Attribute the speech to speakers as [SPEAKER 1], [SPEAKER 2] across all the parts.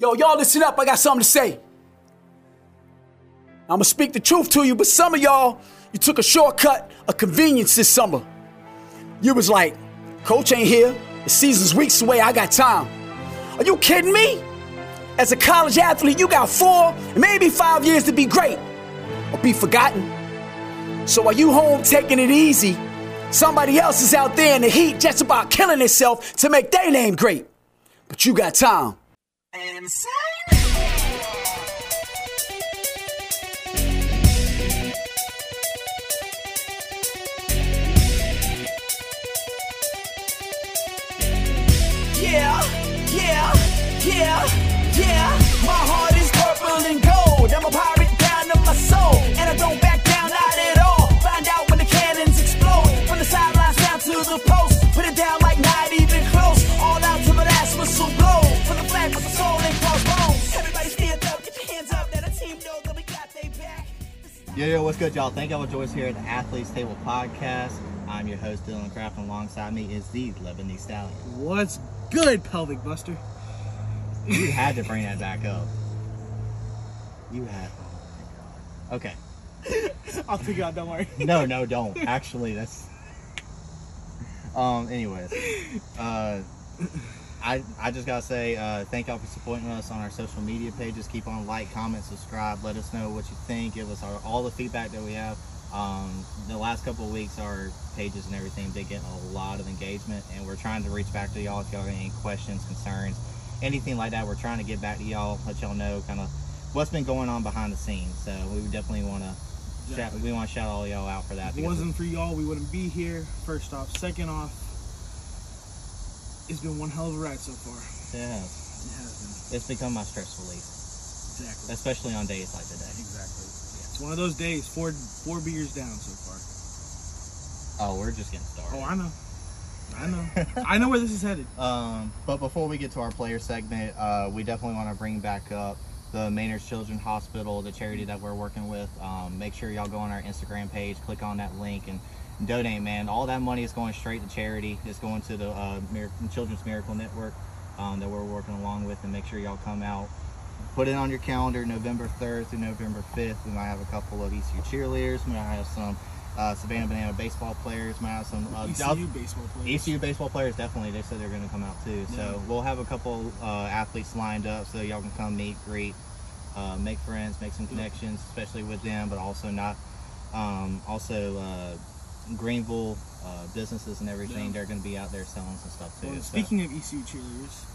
[SPEAKER 1] Yo, y'all listen up. I got something to say. I'm gonna speak the truth to you, but some of y'all, you took a shortcut, a convenience this summer. You was like, Coach ain't here. The season's weeks away. I got time. Are you kidding me? As a college athlete, you got four, maybe five years to be great or be forgotten. So while you home taking it easy, somebody else is out there in the heat just about killing itself to make their name great. But you got time. Yeah, yeah, yeah, yeah. My heart is purple and gold. I'm a pirate down to my soul. And I don't back down, not at all. Find out when the cannons explode. From the sidelines down to the post. Put it down like not even close. All out till the last whistle blow. For the flag, for the soul, and crossbones. Everybody stand up, get your hands up. That a team know that we got they back. This is-
[SPEAKER 2] Yo, yo, what's good, y'all? Thank y'all for joining us here at the Athletes Table Podcast. I'm your host, Dylan Kraft, and alongside me is the Lebanese Stallion.
[SPEAKER 3] What's good, Pelvic Buster?
[SPEAKER 2] You had to bring that back up. You had. Oh my god. Okay.
[SPEAKER 3] I'll figure it out, don't worry.
[SPEAKER 2] No, no, don't. Actually, that's. Um. Anyways, uh, I I just gotta say uh, thank y'all for supporting us on our social media pages. Keep on like, comment, subscribe. Let us know what you think. Give us our, all the feedback that we have. Um, the last couple of weeks, our pages and everything did get a lot of engagement, and we're trying to reach back to y'all if y'all got any questions, concerns, anything like that. We're trying to get back to y'all, let y'all know kind of what's been going on behind the scenes. So we definitely want to. Shout, we want to shout all y'all out for that.
[SPEAKER 3] If it
[SPEAKER 2] because
[SPEAKER 3] wasn't for y'all, we wouldn't be here. First off, second off, it's been one hell of a ride so far.
[SPEAKER 2] it's- yeah,
[SPEAKER 3] It has
[SPEAKER 2] it's become my stress relief,
[SPEAKER 3] been exactly,
[SPEAKER 2] especially on days like today.
[SPEAKER 3] exactly. It's one of those days. Four four beers down so far.
[SPEAKER 2] Oh, we're just getting started.
[SPEAKER 3] Oh, I know, I know, I know where this is headed.
[SPEAKER 2] Um, but before we get to our player segment, uh, we definitely want to bring back up the Maynard's Children Hospital, the charity that we're working with. Um, make sure y'all go on our Instagram page, click on that link, and donate, man. All that money is going straight to charity. It's going to the uh, Mir- Children's Miracle Network um, that we're working along with, and make sure y'all come out. Put it on your calendar, November 3rd through November 5th. We might have a couple of ECU cheerleaders. We might have some uh, Savannah Banana baseball players. Might have some uh,
[SPEAKER 3] ECU E baseball players.
[SPEAKER 2] ECU baseball players definitely. They said they're going to come out too.
[SPEAKER 3] Yeah.
[SPEAKER 2] So we'll have a couple uh, athletes lined up so y'all can come meet, greet, uh, make friends, make some connections, especially with them, but also not. Um, also, uh, Greenville uh, businesses and everything.
[SPEAKER 3] Yeah.
[SPEAKER 2] They're going to be out there selling some stuff too.
[SPEAKER 3] Well,
[SPEAKER 2] So,
[SPEAKER 3] speaking of ECU cheerleaders,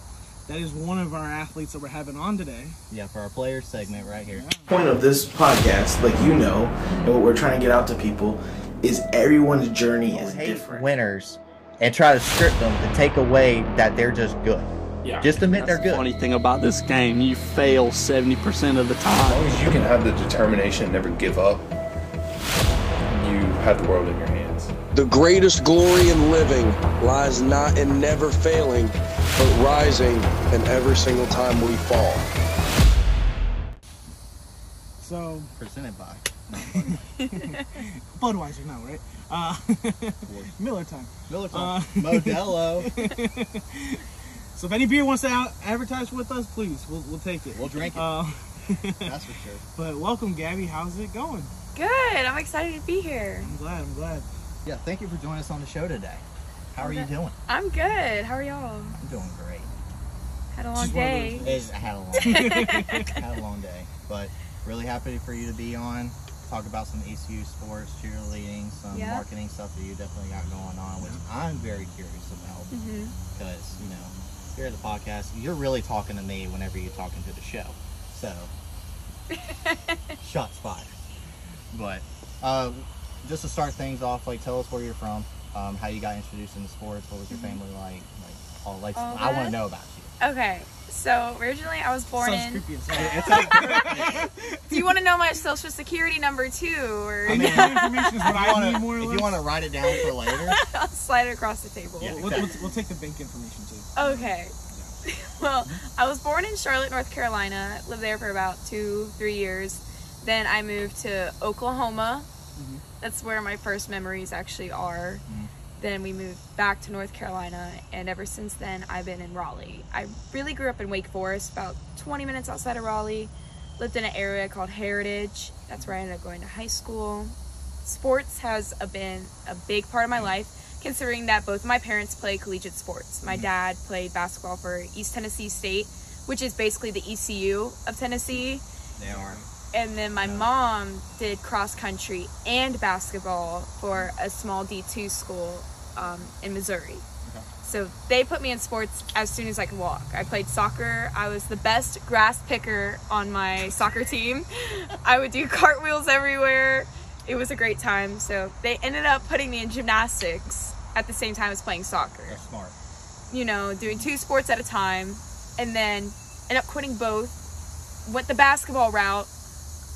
[SPEAKER 3] that is one of our athletes that we're having on today.
[SPEAKER 2] yeah, for our players segment right here.
[SPEAKER 4] point of this podcast, like you know, and what we're trying to get out to people is everyone's journey is
[SPEAKER 2] hate
[SPEAKER 4] different.
[SPEAKER 2] winners and try to strip them to take away that they're just good.
[SPEAKER 5] Yeah.
[SPEAKER 2] Just admit
[SPEAKER 5] That's
[SPEAKER 2] they're
[SPEAKER 5] the
[SPEAKER 2] good.
[SPEAKER 5] Funny thing about this game, you fail seventy percent of the
[SPEAKER 6] As
[SPEAKER 5] time.
[SPEAKER 6] long as you can have the determination and never give up, you have the world in your hands.
[SPEAKER 7] The greatest glory in living lies not in never failing, but rising in every single time we fall.
[SPEAKER 3] So
[SPEAKER 2] Presented by.
[SPEAKER 3] Budweiser, now, right? Uh, Miller time.
[SPEAKER 2] Miller
[SPEAKER 3] Uh,
[SPEAKER 2] Modelo.
[SPEAKER 3] So if any beer wants to out- advertise with us, please, we'll, we'll take it.
[SPEAKER 2] We'll drink it.
[SPEAKER 3] Uh,
[SPEAKER 2] That's for sure.
[SPEAKER 3] but welcome, Gabby. How's it going?
[SPEAKER 8] Good. I'm excited to be here.
[SPEAKER 3] I'm glad. I'm glad.
[SPEAKER 2] Yeah, thank you for joining us on the show today. How are you
[SPEAKER 8] Okay.
[SPEAKER 2] doing?
[SPEAKER 8] I'm good. How are y'all?
[SPEAKER 2] I'm doing great.
[SPEAKER 8] Had a long
[SPEAKER 3] one of those
[SPEAKER 8] day.
[SPEAKER 2] It's, I had a long day. had a long day, but really happy for you to be on. Talk about some ECU sports, cheerleading, some
[SPEAKER 8] Yeah.
[SPEAKER 2] marketing stuff that you definitely got going on, which I'm very curious about
[SPEAKER 8] hmm
[SPEAKER 2] because you know here at the podcast, you're really talking to me whenever you're talking to the show. So shots fired. But uh, just to start things off, like tell us where you're from, um, how you got introduced into sports, what was your family like, like all like
[SPEAKER 8] Mm-hmm. All
[SPEAKER 2] I want to
[SPEAKER 8] that?
[SPEAKER 2] know about you.
[SPEAKER 8] Okay. So originally I was born
[SPEAKER 3] Sounds
[SPEAKER 8] in.
[SPEAKER 3] creepy as
[SPEAKER 2] It's
[SPEAKER 3] hell.
[SPEAKER 8] Do you want to know my social security number too, or
[SPEAKER 2] I mean,
[SPEAKER 3] That information is what I
[SPEAKER 2] wanna-
[SPEAKER 3] need more or
[SPEAKER 2] if
[SPEAKER 3] less.
[SPEAKER 2] you want to write it down for later,
[SPEAKER 8] I'll slide it across the table?
[SPEAKER 2] Yeah.
[SPEAKER 3] We'll, we'll, we'll, we'll take the bank information too.
[SPEAKER 8] Okay. Well, I was born in Charlotte, North Carolina. Lived there for about two, three years. Then I moved to Oklahoma. That's where my first memories actually are. Then we moved back to North Carolina, and ever since then, I've been in Raleigh. I really grew up in Wake Forest, about 20 minutes outside of Raleigh. Lived in an area called Heritage. That's where I ended up going to high school. Sports has a- been a big part of my life, considering that both my parents play collegiate sports. My dad played basketball for East Tennessee State, which is basically the ECU of Tennessee
[SPEAKER 2] They are.
[SPEAKER 8] and then my mom did cross country and basketball for a small D2 school um, in Missouri. So they put me in sports as soon as I could walk. I played soccer. I was the best grass picker on my soccer team. I would do cartwheels everywhere. It was a great time. So they ended up putting me in gymnastics at the same time as playing soccer
[SPEAKER 2] They're smart.
[SPEAKER 8] you know, doing two sports at a time, and then end up quitting both. Went the basketball route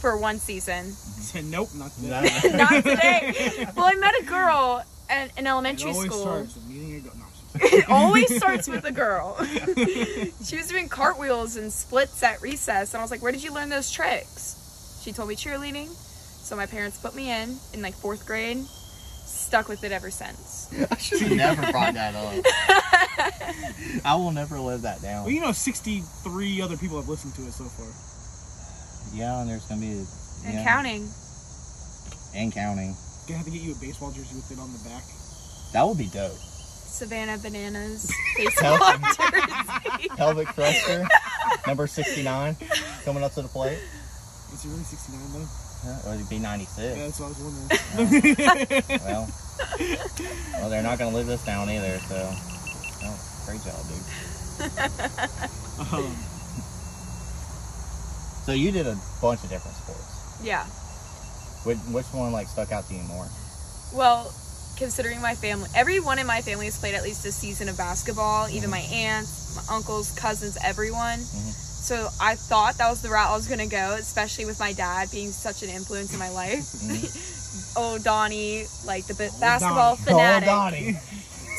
[SPEAKER 8] for one season.
[SPEAKER 3] Said, nope, not today.
[SPEAKER 2] No,
[SPEAKER 3] It
[SPEAKER 2] no.
[SPEAKER 8] Not today. well, I met a girl at, in elementary
[SPEAKER 3] always
[SPEAKER 8] school.
[SPEAKER 3] starts with meeting a girl. No, I'm just
[SPEAKER 8] It always starts with a girl. she was doing cartwheels and splits at recess, and I was like, "Where did you learn those tricks?" She told me cheerleading, so my parents put me in in like fourth grade. Stuck with it ever since.
[SPEAKER 2] She never brought that up. I will never live that down.
[SPEAKER 3] Well, you know, 63 other people have listened to it so far.
[SPEAKER 2] Yeah, and there's gonna be
[SPEAKER 8] And
[SPEAKER 2] yeah,
[SPEAKER 8] counting.
[SPEAKER 2] and counting.
[SPEAKER 3] Gonna have to get you a baseball jersey with it on the back.
[SPEAKER 2] That would be dope.
[SPEAKER 8] Savannah Bananas baseball jersey.
[SPEAKER 2] Pelvic thruster, number sixty-nine, coming up to the plate.
[SPEAKER 3] Is it really 69 though?
[SPEAKER 2] Yeah, Or it'd be
[SPEAKER 3] Yeah,
[SPEAKER 2] ninety-six.
[SPEAKER 3] that's what I was wondering.
[SPEAKER 2] Well, well, they're not gonna live this down either. So, oh, great job, dude.
[SPEAKER 3] Um,
[SPEAKER 2] So you did a bunch of different sports.
[SPEAKER 8] Yeah.
[SPEAKER 2] Which, which one like stuck out to you more?
[SPEAKER 8] Well, considering my family, everyone in my family has played at least a season of basketball,
[SPEAKER 2] Mm-hmm.
[SPEAKER 8] even my aunts, my uncles, cousins, everyone. So I thought that was the route I was going to go, especially with my dad being such an influence in my life. oh, Donnie, like the b- basketball fanatic.
[SPEAKER 2] Mm-hmm. Donnie.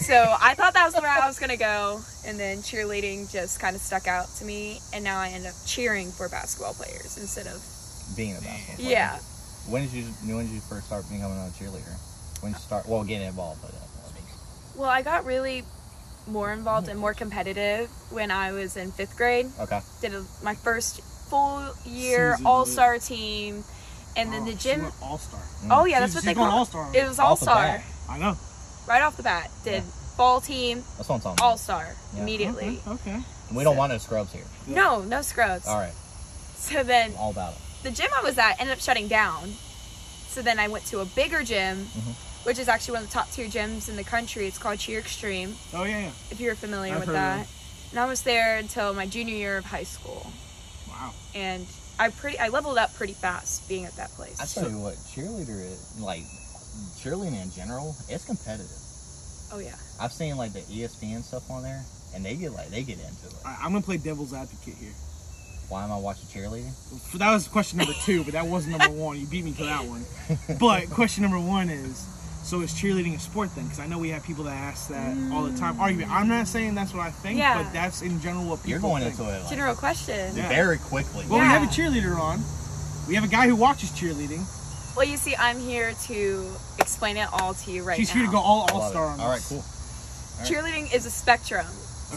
[SPEAKER 8] So I thought that was the route I was going to go. And then cheerleading just kind of stuck out to me. And now I end up cheering for basketball players instead of,
[SPEAKER 2] Being a basketball player.
[SPEAKER 8] yeah.
[SPEAKER 2] When did you When did you first start becoming a cheerleader? When did you start? Well, getting involved with it.
[SPEAKER 8] Well, I got really more involved and more competitive when I was in fifth grade.
[SPEAKER 2] Okay.
[SPEAKER 8] Did a, my first full
[SPEAKER 3] Season
[SPEAKER 8] year
[SPEAKER 3] of it.
[SPEAKER 8] All Star team, and then
[SPEAKER 3] oh,
[SPEAKER 8] the
[SPEAKER 3] she
[SPEAKER 8] gym.
[SPEAKER 3] went all-star.
[SPEAKER 8] Oh yeah,
[SPEAKER 3] She-
[SPEAKER 8] that's what
[SPEAKER 3] she's
[SPEAKER 8] they
[SPEAKER 3] going
[SPEAKER 8] call
[SPEAKER 3] all-star
[SPEAKER 8] it. It was All
[SPEAKER 2] Off the
[SPEAKER 8] Star
[SPEAKER 2] bat.
[SPEAKER 3] I know.
[SPEAKER 8] right off the bat. Did ball team
[SPEAKER 2] That's what I'm talking
[SPEAKER 8] All
[SPEAKER 2] about.
[SPEAKER 8] Star
[SPEAKER 2] Yeah.
[SPEAKER 8] immediately.
[SPEAKER 3] Okay. okay.
[SPEAKER 2] We don't want no scrubs here.
[SPEAKER 8] No, no scrubs.
[SPEAKER 2] All right,
[SPEAKER 8] So then
[SPEAKER 2] I'm all about it.
[SPEAKER 8] the gym I was at ended up shutting down. So then I went to a bigger gym,
[SPEAKER 2] Mm-hmm.
[SPEAKER 8] which is actually one of the top tier gyms in the country. It's called Cheer Extreme.
[SPEAKER 3] Oh yeah. yeah.
[SPEAKER 8] if you're familiar
[SPEAKER 3] I've
[SPEAKER 8] with
[SPEAKER 3] heard of
[SPEAKER 8] that. And I was there until my junior year of high school,
[SPEAKER 3] Wow.
[SPEAKER 8] and I pretty I leveled up pretty fast being at that place.
[SPEAKER 2] I tell you what, cheerleader is like cheerleading in general. It's competitive.
[SPEAKER 8] oh yeah,
[SPEAKER 2] I've seen like the E ESPN stuff on there, and they get like they get into it.
[SPEAKER 3] All right, I'm gonna play devil's advocate here.
[SPEAKER 2] Why am I watching cheerleading?
[SPEAKER 3] So that was question number two, but that wasn't number one. You beat me to that one. But question number one is, so is cheerleading a sport then? Because I know we have people that ask that all the time. Argument. I'm not saying that's what I think,
[SPEAKER 8] Yeah.
[SPEAKER 3] but that's in general what people
[SPEAKER 2] You're going
[SPEAKER 3] think.
[SPEAKER 2] into it like,
[SPEAKER 8] general question.
[SPEAKER 3] Yeah.
[SPEAKER 2] very quickly.
[SPEAKER 3] Well, we
[SPEAKER 8] Yeah.
[SPEAKER 3] have a cheerleader on. We have a guy who watches cheerleading.
[SPEAKER 8] Well, you see, I'm here to explain it all to you right
[SPEAKER 3] She's
[SPEAKER 8] now.
[SPEAKER 3] here to go all
[SPEAKER 2] I love it.
[SPEAKER 3] all star on.
[SPEAKER 2] All right,
[SPEAKER 3] us.
[SPEAKER 2] cool.
[SPEAKER 8] Cheerleading is a spectrum.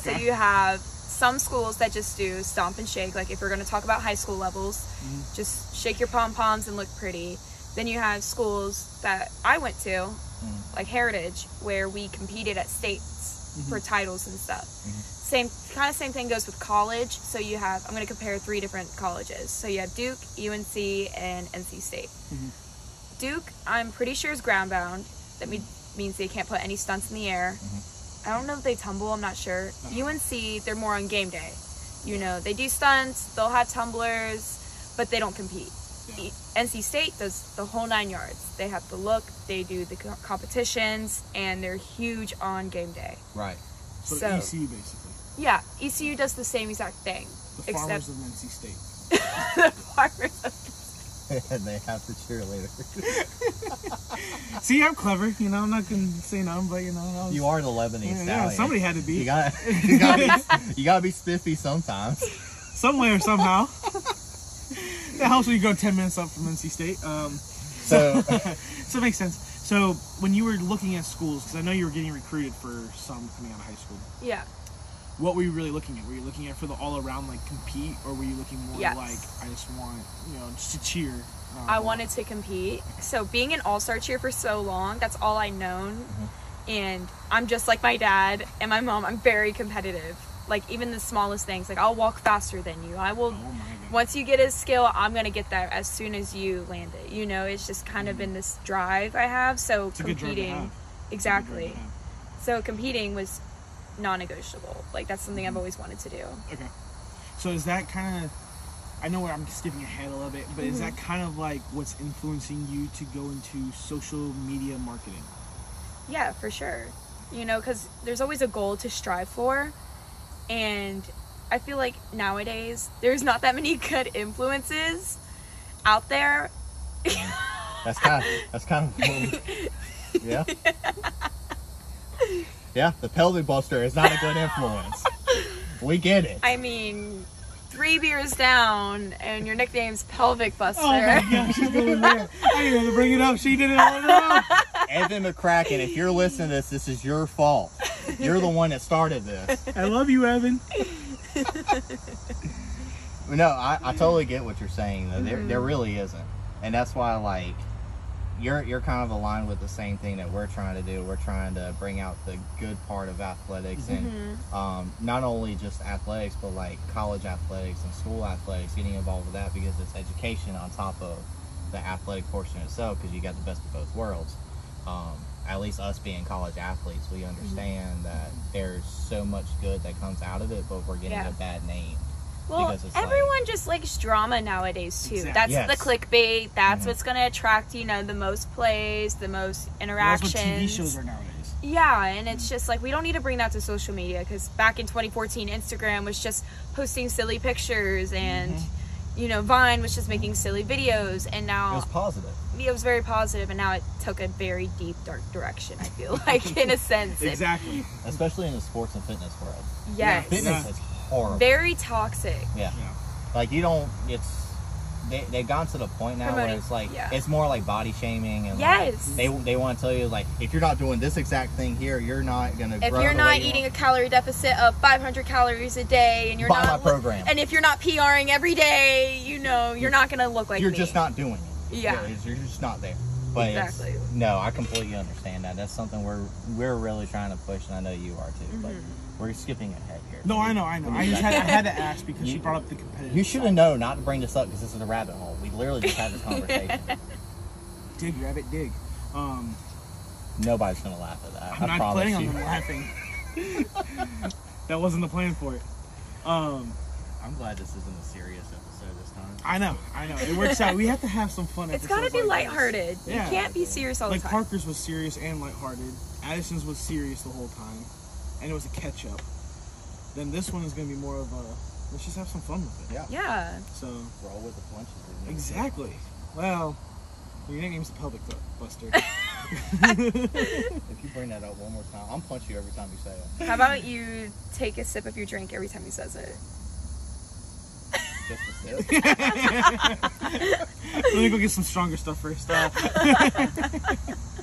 [SPEAKER 8] So
[SPEAKER 3] Okay.
[SPEAKER 8] you have some schools that just do stomp and shake. Like if we're going to talk about high school levels, just shake your pom poms and look pretty. Then you have schools that I went to, like Heritage, where we competed at states for titles and stuff. Same kind of same thing goes with college. So you have I'm going to compare three different colleges. So you have Duke, UNC, and NC State. Duke, I'm pretty sure is ground bound. That me- means they can't put any stunts in the air. I don't know if they tumble. I'm not sure.
[SPEAKER 3] Uh-huh.
[SPEAKER 8] UNC, they're more on game day. You know, they do stunts. They'll have tumblers, but they don't compete. E- NC State does the whole nine yards. They have the look. They do the co- competitions, and they're huge on game day.
[SPEAKER 2] Right.
[SPEAKER 3] So, E
[SPEAKER 8] So-
[SPEAKER 3] ECU basically,
[SPEAKER 8] Yeah, ECU does the same exact thing,
[SPEAKER 3] the
[SPEAKER 8] except
[SPEAKER 3] farmers of NC State.
[SPEAKER 8] the farmers.
[SPEAKER 2] and they have the cheerleader.
[SPEAKER 3] See, I'm clever. You know, I'm not gonna say none, but you know, I was,
[SPEAKER 2] You are the Lebanese
[SPEAKER 3] Yeah, yeah,
[SPEAKER 2] stallion.
[SPEAKER 3] somebody had to be.
[SPEAKER 2] You got. You got to be. You got to be spiffy sometimes.
[SPEAKER 3] some way or somehow. that helps when you go 10 minutes up from NC State. Um,
[SPEAKER 2] So
[SPEAKER 3] so it makes sense. So when you were looking at schools, because I know you were getting recruited for some coming out of high school,
[SPEAKER 8] Yeah.
[SPEAKER 3] what were you really looking at? Were you looking at for the all around like compete, or were you looking more
[SPEAKER 8] Yes.
[SPEAKER 3] like I just want you know just to cheer? um,
[SPEAKER 8] I wanted to compete. So being an all-star cheer for so long, that's all I known. And I'm just like my dad and my mom. I'm very competitive. Like even the smallest things, like I'll walk faster than you. I
[SPEAKER 3] Oh
[SPEAKER 8] will
[SPEAKER 3] my god.
[SPEAKER 8] once you get a skill, I'm gonna get that as soon as you land it. You know, it's just kind of been this drive I have. So
[SPEAKER 3] Mm. It's a good drive to have.
[SPEAKER 8] competing,
[SPEAKER 3] It's
[SPEAKER 8] exactly.
[SPEAKER 3] Yeah.
[SPEAKER 8] So competing was non-negotiable. Like that's something
[SPEAKER 3] Mm-hmm.
[SPEAKER 8] I've always wanted to do.
[SPEAKER 3] Okay. So is that kind of? I know where I'm skipping ahead a little bit, but is
[SPEAKER 8] Mm-hmm.
[SPEAKER 3] that kind of like what's influencing you to go into social media marketing?
[SPEAKER 8] Yeah, for sure. You know, because there's always a goal to strive for. And I feel like nowadays there's not that many good influences out there.
[SPEAKER 2] That's kind. Of, that's kind of. yeah. Yeah, the pelvic buster is not a good influence. We get it.
[SPEAKER 8] I mean, three beers down and your nickname's Pelvic Buster.
[SPEAKER 3] Oh my gosh, she's going there. I didn't have to bring it up. She did it all along.
[SPEAKER 2] Evan McCracken, if you're listening to this, this is your fault. You're the one that started this.
[SPEAKER 3] I love you, Evan.
[SPEAKER 2] No, I, I totally get what you're saying. Though. There, there really isn't, and that's why like you're you're kind of aligned with the same thing that we're trying to do. We're trying to bring out the good part of athletics
[SPEAKER 8] Mm-hmm.
[SPEAKER 2] and um, not only just athletics, but like college athletics and school athletics. Getting involved with that because it's education on top of the athletic portion itself. Because you got the best of both worlds. Um, at least us being college athletes, we understand that there's so much good that comes out of it, but we're getting
[SPEAKER 8] Yeah.
[SPEAKER 2] a bad name.
[SPEAKER 8] Well,
[SPEAKER 2] because it's like-
[SPEAKER 8] everyone just likes drama nowadays too.
[SPEAKER 3] Exact- Mm-hmm.
[SPEAKER 8] That's
[SPEAKER 2] Yes.
[SPEAKER 8] the clickbait. That's what's going to attract, you know, the most plays, the most
[SPEAKER 3] That's what
[SPEAKER 8] interactions.
[SPEAKER 3] TV shows are nowadays.
[SPEAKER 8] Yeah, and it's just like we don't need to bring that to social media because back in 2014, Instagram was just posting silly pictures, and
[SPEAKER 2] Mm-hmm.
[SPEAKER 8] you know, Vine was just making silly videos, and
[SPEAKER 2] It
[SPEAKER 8] now
[SPEAKER 2] was positive.
[SPEAKER 8] it was very positive, and now it took a very deep, dark direction. I feel like, in a sense, It-
[SPEAKER 3] Exactly.
[SPEAKER 2] especially in the sports and fitness world.
[SPEAKER 8] yes,
[SPEAKER 2] Fitness is horrible.
[SPEAKER 8] very toxic.
[SPEAKER 2] yeah.
[SPEAKER 3] Yeah.
[SPEAKER 2] like you don't. It's they they've gone to the point now where
[SPEAKER 8] Promoting,
[SPEAKER 2] it's like
[SPEAKER 8] yeah.
[SPEAKER 2] it's more like body shaming and like,
[SPEAKER 8] Yes.
[SPEAKER 2] they they want to tell you like if you're not doing this exact thing here, you're not gonna.
[SPEAKER 8] If
[SPEAKER 2] grow
[SPEAKER 8] you're
[SPEAKER 2] the
[SPEAKER 8] not
[SPEAKER 2] way you
[SPEAKER 8] eating a
[SPEAKER 2] want.
[SPEAKER 8] calorie deficit of 500 calories a day, and you're
[SPEAKER 2] Buy
[SPEAKER 8] not
[SPEAKER 2] my program.
[SPEAKER 8] and if you're not PRing every day, you know, you're not gonna look like
[SPEAKER 2] you're
[SPEAKER 8] me.
[SPEAKER 2] just not doing it.
[SPEAKER 8] Yeah.
[SPEAKER 2] You're- you're just not there. But it's-
[SPEAKER 8] Exactly.
[SPEAKER 2] no, I completely understand that. That's something we're we're really trying to push, and I know you are too. But
[SPEAKER 8] Mm-hmm.
[SPEAKER 2] we're skipping ahead here.
[SPEAKER 3] No, I know, I know. I just had, I had to ask because she brought up the competitive.
[SPEAKER 2] You should have known not to bring this up because this is a rabbit hole. We literally just had this conversation.
[SPEAKER 3] dig, rabbit, dig. Um,
[SPEAKER 2] Nobody's gonna laugh at that.
[SPEAKER 3] I'm
[SPEAKER 2] I
[SPEAKER 3] not
[SPEAKER 2] promise
[SPEAKER 3] planning on
[SPEAKER 2] you.
[SPEAKER 3] them laughing. that wasn't the plan for it. Um,
[SPEAKER 2] I'm glad this isn't a serious episode this time.
[SPEAKER 3] I know, I know. It works out. We have to have some fun.
[SPEAKER 8] It's gotta
[SPEAKER 3] episodes
[SPEAKER 8] be
[SPEAKER 3] like this.
[SPEAKER 8] lighthearted.
[SPEAKER 3] Yeah.
[SPEAKER 8] You can't be serious all
[SPEAKER 3] Like
[SPEAKER 8] the time.
[SPEAKER 3] Parker's was serious and lighthearted. Addison's was serious the whole time, and it was a catch up. Then this one is gonna be more of a let's just have some fun with it.
[SPEAKER 2] Yeah.
[SPEAKER 8] yeah.
[SPEAKER 3] So
[SPEAKER 2] Roll with the punches. isn't it?
[SPEAKER 3] exactly. Well, your nickname's Public Bu- Buster.
[SPEAKER 2] If you bring that up one more time, I'm punch you every time you say it.
[SPEAKER 8] How about you take a sip of your drink every time he says it?
[SPEAKER 2] Just a sip.
[SPEAKER 3] Let me go get some stronger stuff first. Uh,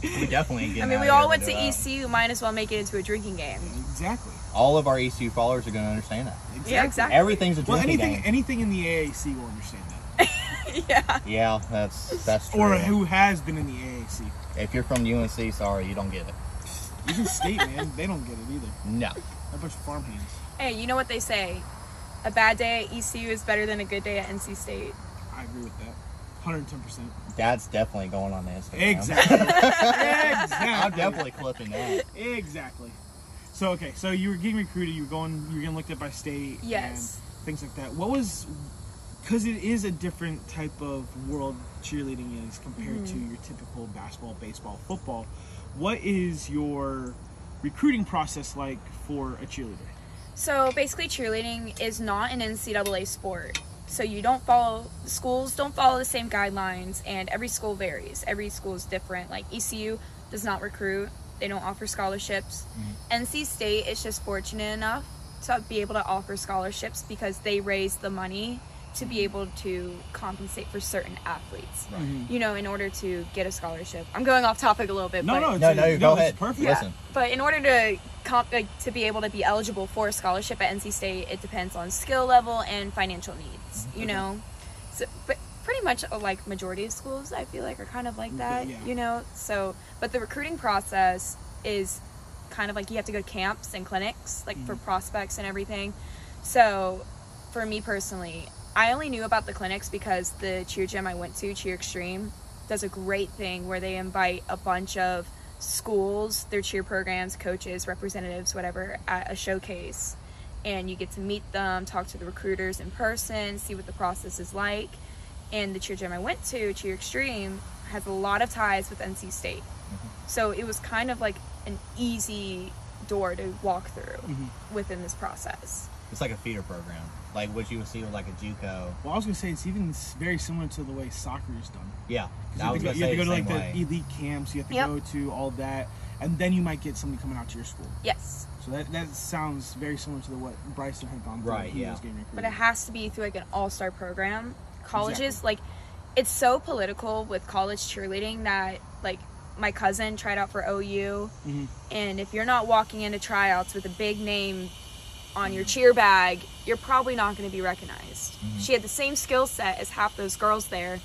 [SPEAKER 2] we definitely ain't
[SPEAKER 8] I
[SPEAKER 2] getting
[SPEAKER 8] mean,
[SPEAKER 2] out
[SPEAKER 8] we
[SPEAKER 2] of here
[SPEAKER 8] all went to
[SPEAKER 2] without-
[SPEAKER 8] ECU. Might as well make it into a drinking game.
[SPEAKER 3] exactly.
[SPEAKER 2] All of our ECU followers are gonna understand that.
[SPEAKER 8] Yeah, exactly.
[SPEAKER 2] Everything's a
[SPEAKER 3] Well,
[SPEAKER 2] drinking
[SPEAKER 3] anything
[SPEAKER 2] game.
[SPEAKER 3] anything in the AAC will understand that,
[SPEAKER 2] Yeah, that's that's true.
[SPEAKER 3] or who has been in the AAC.
[SPEAKER 2] if you're from UNC, sorry, you don't get it.
[SPEAKER 3] Even state man, they don't get it either.
[SPEAKER 2] No.
[SPEAKER 3] They're A bunch of farmhands.
[SPEAKER 8] Hey, you know what they say? A bad day at ECU is better than a good day at NC State.
[SPEAKER 3] I agree with that. 110. percent
[SPEAKER 2] That's definitely going on the Instagram.
[SPEAKER 3] Exactly.
[SPEAKER 2] I'm
[SPEAKER 3] exactly.
[SPEAKER 2] definitely clipping that.
[SPEAKER 3] Exactly. So okay, so you were getting recruited, you were going, you were getting looked at by state,
[SPEAKER 8] Yes.
[SPEAKER 3] and things like that. What was, because it is a different type of world cheerleading is compared to your typical basketball, baseball, football. What is your recruiting process like for a cheerleader?
[SPEAKER 8] So basically, cheerleading is not an NCAA sport. So you don't follow schools don't follow the same guidelines, and every school varies. Every school is different. Like ECU does not recruit; they don't offer scholarships.
[SPEAKER 3] Mm-hmm.
[SPEAKER 8] NC State is just fortunate enough to be able to offer scholarships because they raise the money to be able to compensate for certain athletes.
[SPEAKER 2] Right.
[SPEAKER 8] You know, in order to get a scholarship. I'm going off topic a little bit.
[SPEAKER 3] No,
[SPEAKER 8] but
[SPEAKER 3] no, it's,
[SPEAKER 2] No, no,
[SPEAKER 3] it's-
[SPEAKER 2] go
[SPEAKER 3] it's
[SPEAKER 2] ahead.
[SPEAKER 3] Perfect.
[SPEAKER 8] yeah,
[SPEAKER 2] Listen.
[SPEAKER 8] but in order to comp- like, to be able to be eligible for a scholarship at NC State, it depends on skill level and financial needs. You know, so, but pretty much uh, like majority of schools, I feel like are kind of like that.
[SPEAKER 3] yeah.
[SPEAKER 8] You know, so but the recruiting process is kind of like you have to go to camps and clinics like for prospects and everything. So for me personally, I only knew about the clinics because the cheer gym I went to, Cheer Extreme, does a great thing where they invite a bunch of schools, their cheer programs, coaches, representatives, whatever, at a showcase. And you get to meet them, talk to the recruiters in person, see what the process is like. And the cheer gym I went to, Cheer Extreme, has a lot of ties with NC State. So it was kind of like an easy door to walk through within this process.
[SPEAKER 2] It's like a feeder program, like what you would see with like a JUCO.
[SPEAKER 3] Well, I was gonna say it's even s- very similar to the way soccer is done.
[SPEAKER 2] Yeah,
[SPEAKER 3] 'Cause
[SPEAKER 2] I was
[SPEAKER 3] you
[SPEAKER 2] gonna
[SPEAKER 3] have to go, you
[SPEAKER 2] say the
[SPEAKER 3] have to go to
[SPEAKER 2] same
[SPEAKER 3] like
[SPEAKER 2] way.
[SPEAKER 3] the elite camps. You have to
[SPEAKER 8] Yep.
[SPEAKER 3] go to all that, and then you might get somebody coming out to your school.
[SPEAKER 8] Yes.
[SPEAKER 3] So that, that sounds very similar to the, what Bryson had gone through. when
[SPEAKER 2] Right,
[SPEAKER 3] He
[SPEAKER 2] yeah.
[SPEAKER 3] was getting recruited.
[SPEAKER 8] but it has to be through like an all-star program colleges like it's so political with college cheerleading that like my cousin tried out for ou
[SPEAKER 2] Mm-hmm.
[SPEAKER 8] and if you're not walking into tryouts with a big name on
[SPEAKER 2] Mm-hmm.
[SPEAKER 8] your cheer bag you're probably not going to be recognized she had the same skill set as half those girls there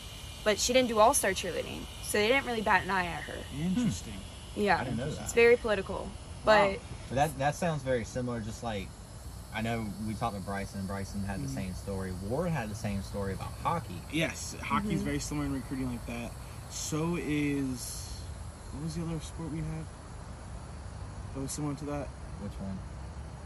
[SPEAKER 8] but she didn't do all-star cheerleading so they didn't really bat an eye at her
[SPEAKER 3] Interesting.
[SPEAKER 8] yeah
[SPEAKER 2] I didn't know that.
[SPEAKER 8] it's very political but
[SPEAKER 2] But that that sounds very similar. Just like I know we talked to Bryson, and Bryson had
[SPEAKER 3] Mm-hmm.
[SPEAKER 2] the same story. Ward had the same story about hockey.
[SPEAKER 3] Yes, hockey
[SPEAKER 8] Mm-hmm.
[SPEAKER 3] is very similar in recruiting like that. So is what was the other sport we had that was similar to that?
[SPEAKER 2] Which one?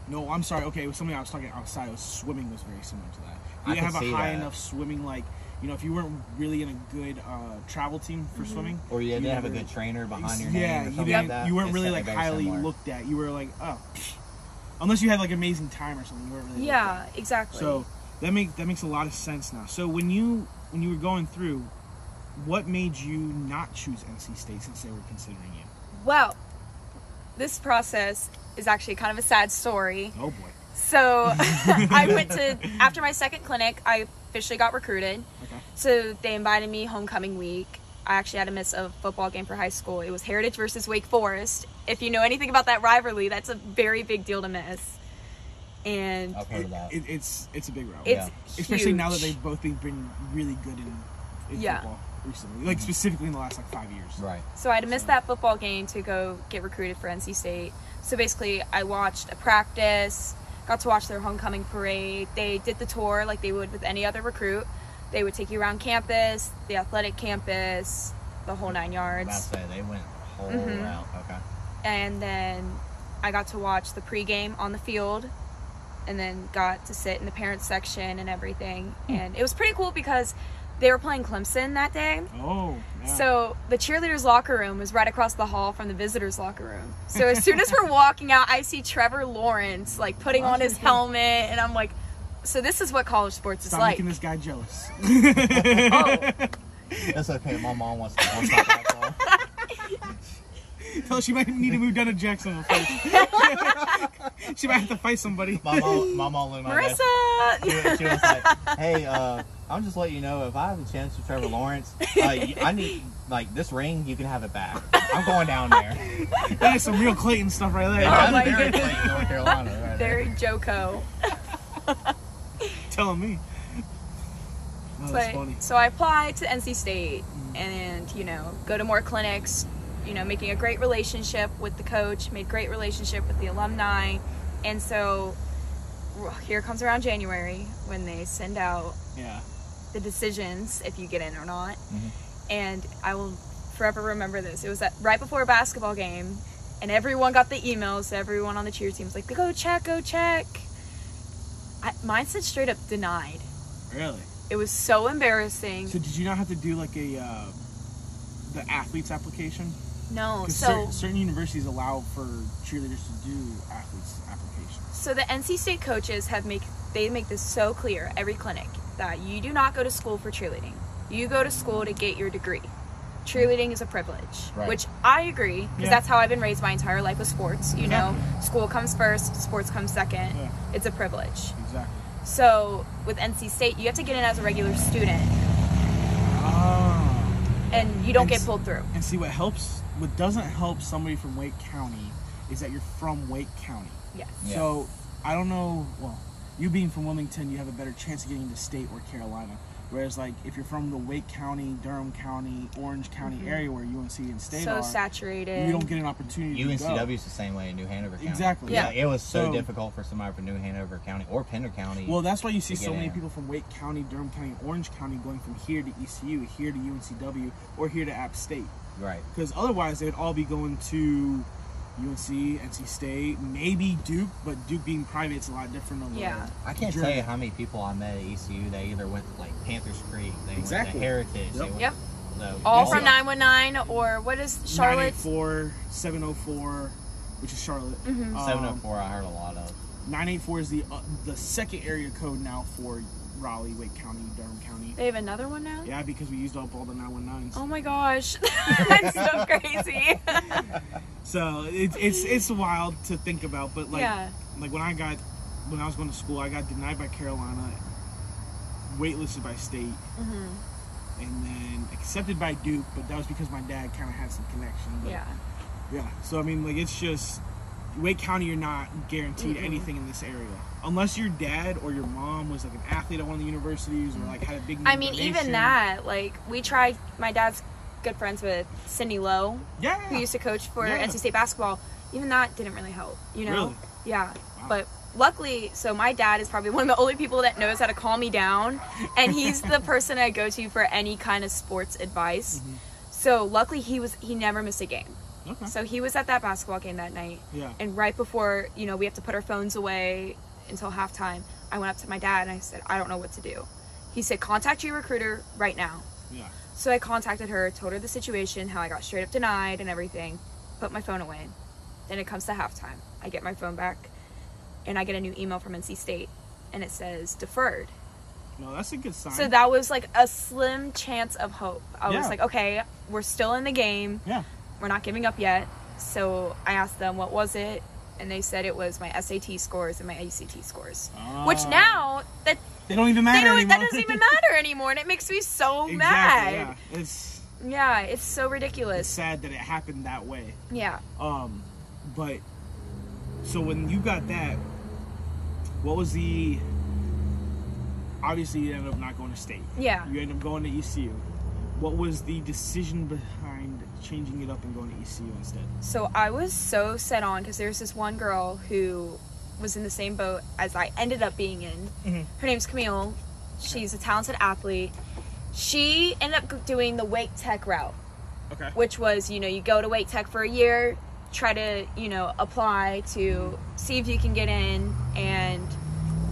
[SPEAKER 3] No, I'm sorry. Okay, it was something I was talking outside. It was swimming was very similar to that.
[SPEAKER 2] I
[SPEAKER 3] You didn't
[SPEAKER 2] could
[SPEAKER 3] have a
[SPEAKER 2] see
[SPEAKER 3] high
[SPEAKER 2] that.
[SPEAKER 3] enough swimming like you know if you weren't really in a good uh, travel team for
[SPEAKER 8] Mm-hmm.
[SPEAKER 3] swimming.
[SPEAKER 2] Or you didn't have a
[SPEAKER 3] never-
[SPEAKER 2] good trainer behind your
[SPEAKER 3] yeah,
[SPEAKER 2] name or
[SPEAKER 3] you
[SPEAKER 2] something
[SPEAKER 3] didn't.
[SPEAKER 2] like that.
[SPEAKER 3] You weren't
[SPEAKER 2] It's
[SPEAKER 3] really
[SPEAKER 2] so-
[SPEAKER 3] like
[SPEAKER 2] very
[SPEAKER 3] highly
[SPEAKER 2] similar.
[SPEAKER 3] looked at. You were like oh, psh. unless you had like amazing time or something. You weren't really. looked
[SPEAKER 8] yeah exactly
[SPEAKER 3] so that make that makes a lot of sense now. So when you when you were going through, what made you not choose NC State since they were considering you?
[SPEAKER 8] well this process is actually kind of a sad story
[SPEAKER 3] Oh boy.
[SPEAKER 8] So I went to after my second clinic, I officially got recruited.
[SPEAKER 3] Okay.
[SPEAKER 8] So they invited me homecoming week. I actually had to miss a football game for high school. It was Heritage versus Wake Forest. If you know anything about that rivalry, that's a very big deal to miss. And
[SPEAKER 2] I've heard of that.
[SPEAKER 3] It, it's it's a big row.
[SPEAKER 8] it's
[SPEAKER 3] Oh, Especially now that
[SPEAKER 8] huge.
[SPEAKER 3] they've both been, been really good in, in
[SPEAKER 8] Yeah.
[SPEAKER 3] football recently, like specifically in the last like five years.
[SPEAKER 2] right.
[SPEAKER 8] So I had to miss that football game to go get recruited for NC State. So basically, I watched a practice, got to watch their homecoming parade. They did the tour like they would with any other recruit. They would take you around campus, the athletic campus, the whole nine
[SPEAKER 2] I was about to
[SPEAKER 8] yards.
[SPEAKER 2] say they went whole
[SPEAKER 3] Mm-hmm.
[SPEAKER 8] Mhm.
[SPEAKER 2] route. Okay.
[SPEAKER 8] And then I got to watch the pregame on the field and then got to sit in the parents section and everything. And it was pretty cool because they were playing Clemson that day.
[SPEAKER 3] Oh. Yeah.
[SPEAKER 8] So the cheerleaders' locker room was right across the hall from the visitors' locker room. So as soon as we're walking out, I see Trevor Lawrence like putting on his helmet, and I'm like, "So this is what college sports is
[SPEAKER 3] Stop
[SPEAKER 8] like."
[SPEAKER 3] making this guy jealous.
[SPEAKER 8] Oh,
[SPEAKER 2] That's okay. My mom wants to watch that.
[SPEAKER 3] Tell her she might need to move down to Jacksonville first. she might have to fight somebody.
[SPEAKER 2] My mom, my mom looked at my dad. She,
[SPEAKER 8] Marissa.
[SPEAKER 2] was- she was like, "Hey, uh, I'm just letting you know if I have a chance with Trevor Lawrence, uh, you- I need like this ring. You can have it back. I'm going down there."
[SPEAKER 3] That is some real Clayton stuff right there.
[SPEAKER 8] Oh my
[SPEAKER 2] Very
[SPEAKER 8] goodness.
[SPEAKER 2] like North Carolina, right there.
[SPEAKER 8] Very Joko.
[SPEAKER 3] Telling me. Oh, that's funny.
[SPEAKER 8] But so I applied to NC State and you know go to more clinics. You know, making a great relationship with the coach, made great relationship with the alumni, and so here comes around January when they send out
[SPEAKER 3] Yeah.
[SPEAKER 8] the decisions if you get in or not. And I will forever remember this. It was that right before a basketball game, and everyone got the emails. So everyone on the cheer team was like, "Go check, go check." I, mine said straight up denied.
[SPEAKER 3] Really.
[SPEAKER 8] It was so embarrassing.
[SPEAKER 3] So did you not have to do like a uh, the athletes application?
[SPEAKER 8] no,
[SPEAKER 3] 'Cause
[SPEAKER 8] Oh, so
[SPEAKER 3] cer- certain universities allow for cheerleaders to do athletes applications.
[SPEAKER 8] so the NC State coaches have make they make this so clear every clinic that you do not go to school for cheerleading. You go to school to get your degree. Cheerleading is a privilege,
[SPEAKER 2] Right.
[SPEAKER 8] which I agree because
[SPEAKER 3] Yeah.
[SPEAKER 8] that's how I've been raised my entire life with sports. You know, school comes first, sports comes second.
[SPEAKER 3] Yeah.
[SPEAKER 8] It's a privilege.
[SPEAKER 3] Exactly.
[SPEAKER 8] So with NC State, you have to get in as a regular student,
[SPEAKER 3] Ah.
[SPEAKER 8] and you don't get
[SPEAKER 3] NC
[SPEAKER 8] pulled through.
[SPEAKER 3] And see what helps, what doesn't help somebody from Wake County is that you're from Wake County.
[SPEAKER 8] Yes.
[SPEAKER 3] So I don't know. Well, you being from Wilmington, you have a better chance of getting to state or Carolina. Whereas, like, if you're from the Wake County, Durham County, Orange County area where UNC and state
[SPEAKER 8] Mm-hmm. So
[SPEAKER 3] are,
[SPEAKER 8] saturated.
[SPEAKER 3] you don't get an opportunity. to go.
[SPEAKER 2] UNCW is the same way in New Hanover County.
[SPEAKER 3] Exactly.
[SPEAKER 8] Yeah.
[SPEAKER 2] it was so,
[SPEAKER 3] So-
[SPEAKER 2] difficult for somebody from New Hanover County or Pender County.
[SPEAKER 3] Well, that's why you see
[SPEAKER 2] to
[SPEAKER 3] so
[SPEAKER 2] get
[SPEAKER 3] many
[SPEAKER 2] in.
[SPEAKER 3] people from Wake County, Durham County, Orange County going from here to ECU, here to UNCW, or here to App State.
[SPEAKER 2] right.
[SPEAKER 3] Because otherwise, they'd all be going to UNC, NC State, maybe Duke, but Duke being private, it's a lot different. Over
[SPEAKER 8] Yeah.
[SPEAKER 3] there.
[SPEAKER 2] I can't
[SPEAKER 3] Sure.
[SPEAKER 2] tell you how many people I met at ECU. They either went to, like Panthers Creek, they went
[SPEAKER 3] Exactly.
[SPEAKER 2] to Heritage, they
[SPEAKER 3] Yep.
[SPEAKER 2] went
[SPEAKER 8] Yep.
[SPEAKER 2] to the,
[SPEAKER 8] All
[SPEAKER 2] Yeah.
[SPEAKER 8] from 919 or what is Charlotte? Mm-hmm.
[SPEAKER 3] 984, 704, which is Charlotte. Um,
[SPEAKER 2] 704. I heard a lot of.
[SPEAKER 3] 984 is the uh, the second area code now for Raleigh, Wake County, Durham County.
[SPEAKER 8] They have another one now.
[SPEAKER 3] Yeah, because we used up all the 919s.
[SPEAKER 8] Oh my gosh, that's so crazy.
[SPEAKER 3] So it, it's it's wild to think about, but like
[SPEAKER 8] Yeah.
[SPEAKER 3] like when I got when I was going to school, I got denied by Carolina, waitlisted by State,
[SPEAKER 8] Mm-hmm.
[SPEAKER 3] and then accepted by Duke. But that was because my dad kind of had some connection. But
[SPEAKER 8] yeah.
[SPEAKER 3] yeah. So I mean, like it's just Wake County. You're not guaranteed anything in this area unless your dad or your mom was like an athlete at one of the universities or like had a big.
[SPEAKER 8] I mean, even
[SPEAKER 3] donation.
[SPEAKER 8] that, like, we tried. My dad's good friends with Cindy Lowe,
[SPEAKER 3] Yeah.
[SPEAKER 8] who used to coach for
[SPEAKER 3] Yeah.
[SPEAKER 8] NC State basketball. Even that didn't really help, you know?
[SPEAKER 3] Really?
[SPEAKER 8] Yeah. But luckily, so my dad is probably one of the only people that knows how to calm me down, and he's the person I go to for any kind of sports advice. So luckily, he was he never missed a game.
[SPEAKER 3] Mm-hmm. Okay.
[SPEAKER 8] So he was at that basketball game that night.
[SPEAKER 3] Yeah.
[SPEAKER 8] And right before, you know, we have to put our phones away until halftime, I went up to my dad and I said, I don't know what to do. He said, contact your recruiter right now.
[SPEAKER 3] Yeah.
[SPEAKER 8] So I contacted her, told her the situation, how I got straight up denied and everything, put my phone away. Then it comes to halftime. I get my phone back and I get a new email from NC State and it says deferred.
[SPEAKER 3] No, that's a good sign.
[SPEAKER 8] So that was like a slim chance of hope. I
[SPEAKER 3] Yeah.
[SPEAKER 8] was like, okay, we're still in the game
[SPEAKER 3] Yeah.
[SPEAKER 8] we're not giving up yet. So I asked them, what was it? And they said it was my SAT scores and my ACT scores. Which
[SPEAKER 3] Ah.
[SPEAKER 8] now that
[SPEAKER 3] They don't even matter
[SPEAKER 8] they don't,
[SPEAKER 3] anymore.
[SPEAKER 8] that doesn't even matter anymore, and it makes me so
[SPEAKER 3] exactly.
[SPEAKER 8] mad.
[SPEAKER 3] Yeah. It's
[SPEAKER 8] Yeah. it's so ridiculous.
[SPEAKER 3] it's sad that it happened that way.
[SPEAKER 8] yeah.
[SPEAKER 3] Um, but so when you got that, what was the? Obviously, you ended up not going to state.
[SPEAKER 8] Yeah.
[SPEAKER 3] You ended up going to ECU. What was the decision behind changing it up and going to ECU instead?
[SPEAKER 8] So I was so set on because there was this one girl who was in the same boat as I ended up being in.
[SPEAKER 3] Mm-hmm.
[SPEAKER 8] Her name's Camille. She's a talented athlete. She ended up doing the Wake Tech route.
[SPEAKER 3] Okay.
[SPEAKER 8] which was you know you go to Wake Tech for a year, try to you know apply to
[SPEAKER 3] Mm-hmm.
[SPEAKER 8] see if you can get in, and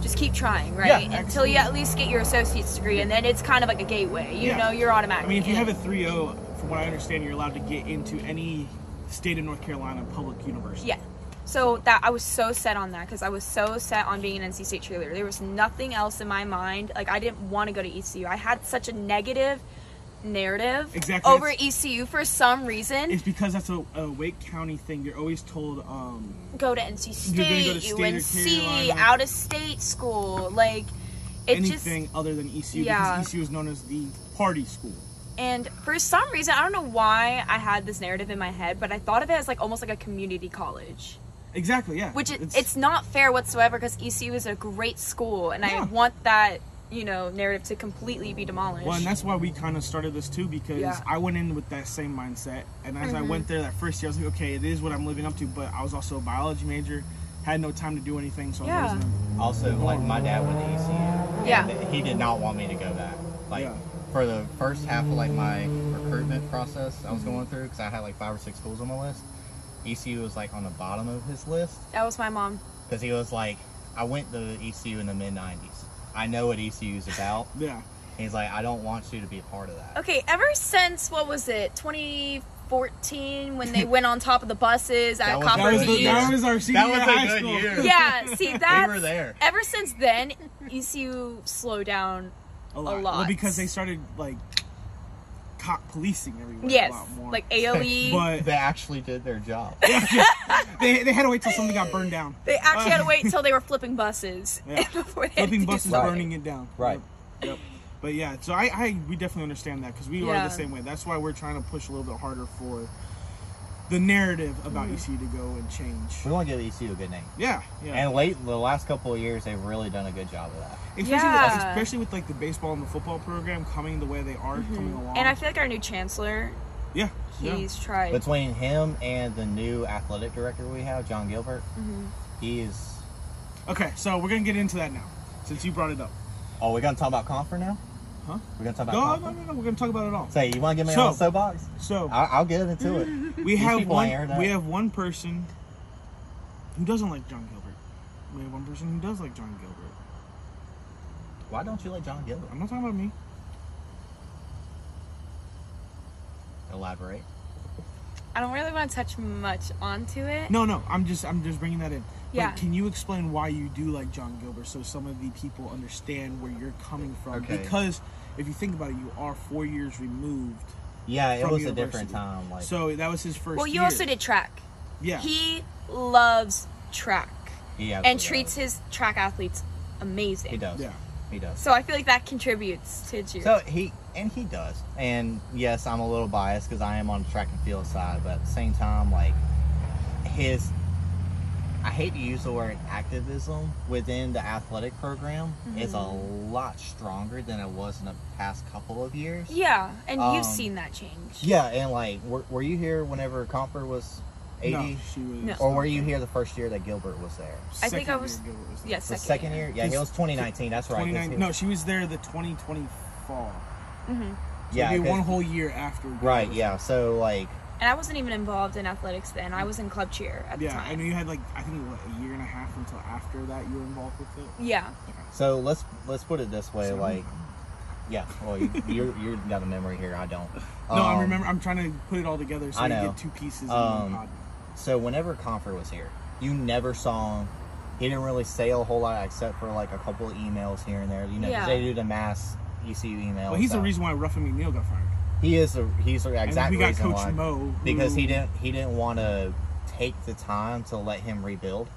[SPEAKER 8] just keep trying, right? Until you at least get your associate's degree, and then it's kind of like a gateway. You
[SPEAKER 3] Yeah.
[SPEAKER 8] know, you're automatic.
[SPEAKER 3] I mean, if you
[SPEAKER 8] in.
[SPEAKER 3] have a 3.0, from what I understand, you're allowed to get into any state of North Carolina public university.
[SPEAKER 8] yeah. So that I was so set on that because I was so set on being an NC State cheerleader. There was nothing else in my mind. Like I didn't want to go to ECU. I had such a negative narrative
[SPEAKER 3] Exactly.
[SPEAKER 8] over
[SPEAKER 3] It's-
[SPEAKER 8] ECU for some reason.
[SPEAKER 3] It's because that's a, a Wake County thing. You're always told, um,
[SPEAKER 8] go to NC
[SPEAKER 3] You're gonna go
[SPEAKER 8] State,
[SPEAKER 3] to State or
[SPEAKER 8] UNC,
[SPEAKER 3] Carolina.
[SPEAKER 8] out of state school. Like it
[SPEAKER 3] anything other than ECU
[SPEAKER 8] Yeah.
[SPEAKER 3] because ECU is known as the party school.
[SPEAKER 8] just and for some reason I don't know why I had this narrative in my head, but I thought of it as like almost like a community college,
[SPEAKER 3] Exactly, yeah.
[SPEAKER 8] which it, it's, not fair whatsoever because ECU is a great school, and
[SPEAKER 3] Yeah.
[SPEAKER 8] I want that you know narrative to completely be demolished.
[SPEAKER 3] Well, and that's why we kind of started this too because
[SPEAKER 8] Yeah. Mm-hmm.
[SPEAKER 3] I went in with that same mindset. And as I went there that first year, I was like, okay, it is what I'm living up to. But I was also a biology major, had no time to do anything. So
[SPEAKER 8] Yeah.
[SPEAKER 3] I wasn't.
[SPEAKER 2] Also, like my dad went to ECU.
[SPEAKER 8] Yeah.
[SPEAKER 2] and He did not want me to go back. Like
[SPEAKER 3] Yeah.
[SPEAKER 2] for the first half of like my recruitment process, I was going through because I had like five or six schools on my list. ECU was like on the bottom of his list
[SPEAKER 8] that was my mom.
[SPEAKER 2] because he was like, I went to ECU in the mid '90s. I know what ECU is about.
[SPEAKER 3] Yeah.
[SPEAKER 2] He's like, I don't want you to be a part of that.
[SPEAKER 8] Okay, ever since what was it, 2014 when they went on top of the buses
[SPEAKER 2] That
[SPEAKER 8] at
[SPEAKER 2] was-
[SPEAKER 8] Copper
[SPEAKER 3] That was, the,
[SPEAKER 8] Beach?
[SPEAKER 3] that was our senior
[SPEAKER 2] was
[SPEAKER 3] year
[SPEAKER 2] a
[SPEAKER 3] of high
[SPEAKER 2] good
[SPEAKER 3] school.
[SPEAKER 2] year.
[SPEAKER 8] yeah, see that
[SPEAKER 2] were there.
[SPEAKER 8] Ever since then, ECU slowed down.
[SPEAKER 3] a lot. Well,
[SPEAKER 8] lot.
[SPEAKER 3] because they started like cop policing everywhere
[SPEAKER 8] Yes,
[SPEAKER 3] a lot more.
[SPEAKER 8] like E. AOE.
[SPEAKER 3] but
[SPEAKER 2] They actually did their job.
[SPEAKER 3] they, they had to wait till something got burned down.
[SPEAKER 8] They actually had to wait until they were flipping buses
[SPEAKER 3] uh, Yeah.
[SPEAKER 8] before they had to
[SPEAKER 3] Flipping
[SPEAKER 8] do
[SPEAKER 3] buses,
[SPEAKER 8] something.
[SPEAKER 3] burning it down.
[SPEAKER 2] Right.
[SPEAKER 3] Yep. yep. But yeah, so I, I we definitely understand that because we are
[SPEAKER 8] Yeah.
[SPEAKER 3] the same way. That's why we're trying to push a little bit harder for the narrative about
[SPEAKER 8] Mm-hmm.
[SPEAKER 3] EC to go and
[SPEAKER 2] We
[SPEAKER 3] change.
[SPEAKER 2] want to give ECU a good name.
[SPEAKER 3] Yeah, yeah.
[SPEAKER 2] And late the last couple of years, they've really done a good job of that.
[SPEAKER 3] especially, with,
[SPEAKER 8] Yeah.
[SPEAKER 3] especially with like the baseball and the football program coming the way they are coming along.
[SPEAKER 8] Mm-hmm. And I feel like our new chancellor,
[SPEAKER 3] yeah, yeah.
[SPEAKER 8] he's tried.
[SPEAKER 2] Between him and the new athletic director we have, John Gilbert, he is.
[SPEAKER 3] Okay, so we're gonna get into that now since you brought it up.
[SPEAKER 2] Oh, we're gonna talk about Confer now.
[SPEAKER 3] Huh?
[SPEAKER 2] We're gonna talk about
[SPEAKER 3] No,
[SPEAKER 2] Confer.
[SPEAKER 3] no, no, no. We're gonna talk about it all.
[SPEAKER 2] Say, you want to give me
[SPEAKER 3] So-
[SPEAKER 2] on the soapbox?
[SPEAKER 3] So
[SPEAKER 2] I'll, I'll get into it.
[SPEAKER 3] we
[SPEAKER 2] These
[SPEAKER 3] have
[SPEAKER 2] people
[SPEAKER 3] one.
[SPEAKER 2] ain't aired out.
[SPEAKER 3] We have one person who doesn't like John Gilbert. We have one person who does like John Gilbert.
[SPEAKER 2] Why don't you like John Gilbert?
[SPEAKER 3] I'm not talking about me.
[SPEAKER 2] Elaborate.
[SPEAKER 8] I don't really want to touch much onto it.
[SPEAKER 3] No, no. I'm just I'm just bringing that in.
[SPEAKER 8] Yeah.
[SPEAKER 3] But can you explain why you do like John Gilbert so some of the people understand where you're coming from?
[SPEAKER 2] Okay.
[SPEAKER 3] Because if you think about it, you are four years removed.
[SPEAKER 2] Yeah, it
[SPEAKER 3] From
[SPEAKER 2] was a
[SPEAKER 3] university.
[SPEAKER 2] different time. Like,
[SPEAKER 3] So that was his first.
[SPEAKER 8] well, you
[SPEAKER 3] year.
[SPEAKER 8] also did track.
[SPEAKER 3] Yeah.
[SPEAKER 8] He loves track
[SPEAKER 2] he
[SPEAKER 8] and
[SPEAKER 2] absolutely
[SPEAKER 8] treats
[SPEAKER 2] does.
[SPEAKER 8] his track athletes amazing.
[SPEAKER 2] He does.
[SPEAKER 3] Yeah.
[SPEAKER 2] He does.
[SPEAKER 8] So I feel like that contributes to Juice.
[SPEAKER 2] So he and he does, and yes, I'm a little biased because I am on the track and field side, but at the same time, like his, I hate to use the word activism within the athletic program is a
[SPEAKER 8] Mm-hmm.
[SPEAKER 2] lot stronger than it was in the past couple of years.
[SPEAKER 8] yeah, and
[SPEAKER 2] Um,
[SPEAKER 8] you've seen that change.
[SPEAKER 2] Yeah, and like, were, were you here whenever Comfer was eighty,
[SPEAKER 3] No, she was.
[SPEAKER 8] No.
[SPEAKER 2] or were you here the first year that Gilbert was there?
[SPEAKER 8] I think
[SPEAKER 3] second
[SPEAKER 8] I
[SPEAKER 3] year
[SPEAKER 8] was-
[SPEAKER 3] Gilbert was there.
[SPEAKER 8] Yes,
[SPEAKER 2] The
[SPEAKER 8] second,
[SPEAKER 2] second year, yeah,
[SPEAKER 3] He's-
[SPEAKER 2] it was 2019. That's right. 'cause
[SPEAKER 3] 29
[SPEAKER 2] he-
[SPEAKER 3] no she was there the 2020 fall
[SPEAKER 8] Mm-hmm.
[SPEAKER 3] so
[SPEAKER 2] yeah,
[SPEAKER 3] it'd be
[SPEAKER 2] 'cause-
[SPEAKER 3] one whole year after Gilbert.
[SPEAKER 2] right, yeah. So like,
[SPEAKER 8] And I wasn't even involved in athletics then. I was in club cheer at the
[SPEAKER 3] yeah
[SPEAKER 8] time.
[SPEAKER 3] i know you had like i think what a year and a half until after that you were involved with it
[SPEAKER 8] yeah.
[SPEAKER 2] So let's let's put it this way,
[SPEAKER 3] So-
[SPEAKER 2] like, yeah. Well, you you you got a memory here. I don't.
[SPEAKER 3] no i remember i'm trying to put it all together so
[SPEAKER 2] Um, I
[SPEAKER 3] you
[SPEAKER 2] know.
[SPEAKER 3] get two pieces in
[SPEAKER 2] Um,
[SPEAKER 3] one pod.
[SPEAKER 2] So whenever Confer was here, you never saw him. He didn't really say a whole lot except for like a couple of emails here and there. You know, 'cause
[SPEAKER 8] Yeah.
[SPEAKER 2] they do the mass ECU email.
[SPEAKER 3] well he's the reason why ruffin mcneil got fired
[SPEAKER 2] He is the he's the
[SPEAKER 3] And
[SPEAKER 2] exact
[SPEAKER 3] we got
[SPEAKER 2] reason
[SPEAKER 3] coach
[SPEAKER 2] why.
[SPEAKER 3] mo who-
[SPEAKER 2] because he didn't he didn't want to take the time to let him rebuild.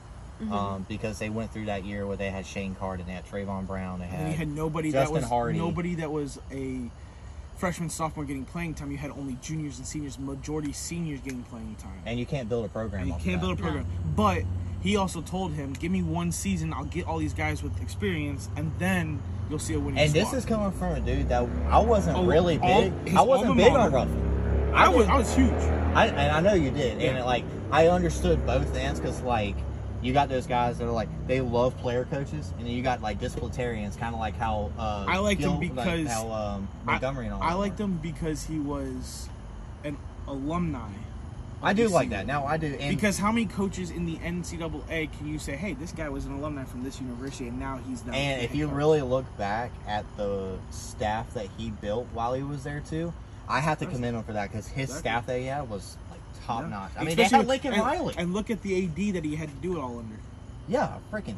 [SPEAKER 3] Mm-hmm.
[SPEAKER 2] Um, because they went through that year where they had Shane Carden, they had Trayvon Brown, they
[SPEAKER 3] and
[SPEAKER 2] had,
[SPEAKER 3] he had nobody
[SPEAKER 2] Justin
[SPEAKER 3] that was
[SPEAKER 2] Hardy.
[SPEAKER 3] nobody that was a freshman sophomore getting playing time you had only juniors and seniors majority seniors getting playing time
[SPEAKER 2] and you can't build a program.
[SPEAKER 3] And you
[SPEAKER 2] off of
[SPEAKER 3] can't
[SPEAKER 2] that.
[SPEAKER 3] build a program. But he also told him, "Give me one season, I'll get all these guys with experience, and then you'll see a winning."
[SPEAKER 2] And this
[SPEAKER 3] squad."
[SPEAKER 2] is coming from a dude that I wasn't
[SPEAKER 3] Oh,
[SPEAKER 2] really
[SPEAKER 3] all-
[SPEAKER 2] big.
[SPEAKER 3] his
[SPEAKER 2] I wasn't
[SPEAKER 3] alma
[SPEAKER 2] big on
[SPEAKER 3] mater.
[SPEAKER 2] Ruffin.
[SPEAKER 3] I was
[SPEAKER 2] didn't-
[SPEAKER 3] I was huge.
[SPEAKER 2] I, and I know you did. And
[SPEAKER 3] Yeah.
[SPEAKER 2] it, like I understood both ends because like you got those guys that are like they love player coaches, and then you got like disciplinarians, kind of like how uh,
[SPEAKER 3] I liked him because
[SPEAKER 2] how um,
[SPEAKER 3] I-
[SPEAKER 2] Montgomery and all.
[SPEAKER 3] I
[SPEAKER 2] them
[SPEAKER 3] liked
[SPEAKER 2] were.
[SPEAKER 3] him because he was an alumni.
[SPEAKER 2] I do
[SPEAKER 3] He's
[SPEAKER 2] like
[SPEAKER 3] seen
[SPEAKER 2] that.
[SPEAKER 3] it.
[SPEAKER 2] Now I do and
[SPEAKER 3] Because how many coaches in the NCAA can you say, "Hey, this guy was an alumni from this university, and now he's not."
[SPEAKER 2] And
[SPEAKER 3] the
[SPEAKER 2] if
[SPEAKER 3] head
[SPEAKER 2] you
[SPEAKER 3] coach."
[SPEAKER 2] really look back at the staff that he built while he was there too, I have to commend him for that because his
[SPEAKER 3] Exactly.
[SPEAKER 2] staff that he had was like top
[SPEAKER 3] Yeah.
[SPEAKER 2] notch. I mean, they
[SPEAKER 3] Especially
[SPEAKER 2] had
[SPEAKER 3] with-
[SPEAKER 2] Lincoln
[SPEAKER 3] and,
[SPEAKER 2] Riley.
[SPEAKER 3] and look at the AD that he had to do it all under.
[SPEAKER 2] Yeah, freaking.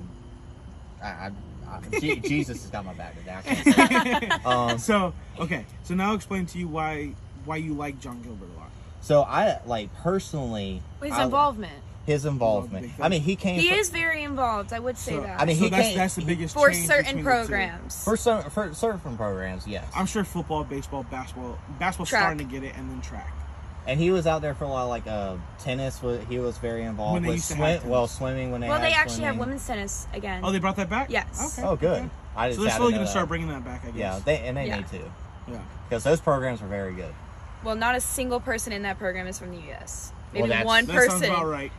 [SPEAKER 2] I, I, I, Je- Jesus has got my back today. I can't say it. um,
[SPEAKER 3] So okay, so now I'll explain to you why why you like John Gilbert a lot.
[SPEAKER 2] so I like personally
[SPEAKER 8] His
[SPEAKER 2] I-
[SPEAKER 8] involvement.
[SPEAKER 2] His involvement. I mean, he came.
[SPEAKER 8] He
[SPEAKER 2] fr-
[SPEAKER 8] is very involved. I would say
[SPEAKER 3] So-
[SPEAKER 8] that.
[SPEAKER 2] I mean,
[SPEAKER 3] so
[SPEAKER 2] he
[SPEAKER 3] that's,
[SPEAKER 2] can't-
[SPEAKER 3] that's the biggest
[SPEAKER 8] for
[SPEAKER 3] change
[SPEAKER 8] certain
[SPEAKER 3] between the two.
[SPEAKER 8] programs.
[SPEAKER 2] for some for certain programs. Yes,
[SPEAKER 3] I'm sure football, baseball, basketball, basketball
[SPEAKER 8] Track.
[SPEAKER 3] starting to get it, and then track.
[SPEAKER 2] and he was out there for a lot. Like uh, tennis, wa- he was very involved
[SPEAKER 3] When they
[SPEAKER 2] with
[SPEAKER 3] used to
[SPEAKER 2] swim.
[SPEAKER 3] have tennis.
[SPEAKER 2] Well, swimming when they
[SPEAKER 8] well,
[SPEAKER 2] had
[SPEAKER 8] they actually have
[SPEAKER 2] swimming.
[SPEAKER 8] women's tennis again.
[SPEAKER 3] Oh, they brought that back.
[SPEAKER 8] Yes.
[SPEAKER 3] Okay.
[SPEAKER 2] Oh, good.
[SPEAKER 3] okay.
[SPEAKER 2] I just
[SPEAKER 3] So they're
[SPEAKER 2] added
[SPEAKER 3] slowly
[SPEAKER 2] that
[SPEAKER 3] going to start
[SPEAKER 2] up.
[SPEAKER 3] bringing that back, I guess.
[SPEAKER 2] Yeah, they and they
[SPEAKER 8] Yeah.
[SPEAKER 2] need to
[SPEAKER 3] yeah.
[SPEAKER 2] because those programs were very good.
[SPEAKER 8] well, not a single person in that program is from the U.S.
[SPEAKER 2] Well,
[SPEAKER 8] Maybe
[SPEAKER 2] that's-
[SPEAKER 8] one
[SPEAKER 3] That
[SPEAKER 8] person.
[SPEAKER 3] sounds about right.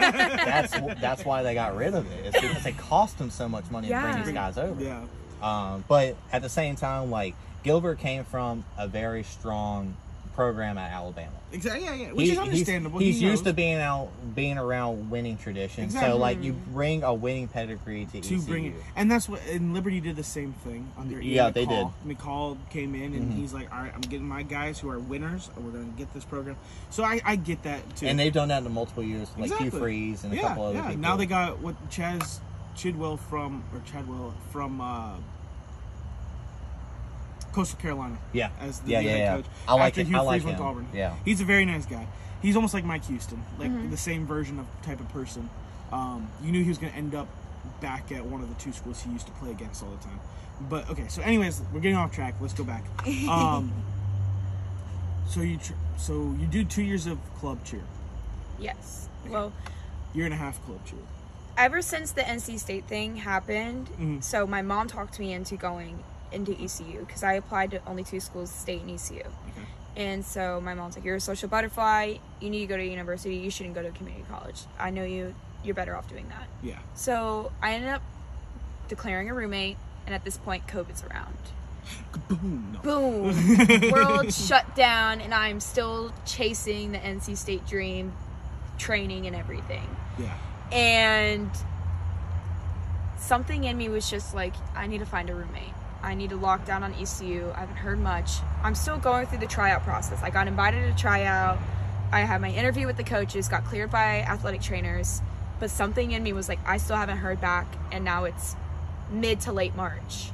[SPEAKER 2] That's that's why they got rid of it. It's because it cost them so much money to
[SPEAKER 8] Yeah.
[SPEAKER 2] bring these guys over.
[SPEAKER 3] yeah.
[SPEAKER 2] Um, but at the same time, like Gilbert came from a very strong program at Alabama.
[SPEAKER 3] Exactly. Yeah, yeah. Which
[SPEAKER 2] He-
[SPEAKER 3] is understandable.
[SPEAKER 2] He's, he's
[SPEAKER 3] He
[SPEAKER 2] used to
[SPEAKER 3] knows
[SPEAKER 2] being out, being around winning tradition. So
[SPEAKER 3] Exactly.
[SPEAKER 2] like you bring a winning pedigree to, E
[SPEAKER 3] to
[SPEAKER 2] ECU.
[SPEAKER 3] bring it, and that's what. And Liberty did the same thing under. Ian
[SPEAKER 2] Yeah, they Mm-hmm.
[SPEAKER 3] McCall. McCall came in, and he's like, "All right, I'm getting my guys who are winners, and we're going to get this program." So I, I get that too.
[SPEAKER 2] And they've done that in multiple years, like Hugh
[SPEAKER 3] Exactly.
[SPEAKER 2] Freeze and a
[SPEAKER 3] yeah,
[SPEAKER 2] couple other
[SPEAKER 3] yeah.
[SPEAKER 2] people.
[SPEAKER 3] Now they got what Chaz Chidwell from or Chadwell from uh, Coastal Carolina.
[SPEAKER 2] Yeah.
[SPEAKER 3] As the
[SPEAKER 2] Yeah,
[SPEAKER 3] new
[SPEAKER 2] yeah,
[SPEAKER 3] head
[SPEAKER 2] yeah.
[SPEAKER 3] coach.
[SPEAKER 2] I like
[SPEAKER 3] after
[SPEAKER 2] it.
[SPEAKER 3] Hugh
[SPEAKER 2] I like
[SPEAKER 3] Freeze went to
[SPEAKER 2] him.
[SPEAKER 3] Auburn.
[SPEAKER 2] Yeah.
[SPEAKER 3] He's a very nice guy. He's almost like Mike Houston, like the same version of type of person. Um, you knew he was going to end up back at one of the two schools he used to play against all the time. But okay, so anyways, we're getting off track. Let's go back. Um, so you tr- so you do two years of club cheer,
[SPEAKER 8] Yes. Well,
[SPEAKER 3] year and a half club cheer.
[SPEAKER 8] ever since the NC State thing happened,
[SPEAKER 3] Mm-hmm.
[SPEAKER 8] so my mom talked me into going into E ECU because I applied to only two schools, state and ECU. And so my mom's like, "You're a social butterfly. You need to go to university. You shouldn't go to community college. I know you. You're better off doing that."
[SPEAKER 3] Yeah.
[SPEAKER 8] So I ended up declaring a roommate, and at this point, COVID's around.
[SPEAKER 3] Boom. No.
[SPEAKER 8] Boom! World shut down, and I'm still chasing the NC State dream, training and everything
[SPEAKER 3] Yeah.
[SPEAKER 8] and something in me was just like i need to find a roommate i need to lock down on ecu i haven't heard much i'm still going through the tryout process i got invited to tryout i had my interview with the coaches got cleared by athletic trainers but something in me was like i still haven't heard back and now it's mid to late march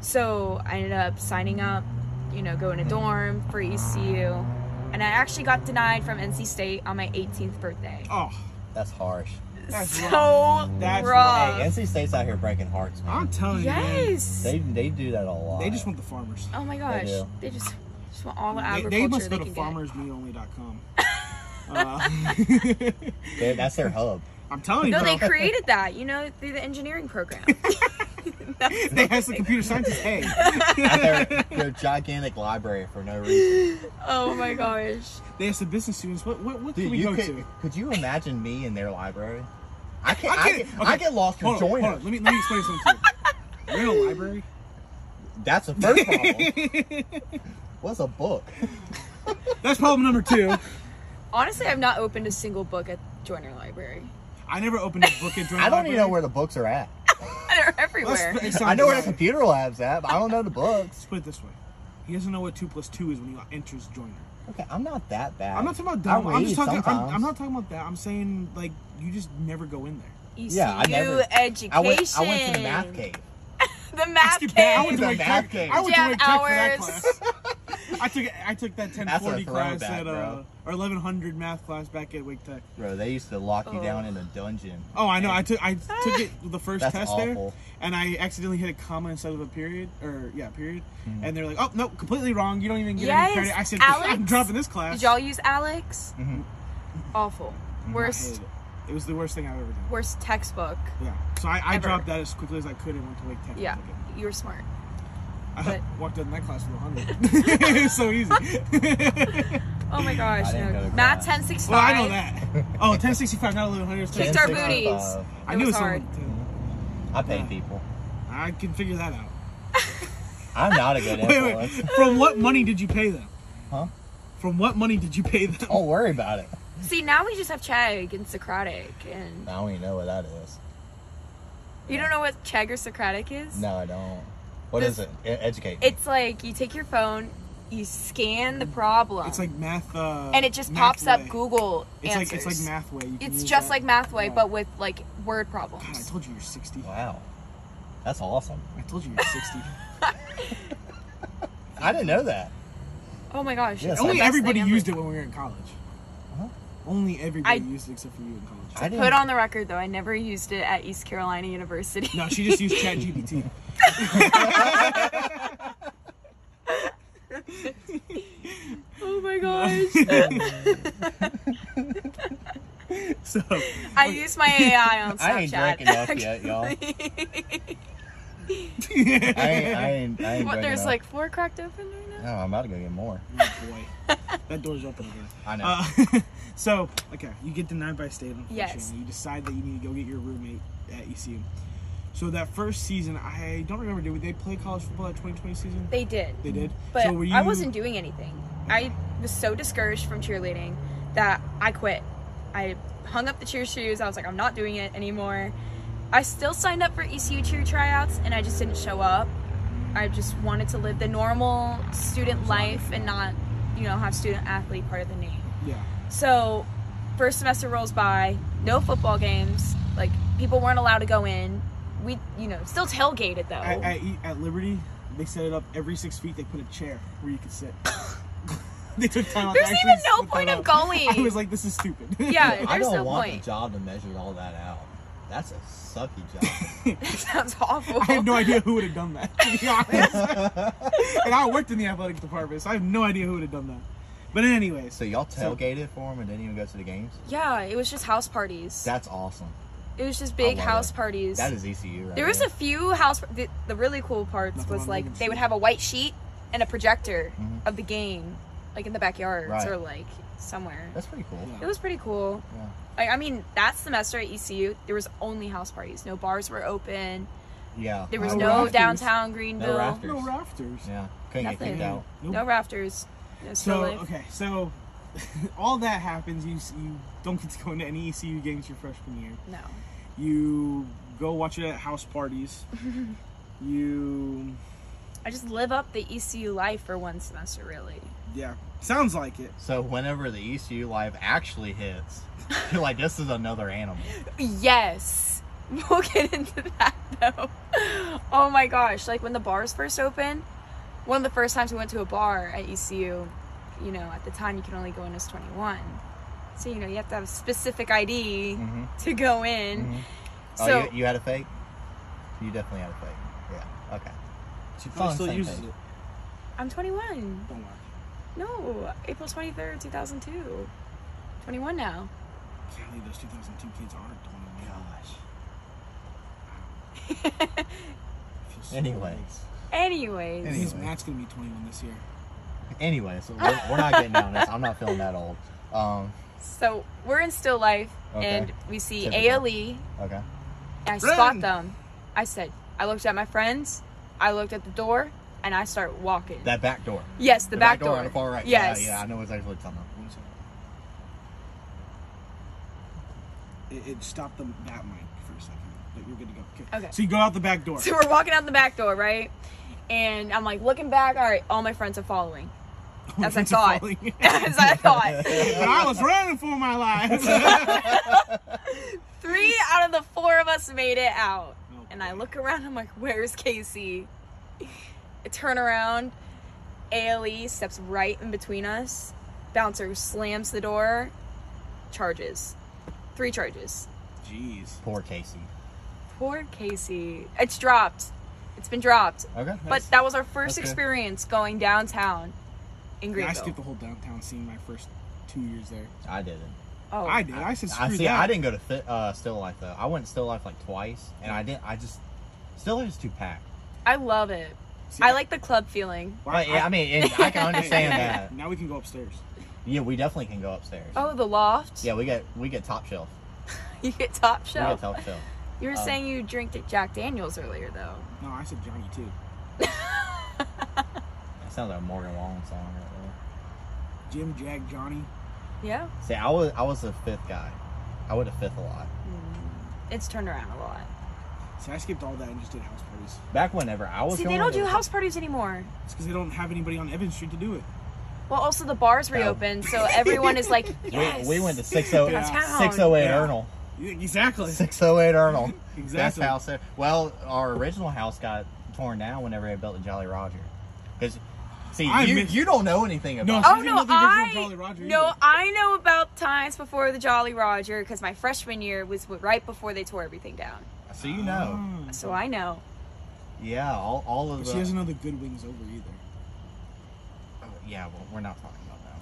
[SPEAKER 8] so i ended up signing up you know going to dorm for ecu and i actually got denied from nc state on my 18th birthday
[SPEAKER 3] Oh,
[SPEAKER 2] That's harsh.
[SPEAKER 3] that's rough.
[SPEAKER 8] so
[SPEAKER 3] That's
[SPEAKER 8] raw.
[SPEAKER 2] Hey, NC State's out here breaking hearts, man.
[SPEAKER 3] I'm telling you, man,
[SPEAKER 8] yes.
[SPEAKER 2] They they do that a lot.
[SPEAKER 3] they just want the farmers.
[SPEAKER 8] oh my gosh.
[SPEAKER 2] do.
[SPEAKER 8] They just just want all the
[SPEAKER 3] They,
[SPEAKER 8] agriculture
[SPEAKER 3] they must
[SPEAKER 8] they
[SPEAKER 3] go to
[SPEAKER 8] can get.
[SPEAKER 3] farmersmeatonly.com. uh,
[SPEAKER 2] They're- that's their hub.
[SPEAKER 3] I'm telling you,
[SPEAKER 8] No, they
[SPEAKER 3] bro.
[SPEAKER 8] created that, you know, through the engineering program.
[SPEAKER 3] They asked the computer scientist, hey,
[SPEAKER 2] their, their gigantic library for no reason.
[SPEAKER 8] oh my gosh.
[SPEAKER 3] they asked the business students, what what, what can
[SPEAKER 2] Dude,
[SPEAKER 3] we
[SPEAKER 2] you
[SPEAKER 3] go
[SPEAKER 2] could,
[SPEAKER 3] to?
[SPEAKER 2] could you imagine me in their library? I can't.
[SPEAKER 3] I
[SPEAKER 2] I,
[SPEAKER 3] can't-
[SPEAKER 2] get,
[SPEAKER 3] okay,
[SPEAKER 2] I get lost in
[SPEAKER 3] Hold on, hold
[SPEAKER 2] joiners.
[SPEAKER 3] on, let me let me explain something to you. You're in a library.
[SPEAKER 2] That's the first problem. What's a book?
[SPEAKER 3] That's problem number two.
[SPEAKER 8] Honestly, I've not opened a single book at Joiner Library.
[SPEAKER 3] I never opened a book at Joint
[SPEAKER 2] I don't even know where the books are at.
[SPEAKER 8] They're everywhere.
[SPEAKER 2] I know where the computer lab's at, but I don't know the books.
[SPEAKER 3] Let's put it this way. He doesn't know what two plus two is when he enters Joiner.
[SPEAKER 2] Okay, I'm not that bad.
[SPEAKER 3] I'm not talking about
[SPEAKER 2] I
[SPEAKER 3] dumb. I'm just
[SPEAKER 2] read
[SPEAKER 3] talking. I'm,
[SPEAKER 2] sometimes.
[SPEAKER 3] I'm not talking about that. I'm saying like you just never go in there.
[SPEAKER 8] ECU
[SPEAKER 2] Yeah, I never-
[SPEAKER 8] education.
[SPEAKER 2] I went, I went to the math cave.
[SPEAKER 8] The math
[SPEAKER 3] Skip that. I went
[SPEAKER 8] cave.
[SPEAKER 3] to
[SPEAKER 2] The
[SPEAKER 3] a
[SPEAKER 2] math
[SPEAKER 3] tech.
[SPEAKER 2] game.
[SPEAKER 3] I went to a
[SPEAKER 8] Jam
[SPEAKER 3] tech for that
[SPEAKER 8] hours.
[SPEAKER 3] class. I took I took that 1040 class
[SPEAKER 2] throwback,
[SPEAKER 3] at uh,
[SPEAKER 2] bro.
[SPEAKER 3] or 1100 math class back at Wake Tech.
[SPEAKER 2] Bro, they used to lock you down in a dungeon.
[SPEAKER 3] Oh, I know. I took I took it the first
[SPEAKER 2] That's
[SPEAKER 3] test there,
[SPEAKER 2] awful.
[SPEAKER 3] and I accidentally hit a comma instead of a period or yeah period,
[SPEAKER 2] Hmm.
[SPEAKER 3] and they're like, oh no, completely wrong. You don't even get
[SPEAKER 8] Yes,
[SPEAKER 3] any credit. I said I'm
[SPEAKER 8] Alex,
[SPEAKER 3] dropping this class. Mm-hmm.
[SPEAKER 8] Did y'all use Alex? Awful. Worst
[SPEAKER 3] Hated it. It was the worst thing I've ever done.
[SPEAKER 8] worst textbook.
[SPEAKER 3] Yeah. So I, I
[SPEAKER 8] Ever.
[SPEAKER 3] dropped that as quickly as I could and went to Wake Tech. and
[SPEAKER 8] Yeah.
[SPEAKER 3] took it.
[SPEAKER 8] You were smart.
[SPEAKER 3] I
[SPEAKER 8] But-
[SPEAKER 3] walked out in that class with 100. it was so easy.
[SPEAKER 8] Oh my gosh.
[SPEAKER 2] I didn't go
[SPEAKER 8] No.
[SPEAKER 2] to
[SPEAKER 8] Math
[SPEAKER 2] class.
[SPEAKER 8] 1065.
[SPEAKER 3] well, I know that. Oh, 1065, not 1100. it's
[SPEAKER 8] Kicked our
[SPEAKER 3] 1065.
[SPEAKER 8] booties.
[SPEAKER 2] Uh,
[SPEAKER 3] I
[SPEAKER 8] It
[SPEAKER 3] knew
[SPEAKER 8] was
[SPEAKER 3] it
[SPEAKER 8] hard.
[SPEAKER 3] someone too.
[SPEAKER 2] I pay people.
[SPEAKER 3] I can figure that out.
[SPEAKER 2] I'm not a good
[SPEAKER 3] Wait,
[SPEAKER 2] influence.
[SPEAKER 3] wait. From what money did you pay them?
[SPEAKER 2] Huh? Oh
[SPEAKER 3] From what money did you pay them?
[SPEAKER 2] Don't worry about it.
[SPEAKER 8] See, now we just have Chegg and Socratic, and
[SPEAKER 2] I don't even know what that is.
[SPEAKER 8] you don't know what Chegg or Socratic is?
[SPEAKER 2] No, I don't. What
[SPEAKER 8] This-
[SPEAKER 2] is it? E- educate. me.
[SPEAKER 8] It's like you take your phone, you scan the problem,
[SPEAKER 3] It's like math. Uh,
[SPEAKER 8] and it just
[SPEAKER 3] Mathway.
[SPEAKER 8] pops up Google
[SPEAKER 3] It's like
[SPEAKER 8] answers.
[SPEAKER 3] it's like mathway. You can
[SPEAKER 8] It's
[SPEAKER 3] use
[SPEAKER 8] just
[SPEAKER 3] that.
[SPEAKER 8] like Mathway,
[SPEAKER 3] Yeah.
[SPEAKER 8] but with like word problems.
[SPEAKER 3] God, I told you you're 60.
[SPEAKER 2] wow, that's awesome.
[SPEAKER 3] I told you you're 60.
[SPEAKER 2] I didn't know that.
[SPEAKER 8] oh my gosh!
[SPEAKER 2] Yes,
[SPEAKER 8] it's the
[SPEAKER 3] Only
[SPEAKER 8] best
[SPEAKER 3] everybody
[SPEAKER 8] thing ever.
[SPEAKER 3] used it when we were in college. Only everybody
[SPEAKER 8] I-
[SPEAKER 3] used it except for you in college.
[SPEAKER 2] Uh-huh. I didn't.
[SPEAKER 8] Put on the record though, I never used it at East Carolina University.
[SPEAKER 3] No, she just used ChatGPT.
[SPEAKER 8] oh my gosh!
[SPEAKER 3] So,
[SPEAKER 8] I used my AI on Snapchat.
[SPEAKER 2] I ain't drank enough yet, y'all. I ain't. I ain't. I ain't
[SPEAKER 8] what?
[SPEAKER 2] drinking
[SPEAKER 8] There's
[SPEAKER 2] enough.
[SPEAKER 8] like four cracked open right now.
[SPEAKER 2] No, I'm about to go get more.
[SPEAKER 3] boy, that door's open again.
[SPEAKER 2] I know.
[SPEAKER 3] Uh, so, okay, you get denied by state, unfortunately.
[SPEAKER 8] Yes.
[SPEAKER 3] You decide that you need to go get your roommate at ECU. So that first season, I don't remember. Did they play college football at 2020 season?
[SPEAKER 8] They did.
[SPEAKER 3] They did.
[SPEAKER 8] But
[SPEAKER 3] so were you,
[SPEAKER 8] I wasn't doing anything. I was so discouraged from cheerleading that I quit. I hung up the cheer shoes. I was like, I'm not doing it anymore. I still signed up for ECU cheer tryouts and I just didn't show up. I just wanted to live the normal student life and not, you know, have student athlete part of the name.
[SPEAKER 3] Yeah.
[SPEAKER 8] So, first semester rolls by, no football games. Like, people weren't allowed to go in. We, you know, still tailgated though.
[SPEAKER 3] At, at, E- at Liberty, They set it up every six feet. They put a chair where you could sit. they took time out. to
[SPEAKER 8] There's
[SPEAKER 3] actually
[SPEAKER 8] even no
[SPEAKER 3] set that
[SPEAKER 8] point of
[SPEAKER 3] up.
[SPEAKER 8] going.
[SPEAKER 3] I was like, this is stupid.
[SPEAKER 8] Yeah,
[SPEAKER 2] I
[SPEAKER 8] there's
[SPEAKER 2] don't
[SPEAKER 8] no
[SPEAKER 2] want
[SPEAKER 8] point.
[SPEAKER 2] the job to measure all that out. That's a sucky job.
[SPEAKER 8] That sounds awful.
[SPEAKER 3] I have no idea who would have done that, to be honest. and I worked in the athletic department, so I have no idea who would have done that. But anyways,
[SPEAKER 2] so y'all tailgated for him and didn't even go to the games.
[SPEAKER 8] yeah, it was just house parties.
[SPEAKER 2] That's awesome.
[SPEAKER 8] it was just big
[SPEAKER 2] love
[SPEAKER 8] house
[SPEAKER 2] it.
[SPEAKER 8] parties.
[SPEAKER 2] That is ECU. Right
[SPEAKER 8] there was a few house. The, the really cool parts
[SPEAKER 3] Nothing
[SPEAKER 8] was
[SPEAKER 3] wrong
[SPEAKER 8] like
[SPEAKER 3] with
[SPEAKER 8] they would
[SPEAKER 3] it.
[SPEAKER 8] have a white sheet and a projector of the game, like in the backyards
[SPEAKER 2] Mm-hmm. Right.
[SPEAKER 8] or like somewhere.
[SPEAKER 2] That's pretty cool.
[SPEAKER 8] It was pretty cool.
[SPEAKER 2] Yeah.
[SPEAKER 8] I, I mean, that semester at ECU, there was only house parties. No bars were open.
[SPEAKER 2] Yeah.
[SPEAKER 8] There was
[SPEAKER 3] No
[SPEAKER 8] no,
[SPEAKER 3] rafters.
[SPEAKER 8] downtown Greenville.
[SPEAKER 2] no rafters.
[SPEAKER 3] no rafters.
[SPEAKER 2] Yeah. Couldn't get
[SPEAKER 8] Nothing.
[SPEAKER 2] kicked out.
[SPEAKER 3] Nope.
[SPEAKER 8] No rafters. No
[SPEAKER 3] So
[SPEAKER 8] still life.
[SPEAKER 3] okay, so all that happens. You s- you don't get to go into any ECU games your freshman year.
[SPEAKER 8] No.
[SPEAKER 3] You go watch it at house parties. you
[SPEAKER 8] I just live up the ECU life for one semester, really.
[SPEAKER 3] yeah, sounds like it.
[SPEAKER 2] So whenever the ECU live actually hits, you're like, this is another animal.
[SPEAKER 8] Yes. We'll get into that though. Oh my gosh. Like when the bars first opened, one of the first times we went to a bar at ECU, you know, at the time you can only go in as 21. So, you know, you have to have a specific ID to go in. So,
[SPEAKER 2] Mm-hmm. oh, you, you had a fake? You definitely had a fake. Yeah. Okay. She
[SPEAKER 3] Probably still uses it.
[SPEAKER 8] I'm 21.
[SPEAKER 3] Don't lie.
[SPEAKER 8] No, April 23rd, 2002. 21 now.
[SPEAKER 3] Can't believe those 2002 kids aren't doing it. Gosh. I feel so
[SPEAKER 2] Anyways.
[SPEAKER 8] Anyways.
[SPEAKER 3] old. Means
[SPEAKER 2] Anyway.
[SPEAKER 3] Matt's gonna be 21 this year.
[SPEAKER 2] Anyway, so we're, we're not getting down this. I'm not feeling that old. Um,
[SPEAKER 8] So we're in still life,
[SPEAKER 2] Okay.
[SPEAKER 8] and we see E
[SPEAKER 2] Typical.
[SPEAKER 8] ALE.
[SPEAKER 2] okay.
[SPEAKER 8] And I
[SPEAKER 3] Run!
[SPEAKER 8] spot them. I said, I looked at my friends, I looked at the door, and I start walking.
[SPEAKER 2] That back door.
[SPEAKER 8] yes, the, back, door.
[SPEAKER 2] on the far right.
[SPEAKER 8] Yes.
[SPEAKER 2] Yeah, yeah, I know exactly what you're talking about. One second.
[SPEAKER 3] It, it stopped the that mic for a second, but you're good to go.
[SPEAKER 8] Okay.
[SPEAKER 3] So you go out the back door.
[SPEAKER 8] So we're walking out the back door, right? And I'm like looking back. All right, all my friends are following. That's I thought.
[SPEAKER 3] Falling.
[SPEAKER 8] As I thought,
[SPEAKER 3] but I was running for my life.
[SPEAKER 8] three out of the four of us made it out.
[SPEAKER 3] Oh,
[SPEAKER 8] and I look around. I'm like, "Where's Casey?" I turn around. ALE steps right in between us. Bouncer slams the door. Charges. Three charges.
[SPEAKER 3] Jeez.
[SPEAKER 2] Poor Casey.
[SPEAKER 8] Poor Casey. It's dropped. It's been dropped.
[SPEAKER 2] Okay.
[SPEAKER 8] But that was our first
[SPEAKER 2] that's good.
[SPEAKER 8] experience going downtown in
[SPEAKER 3] Yeah, I
[SPEAKER 8] Greenville.
[SPEAKER 3] skipped the whole downtown scene my first two years there.
[SPEAKER 2] I didn't.
[SPEAKER 8] oh,
[SPEAKER 3] I did. I said screw
[SPEAKER 2] I see.
[SPEAKER 3] that.
[SPEAKER 2] I didn't go to fit, uh, Still Life though. I went to Still Life like twice, and I didn't. I just Still Life is too packed.
[SPEAKER 8] I love it.
[SPEAKER 3] See,
[SPEAKER 8] I like the club feeling.
[SPEAKER 3] Well,
[SPEAKER 2] But, yeah, I mean, and I can understand that.
[SPEAKER 3] Now we can go upstairs.
[SPEAKER 2] Yeah, we definitely can go upstairs.
[SPEAKER 8] Oh, the loft.
[SPEAKER 2] Yeah, we get we get top shelf.
[SPEAKER 8] You get top
[SPEAKER 2] We get
[SPEAKER 8] shelf.
[SPEAKER 2] top shelf.
[SPEAKER 8] You
[SPEAKER 3] Um,
[SPEAKER 8] were saying you drank at Jack Daniels earlier, though.
[SPEAKER 3] No, I said Johnny too.
[SPEAKER 2] That sounds like a Morgan Wallen song right there.
[SPEAKER 3] Jim, Jag, Johnny.
[SPEAKER 8] Yeah.
[SPEAKER 2] See, I was I was the fifth guy. I went to fifth a lot.
[SPEAKER 8] It's turned around a lot.
[SPEAKER 3] See, I skipped all that and just did house parties.
[SPEAKER 2] Back whenever I was.
[SPEAKER 8] See, they
[SPEAKER 2] going,
[SPEAKER 8] don't
[SPEAKER 2] there
[SPEAKER 8] do
[SPEAKER 2] was-
[SPEAKER 8] house parties anymore.
[SPEAKER 3] It's because they don't have anybody on Evans Street to do it.
[SPEAKER 8] Well, also the bars
[SPEAKER 3] Oh.
[SPEAKER 8] reopened, so everyone is like, yes.
[SPEAKER 2] We, we went to 60,
[SPEAKER 8] Downtown.
[SPEAKER 2] 608
[SPEAKER 3] Yeah.
[SPEAKER 2] Ernal.
[SPEAKER 3] Yeah, Exactly.
[SPEAKER 2] 608 Ernal.
[SPEAKER 3] Exactly.
[SPEAKER 2] oh Best house there. Well, our original house got torn down whenever they built the Jolly Roger. Because, see,
[SPEAKER 3] I
[SPEAKER 2] you,
[SPEAKER 3] miss-
[SPEAKER 2] you don't know anything
[SPEAKER 3] No,
[SPEAKER 2] about
[SPEAKER 3] she
[SPEAKER 8] Oh
[SPEAKER 3] didn't
[SPEAKER 8] no,
[SPEAKER 3] know the original Jolly
[SPEAKER 8] I
[SPEAKER 3] Roger
[SPEAKER 8] no,
[SPEAKER 3] either.
[SPEAKER 8] I know about times before the Jolly Roger because my freshman year was right before they tore everything down.
[SPEAKER 2] it. So you know.
[SPEAKER 3] Ah.
[SPEAKER 8] So I know.
[SPEAKER 2] Yeah, all, all of
[SPEAKER 3] She doesn't
[SPEAKER 2] the.
[SPEAKER 3] know the good wings over either.
[SPEAKER 2] Yeah, well, we're not talking about that.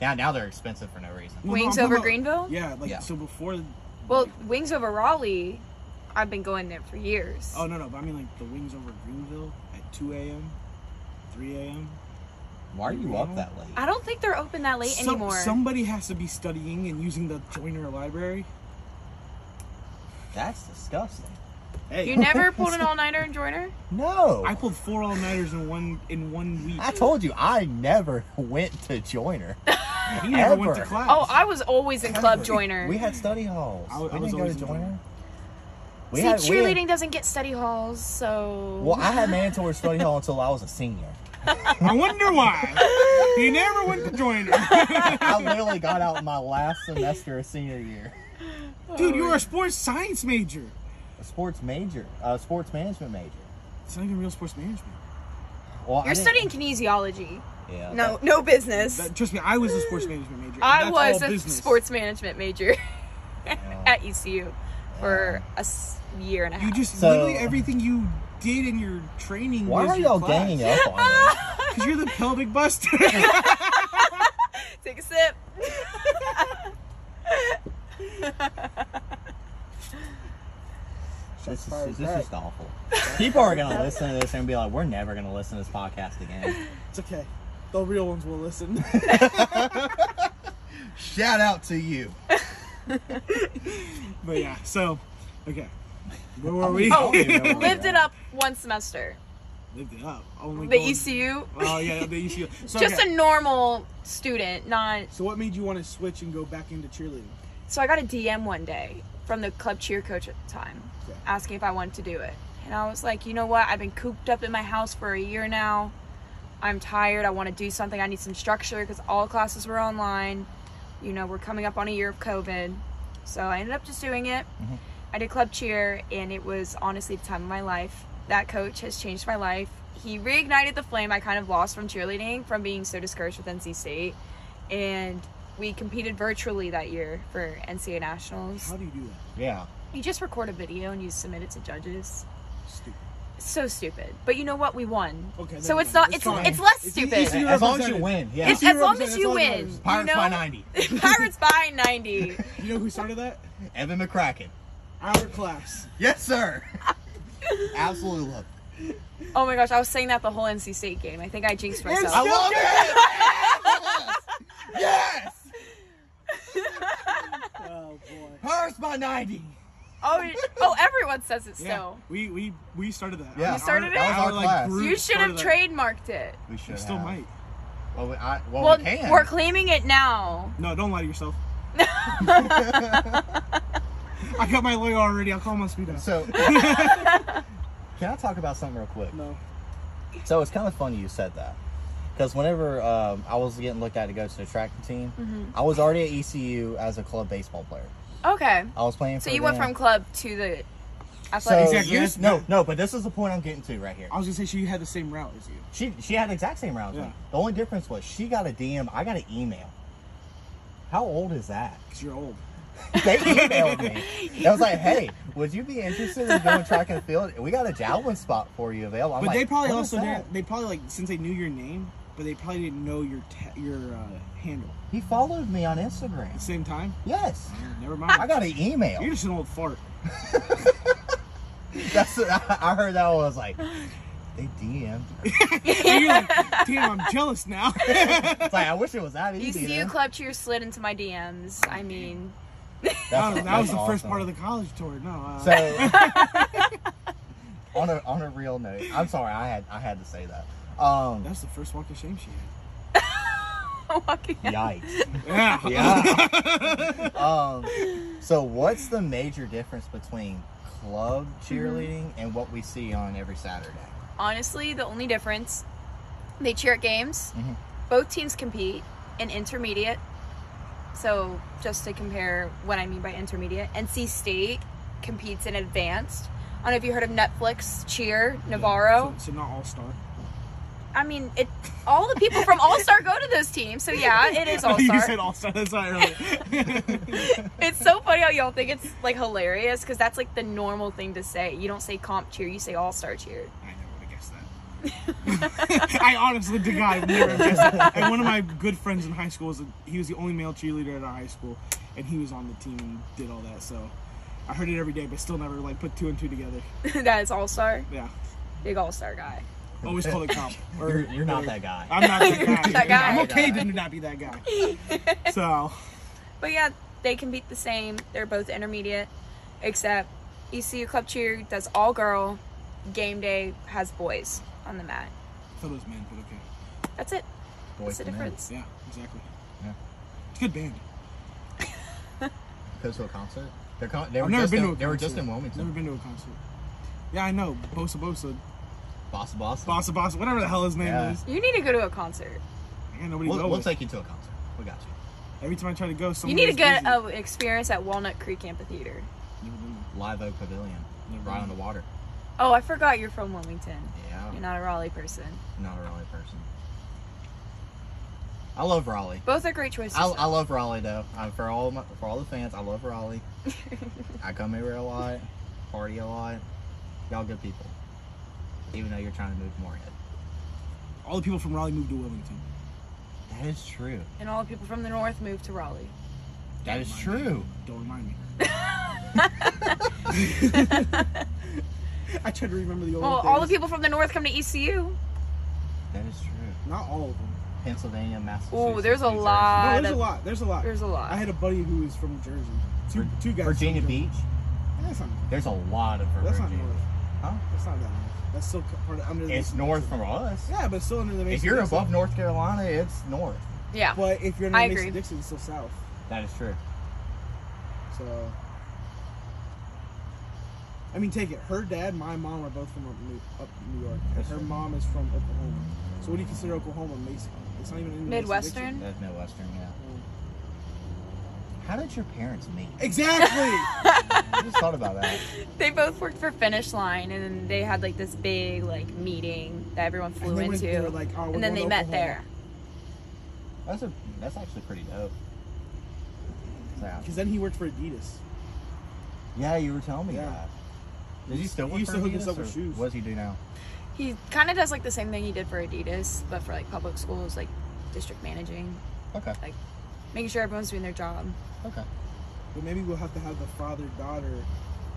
[SPEAKER 2] Now, now they're expensive for no reason.
[SPEAKER 3] Well, no,
[SPEAKER 8] Wings
[SPEAKER 3] I'm talking
[SPEAKER 8] over
[SPEAKER 3] about-
[SPEAKER 8] Greenville?
[SPEAKER 3] Yeah, like
[SPEAKER 2] Yeah.
[SPEAKER 3] so before.
[SPEAKER 8] Well, Wings Over Raleigh, I've been going there for years.
[SPEAKER 3] Oh no, no, but I mean like the wings over Greenville at 2 a.m., 3 a.m.
[SPEAKER 2] Why are you up that late?
[SPEAKER 8] I don't think they're open that late
[SPEAKER 3] Some-
[SPEAKER 8] anymore.
[SPEAKER 3] Somebody has to be studying and using the Joiner Library.
[SPEAKER 2] That's disgusting.
[SPEAKER 3] Hey,
[SPEAKER 8] You never pulled an all nighter and joiner?
[SPEAKER 2] No.
[SPEAKER 3] I pulled four all nighters in one in one week.
[SPEAKER 2] I told you I never went to Joiner.
[SPEAKER 3] he never went to
[SPEAKER 2] Ever.
[SPEAKER 3] class.
[SPEAKER 8] Oh, I was always in club joiner.
[SPEAKER 2] We had study halls.
[SPEAKER 3] I- I
[SPEAKER 2] we
[SPEAKER 3] was
[SPEAKER 2] didn't go
[SPEAKER 3] always
[SPEAKER 2] to
[SPEAKER 3] in
[SPEAKER 2] Joiner.
[SPEAKER 3] Joiner.
[SPEAKER 2] We
[SPEAKER 8] See,
[SPEAKER 2] had- we had-
[SPEAKER 8] cheerleading doesn't get study halls, so
[SPEAKER 2] well, I had mandatory study hall until I was a senior.
[SPEAKER 3] I wonder why. he never went to Joiner.
[SPEAKER 2] I literally got out my last semester of senior year.
[SPEAKER 3] Dude, you were a sports science major.
[SPEAKER 2] A sports major, a sports management major.
[SPEAKER 3] It's not even real sports management.
[SPEAKER 2] Well, I
[SPEAKER 8] You're
[SPEAKER 2] didn't-
[SPEAKER 8] studying kinesiology.
[SPEAKER 2] Yeah.
[SPEAKER 8] No, no business.
[SPEAKER 3] That- trust me, I was a sports management major. and
[SPEAKER 8] I
[SPEAKER 3] that's
[SPEAKER 8] was
[SPEAKER 3] all
[SPEAKER 8] a
[SPEAKER 3] business. Oh.
[SPEAKER 8] sports management major
[SPEAKER 2] Yeah.
[SPEAKER 8] at ECU for a s- year and a half.
[SPEAKER 3] You just
[SPEAKER 2] So-
[SPEAKER 3] literally everything you did in your training.
[SPEAKER 2] Why
[SPEAKER 3] was
[SPEAKER 2] are
[SPEAKER 3] your
[SPEAKER 2] y'all
[SPEAKER 3] class.
[SPEAKER 2] ganging up on me?
[SPEAKER 3] Because you're the pelvic buster.
[SPEAKER 8] Take a sip.
[SPEAKER 2] This is, this is just awful. People are gonna listen to this and be like, "We're never gonna listen to this podcast again."
[SPEAKER 3] it's okay. The real ones will listen.
[SPEAKER 2] Shout out to you.
[SPEAKER 3] but yeah, so okay. Where were we?
[SPEAKER 8] Oh,
[SPEAKER 3] Lived
[SPEAKER 8] Lived it up one semester.
[SPEAKER 3] it up. Only
[SPEAKER 8] The
[SPEAKER 3] going-
[SPEAKER 8] ECU.
[SPEAKER 3] Oh yeah, the ECU. So,
[SPEAKER 8] Just
[SPEAKER 3] okay.
[SPEAKER 8] a normal student, not.
[SPEAKER 3] so what made you want to switch and go back into cheerleading?
[SPEAKER 8] So I got a DM one day from the club cheer coach at the time
[SPEAKER 3] Okay.
[SPEAKER 8] asking if I wanted to do it. And I was like, you know what? I've been cooped up in my house for a year now. I'm tired. I want to do something. I need some structure because all classes were online. You know, we're coming up on a year of COVID. So I ended up just doing it. I did club cheer, and it was honestly the time of my life. That coach has changed my life. He reignited the flame I kind of lost from cheerleading, from being so discouraged with NC State. And we competed virtually that year for NCAA Nationals.
[SPEAKER 3] How do you do that?
[SPEAKER 2] Yeah.
[SPEAKER 8] You just record a video and you submit it to judges.
[SPEAKER 3] Stupid.
[SPEAKER 8] So stupid. But you know what? We won.
[SPEAKER 3] Okay.
[SPEAKER 8] so
[SPEAKER 3] never
[SPEAKER 8] it's
[SPEAKER 3] mind.
[SPEAKER 8] not. It's
[SPEAKER 3] fine.
[SPEAKER 8] it's less
[SPEAKER 3] It's
[SPEAKER 8] stupid.
[SPEAKER 3] easy to
[SPEAKER 2] As long as you
[SPEAKER 3] represent it.
[SPEAKER 2] win. Yeah.
[SPEAKER 8] It's-
[SPEAKER 3] Easy to
[SPEAKER 8] as long
[SPEAKER 3] represent,
[SPEAKER 8] as
[SPEAKER 3] that's
[SPEAKER 8] you
[SPEAKER 3] all that
[SPEAKER 8] win.
[SPEAKER 3] matters.
[SPEAKER 2] Pirates
[SPEAKER 8] you know?
[SPEAKER 2] by ninety.
[SPEAKER 8] Pirates by ninety.
[SPEAKER 3] You know who started that?
[SPEAKER 2] Evan McCracken.
[SPEAKER 3] Our class.
[SPEAKER 2] Yes, sir. Absolutely love. it.
[SPEAKER 8] Oh my gosh! I was saying that the whole NC State game. I think I jinxed myself.
[SPEAKER 2] I love it. yes.
[SPEAKER 3] Oh boy.
[SPEAKER 2] Pirates by ninety.
[SPEAKER 8] Oh, it- oh, everyone says it
[SPEAKER 3] Yeah.
[SPEAKER 8] still.
[SPEAKER 3] we we we started that.
[SPEAKER 2] Yeah.
[SPEAKER 3] Our-
[SPEAKER 2] You
[SPEAKER 8] started it?
[SPEAKER 3] our,
[SPEAKER 2] That was our
[SPEAKER 3] like,
[SPEAKER 2] class.
[SPEAKER 3] group
[SPEAKER 8] You should have
[SPEAKER 3] started that.
[SPEAKER 8] trademarked it.
[SPEAKER 2] We should.
[SPEAKER 3] We still
[SPEAKER 2] have.
[SPEAKER 3] might.
[SPEAKER 2] Well, we, I, well,
[SPEAKER 8] Well,
[SPEAKER 2] Oh, we can.
[SPEAKER 8] we're claiming it now.
[SPEAKER 3] No, don't lie to yourself. I got my lawyer already. I'll call him on speed dial.
[SPEAKER 2] So, can I talk about something real quick?
[SPEAKER 3] No.
[SPEAKER 2] So it's kind of funny you said that because whenever um, I was getting looked at to go to the track team,
[SPEAKER 8] Mm-hmm.
[SPEAKER 2] I was already at ECU as a club baseball player.
[SPEAKER 8] Okay.
[SPEAKER 2] I was playing.
[SPEAKER 8] So
[SPEAKER 2] for
[SPEAKER 8] you went
[SPEAKER 2] them.
[SPEAKER 8] from club to the
[SPEAKER 2] Oh, So
[SPEAKER 8] athletic.
[SPEAKER 3] Exactly,
[SPEAKER 2] you-
[SPEAKER 3] that's-
[SPEAKER 2] no, no, but this is the point I'm getting to right here.
[SPEAKER 3] I was gonna say she had the same route as you.
[SPEAKER 2] She she had the exact same rounds.
[SPEAKER 3] Yeah.
[SPEAKER 2] me. The only difference was she got a DM, I got an email. How old is that?
[SPEAKER 3] Cause you're old.
[SPEAKER 2] They emailed me. They was like, "Hey, would you be interested in doing track and field? We got a javelin spot for you available." I'm
[SPEAKER 3] but
[SPEAKER 2] like,
[SPEAKER 3] they probably
[SPEAKER 2] "What
[SPEAKER 3] also
[SPEAKER 2] is that?"
[SPEAKER 3] didn't, they probably like since they knew your name, but they probably didn't know your ta- your uh, handle.
[SPEAKER 2] He followed me on
[SPEAKER 3] At the
[SPEAKER 2] Instagram.
[SPEAKER 3] same time,
[SPEAKER 2] Yes,
[SPEAKER 3] never
[SPEAKER 2] I
[SPEAKER 3] mind.
[SPEAKER 2] got an email.
[SPEAKER 3] You're just an old fart.
[SPEAKER 2] That's what I, I heard that one, I was like, they DM'd. her."
[SPEAKER 3] And you're like, damn, I'm jealous now.
[SPEAKER 2] It's like I wish it was that easy.
[SPEAKER 8] ECU
[SPEAKER 2] then.
[SPEAKER 8] club cheer slid into my DMs. I mean,
[SPEAKER 3] that was, that was the
[SPEAKER 2] that's
[SPEAKER 3] first
[SPEAKER 2] awesome.
[SPEAKER 3] part of the college tour. No, uh,
[SPEAKER 2] So on a on a real note, I'm sorry I had I had to say that. Um,
[SPEAKER 3] that's the first walk of shame she had.
[SPEAKER 8] walking.
[SPEAKER 2] yikes.
[SPEAKER 3] Yeah.
[SPEAKER 2] Yeah. um, so what's the major difference between club
[SPEAKER 3] Mm-hmm.
[SPEAKER 2] cheerleading and what we see on every Saturday?
[SPEAKER 8] honestly, the only difference they cheer at games.
[SPEAKER 3] Mm-hmm.
[SPEAKER 2] Mhm.
[SPEAKER 8] Both teams compete in intermediate. So, just to compare what I mean by intermediate, NC State competes in advanced. I don't know if you heard of Netflix cheer Navarro.
[SPEAKER 3] So, so not all star.
[SPEAKER 8] I mean, it all the people from All Star go to those teams. So yeah, it is All
[SPEAKER 3] you
[SPEAKER 8] Star.
[SPEAKER 3] said all star. That's not really.
[SPEAKER 8] it's so funny how y'all think it's like hilarious because that's like the normal thing to say. You don't say comp cheer, you say all star cheer.
[SPEAKER 3] I never would have guessed that. I honestly did not I would never have guessed that. And one of my good friends in high school was a, he was the only male cheerleader at our high school, and he was on the team and did all that. So I heard it every day, but still never like put two and two together.
[SPEAKER 8] that is all star.
[SPEAKER 3] Yeah,
[SPEAKER 8] Big all star guy.
[SPEAKER 3] always call it comp. Or-
[SPEAKER 2] You're, you're not that guy.
[SPEAKER 3] I'm not that guy.
[SPEAKER 8] That guy.
[SPEAKER 3] I'm okay to not be that guy. So
[SPEAKER 8] But yeah, they compete the same. They're both intermediate, except ECU Club Cheer does all girl. Game day has boys on the mat.
[SPEAKER 3] so those men, but okay.
[SPEAKER 8] That's it.
[SPEAKER 2] Boys
[SPEAKER 8] What's the
[SPEAKER 2] to men.
[SPEAKER 8] difference?
[SPEAKER 3] Yeah, exactly.
[SPEAKER 2] Yeah.
[SPEAKER 3] It's a good band.
[SPEAKER 2] Goes to a concert. They're con- they were
[SPEAKER 3] I've never
[SPEAKER 2] just
[SPEAKER 3] been
[SPEAKER 2] in,
[SPEAKER 3] to a
[SPEAKER 2] They were just
[SPEAKER 3] concert.
[SPEAKER 2] in
[SPEAKER 3] Never
[SPEAKER 2] Wilmington.
[SPEAKER 3] been to a concert. Yeah, I know. Bosa Bosa,
[SPEAKER 2] Boss, boss,
[SPEAKER 3] Bossa Bossa, whatever the hell his name
[SPEAKER 2] Yeah.
[SPEAKER 3] is.
[SPEAKER 8] You need to go to a concert.
[SPEAKER 3] I got nobody to
[SPEAKER 2] We'll,
[SPEAKER 3] go
[SPEAKER 2] we'll
[SPEAKER 3] with.
[SPEAKER 2] take you to a concert. We got you.
[SPEAKER 3] Every time I try to go, someone
[SPEAKER 8] you need to
[SPEAKER 3] is
[SPEAKER 8] get
[SPEAKER 3] busy.
[SPEAKER 8] an experience at Walnut Creek Amphitheater.
[SPEAKER 2] Live Oak Pavilion, right on the water.
[SPEAKER 8] Oh, I forgot you're from Wilmington.
[SPEAKER 2] Yeah,
[SPEAKER 8] You're not a Raleigh person.
[SPEAKER 2] I'm not a Raleigh person. I love Raleigh.
[SPEAKER 8] Both are great choices.
[SPEAKER 2] I,
[SPEAKER 8] though.
[SPEAKER 2] I love Raleigh though. I, for all my, for all the fans, I love Raleigh. I come here a lot, party a lot. Y'all good people. Even though you're trying to move to Moorhead.
[SPEAKER 3] All the people from Raleigh moved to Wilmington.
[SPEAKER 2] That is true.
[SPEAKER 8] and all the people from the north moved to Raleigh.
[SPEAKER 2] That is true.
[SPEAKER 3] Don't remind me. I tried to remember the old
[SPEAKER 8] Well,
[SPEAKER 3] things.
[SPEAKER 8] all the people from the north come to E ECU.
[SPEAKER 2] That is true.
[SPEAKER 3] Not all of them.
[SPEAKER 2] Pennsylvania, Massachusetts.
[SPEAKER 8] Ooh, there's
[SPEAKER 2] New
[SPEAKER 8] a
[SPEAKER 2] Jersey.
[SPEAKER 3] No,
[SPEAKER 8] lot.
[SPEAKER 3] there's a
[SPEAKER 8] of-
[SPEAKER 3] lot. There's a lot.
[SPEAKER 8] Uh, There's a lot.
[SPEAKER 3] I had a buddy who was from Jersey. Two, two guys. from
[SPEAKER 2] Virginia
[SPEAKER 3] Jersey.
[SPEAKER 2] Beach.
[SPEAKER 3] That's not.
[SPEAKER 2] There's a lot of Virginia.
[SPEAKER 3] That's not north.
[SPEAKER 2] Huh?
[SPEAKER 3] That's not that north. That's still part of under. the
[SPEAKER 2] It's
[SPEAKER 3] Mason-
[SPEAKER 2] north from us.
[SPEAKER 3] Yeah, but it's still under the Mason.
[SPEAKER 2] If you're
[SPEAKER 3] Dixon.
[SPEAKER 2] above North Carolina, it's north.
[SPEAKER 8] Yeah.
[SPEAKER 3] But if you're under
[SPEAKER 8] I
[SPEAKER 3] the Mason
[SPEAKER 8] agree.
[SPEAKER 3] Dixon, it's still south.
[SPEAKER 2] That is true.
[SPEAKER 3] So. I mean, take it. Her dad, my mom are both from up New, up New York. And
[SPEAKER 2] That's
[SPEAKER 3] her
[SPEAKER 2] right.
[SPEAKER 3] mom is from Oklahoma. So what do you consider Oklahoma? Mason. It's not even in the Mason-Dixon.
[SPEAKER 8] Midwestern?
[SPEAKER 2] That's Midwestern, yeah. How did your parents meet?
[SPEAKER 3] Exactly.
[SPEAKER 2] I just thought about that.
[SPEAKER 8] They both worked for Finish Line, and then they had like this big like meeting that everyone flew
[SPEAKER 3] And they went-
[SPEAKER 8] into,
[SPEAKER 3] they were like, "Oh, we're
[SPEAKER 8] and then they
[SPEAKER 3] going to
[SPEAKER 8] met
[SPEAKER 3] Oklahoma."
[SPEAKER 8] there.
[SPEAKER 2] That's a that's actually pretty dope. Yeah,
[SPEAKER 3] Because then he worked for Adidas.
[SPEAKER 2] yeah you were telling me
[SPEAKER 3] Yeah.
[SPEAKER 2] that. Did you still
[SPEAKER 3] He
[SPEAKER 2] work
[SPEAKER 3] used
[SPEAKER 2] for
[SPEAKER 3] to hook us
[SPEAKER 2] Adidas,
[SPEAKER 3] up with
[SPEAKER 2] or
[SPEAKER 3] shoes.
[SPEAKER 2] What does he do now?
[SPEAKER 8] He kind of does like the same thing he did for Adidas, but for like public schools, like district managing,
[SPEAKER 2] Okay,
[SPEAKER 8] like making sure everyone's doing their job.
[SPEAKER 2] okay.
[SPEAKER 3] But maybe we'll have to have the father daughter